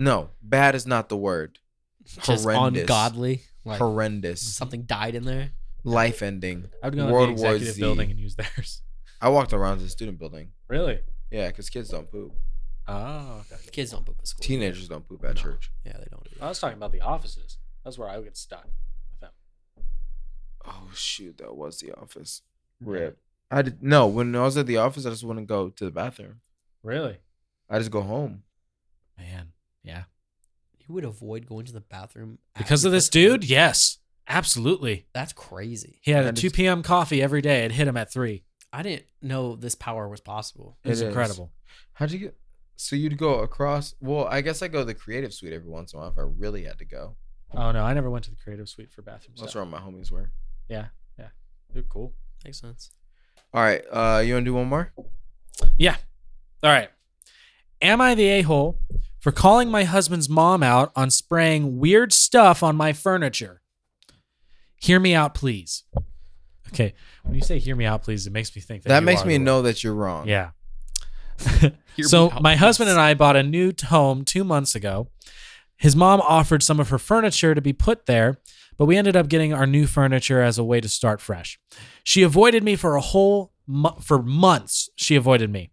A: no. Bad is not the word.
E: Just
A: Horrendous.
E: ungodly. Like
B: Mm-hmm.
A: Horrendous.
E: something died in there.
A: Life ending.
B: I would go
A: World
B: World the
A: War
B: executive
A: Z.
B: building and use theirs.
A: I walked around the student building.
B: Really?
A: Yeah, because kids don't poop.
B: Oh, okay.
E: Kids don't poop at school.
A: Teenagers don't poop at
E: No.
A: church.
E: Yeah, they don't.
B: I was talking about the offices. That's where I would get stuck.
A: Oh shoot, that was the office. Rip. I did no. When I was at the office, I just wouldn't go to the bathroom.
B: Really?
A: I just go home.
B: Man. Yeah.
E: You would avoid going to the bathroom after
B: Because
E: you
B: of this
E: first poop?
B: dude? Yes. Absolutely.
E: That's crazy.
B: He had a
A: And
B: 2
A: it's-
B: p.m. coffee every day. It hit him at 3.
E: I didn't know this power was possible.
B: It was
A: It is.
B: incredible.
A: How'd you get? So you'd go across. Well, I guess I go to the creative suite every once in a while if I really had to go.
B: Oh, no. I never went to the creative suite for bathroom
A: That's
B: stuff.
A: where my homies were.
B: You're cool.
E: Makes sense.
A: All right, uh, you wanna do one more?
B: All right. Am I the a hole for calling my husband's mom out on spraying weird stuff on my furniture? Hear me out, please. Okay. When you say hear me out, please, it makes me think that.
A: That,
B: you
A: makes
B: are
A: me
B: the-
A: know that you're wrong.
B: Yeah.
E: Hear
B: so
E: me out,
B: my husband
E: please.
B: and I bought a new t- home two months ago. His mom offered some of her furniture to be put there, but we ended up getting our new furniture as a way to start fresh. She avoided me for a whole mo- for months. She avoided me.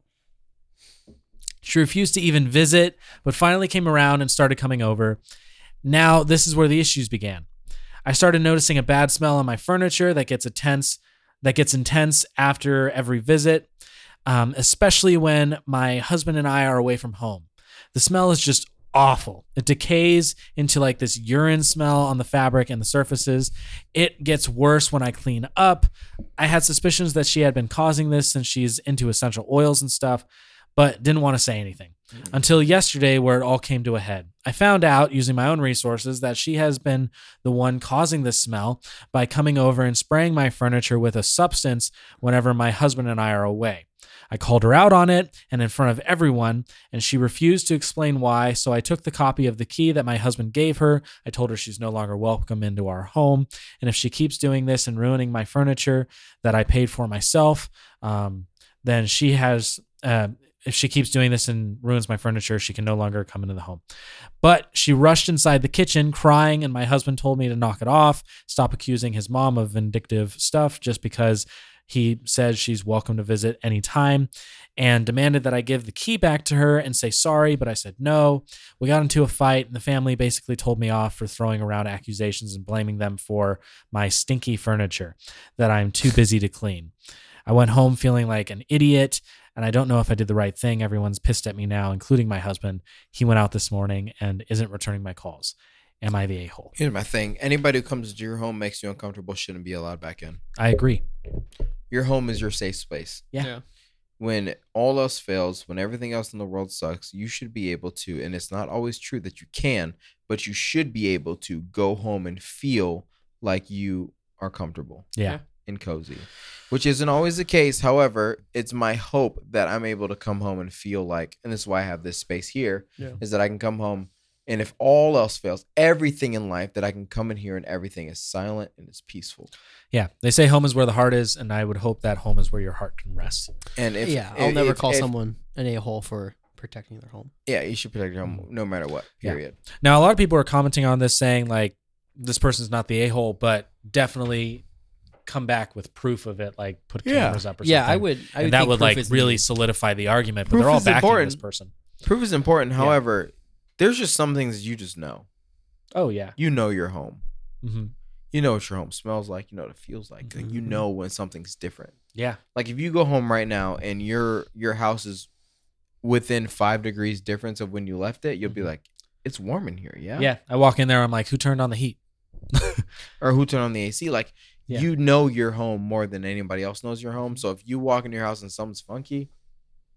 B: She refused to even visit, but finally came around and started coming over. Now this is where the issues began. I started noticing a bad smell on my furniture that gets intense that gets intense after every visit um, especially when my husband and I are away from home. The smell is just awful. It decays into like this urine smell on the fabric and the surfaces. It gets worse when I clean up. I had suspicions that she had been causing this since she's into essential oils and stuff, but didn't want to say anything until yesterday, where it all came to a head. I found out using my own resources that she has been the one causing this smell by coming over and spraying my furniture with a substance whenever my husband and I are away. I called her out on it and in front of everyone, and she refused to explain why. So I took the copy of the key that my husband gave her. I told her she's no longer welcome into our home. And if she keeps doing this and ruining my furniture that I paid for myself, um, then she has. Uh, if she keeps doing this and ruins my furniture, she can no longer come into the home. But she rushed inside the kitchen crying, and my husband told me to knock it off, stop accusing his mom of vindictive stuff just because He says she's welcome to visit anytime and demanded that I give the key back to her and say sorry, but I said no. We got into a fight, and the family basically told me off for throwing around accusations and blaming them for my stinky furniture that I'm too busy to clean. I went home feeling like an idiot, and I don't know if I did the right thing. Everyone's pissed at me now, including my husband. He went out this morning and isn't returning my calls. Am I the a hole?
A: Here's my thing. Anybody who comes into your home makes you uncomfortable shouldn't be allowed back in.
B: I agree.
A: Your home is your safe space.
B: Yeah.
E: Yeah.
A: When all else fails, when everything else in the world sucks, you should be able to, and it's not always true that you can, but you should be able to go home and feel like you are comfortable.
B: Yeah.
A: and cozy, which isn't always the case. However, it's my hope that I'm able to come home and feel like, and this is why I have this space here, is
E: Yeah.
A: that I can come home and if all else fails, everything in life, that I can come in here and everything is silent and it's peaceful.
B: Yeah. They say home is where the heart is, and I would hope that home is where your heart can rest.
A: And if
C: yeah, I'll never call
A: someone.
C: someone an a hole for protecting their home.
A: yeah, you should protect your home no matter what.
B: Mm. Yeah.
A: Period.
B: Now, a lot of people are commenting on this saying, like, this person's not the a hole, but definitely come back with proof of it, like put
A: Yeah.
B: cameras up or
C: Yeah,
B: something.
C: I would. I
B: And
C: would
B: that
C: think
B: would
C: proof
B: like
C: is
B: really
C: needed.
B: solidify the argument, but
A: Proof
B: they're all
A: is
B: backing this
A: important.
B: person.
A: Proof is important.
B: Yeah.
A: However, there's just some things you just know.
B: Oh yeah.
A: You know your home.
B: hmm
A: You know what your home smells like. You know what it feels like. Like, You
B: Mm-hmm.
C: Mhm.
A: know when something's different.
B: Yeah.
A: like if you go home right now and your your house is within five degrees difference of when you left it, you'll be
B: Mm-hmm.
A: like, it's warm in here, yeah.
B: yeah, I walk in there. I'm like, who turned on the heat?
A: Or who turned on the AC? Like
B: Yeah. Mm-hmm.
A: you know your home more than anybody else knows your home. So if you walk into your house and something's funky,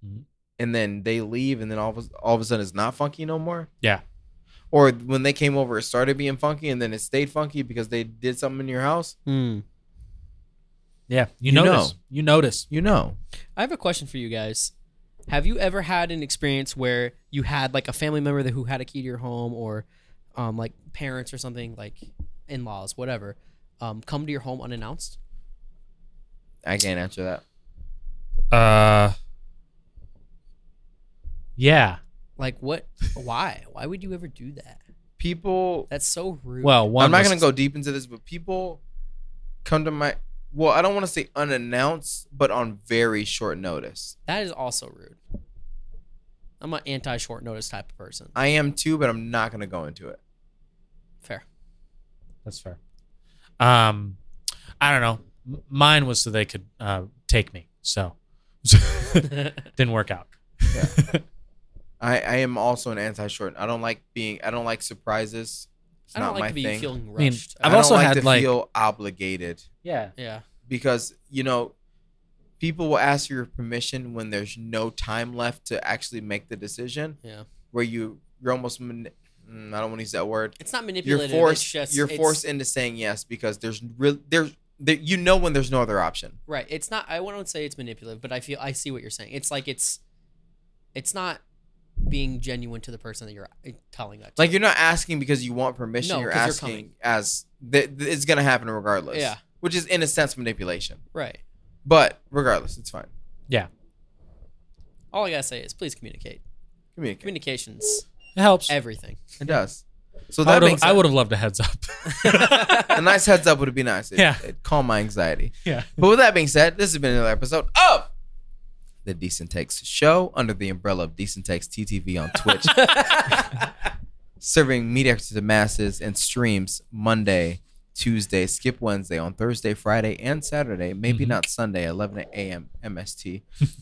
B: Mhm.
A: and then they leave, and then all of a, all of a sudden it's not funky no more.
B: Yeah.
A: Or when they came over, it started being funky, and then it stayed funky because they did something in your house.
C: Hmm.
B: Yeah, you,
A: You
B: notice.
A: know.
B: You notice.
A: You know,
E: I have a question for you guys. Have you ever had an experience where you had like a family member that who had a key to your home or um, like parents or something like in-laws, whatever, um, come to your home unannounced?
A: I can't answer that.
B: Uh. Yeah.
E: Like what?
C: Why? Why would you ever do that?
A: People
C: That's so rude.
B: Well, one.
A: I'm not
B: was-
A: gonna go deep into this, but people come to my well, I don't want to say unannounced, but on very short notice.
C: that is also rude.
E: I'm an anti-short notice type of person.
A: I am too, but I'm not gonna go into it.
B: That's fair. Um, I don't know. M- Mine was so they could uh, take me. So didn't work out.
A: I, I am also an anti-short. I don't like being. I don't like surprises. It's
E: I don't
A: not
E: like
A: my
E: to be
A: thing.
E: feeling
B: mean,
E: rushed.
A: I
B: I've
A: don't
B: also
A: like
B: had,
A: to
B: like-
A: feel obligated
B: Yeah.
E: yeah.
A: because you know people will ask for your permission when there's no time left to actually make the decision.
E: Yeah.
A: Where you you're almost. Mani- mm, I don't want to use that word.
E: It's not
A: you're
E: manipulative.
A: forced
E: it's just
A: you're
E: it's-
A: forced into saying yes because there's real there's there, you know when there's no other option
E: Right. It's not. I wouldn't say it's manipulative, but I feel I see what you're saying. It's like it's, it's not being genuine to the person that you're uh, telling that. To.
A: like you're not asking because you want permission
E: No,
A: you're
E: 'cause
A: asking
E: you're coming.
A: as th- th- it's gonna happen regardless
E: Yeah.
A: which is in a sense manipulation
E: right.
A: but regardless it's fine
E: All I gotta say is please communicate.
A: communicate
E: Communications,
B: It helps.
E: everything.
A: it does so
B: I
A: that
B: would've-
A: makes
B: I
A: sense.
B: would have loved a heads up.
A: a nice heads up would be nice it,
B: Yeah.
A: it calm my anxiety
B: yeah.
A: but with that being said this has been another episode of the decent takes show under the umbrella of decent takes ttv on twitch serving media to the masses and streams Monday, Tuesday, skip Wednesday, on Thursday, Friday, and Saturday. Maybe
B: Mhm.
A: not Sunday, 11 a.m. MST.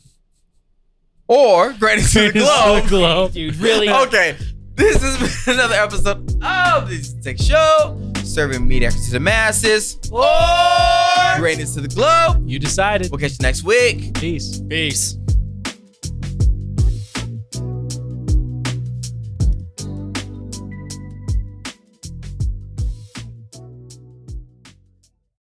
A: or Grannies to the Globe.
B: Glow.
E: Dude, really?
A: Okay, this has been another episode of the Tech Show, serving media to the masses. Or Grannies to the Globe.
B: You decided.
A: We'll catch you next week.
B: Peace.
E: Peace.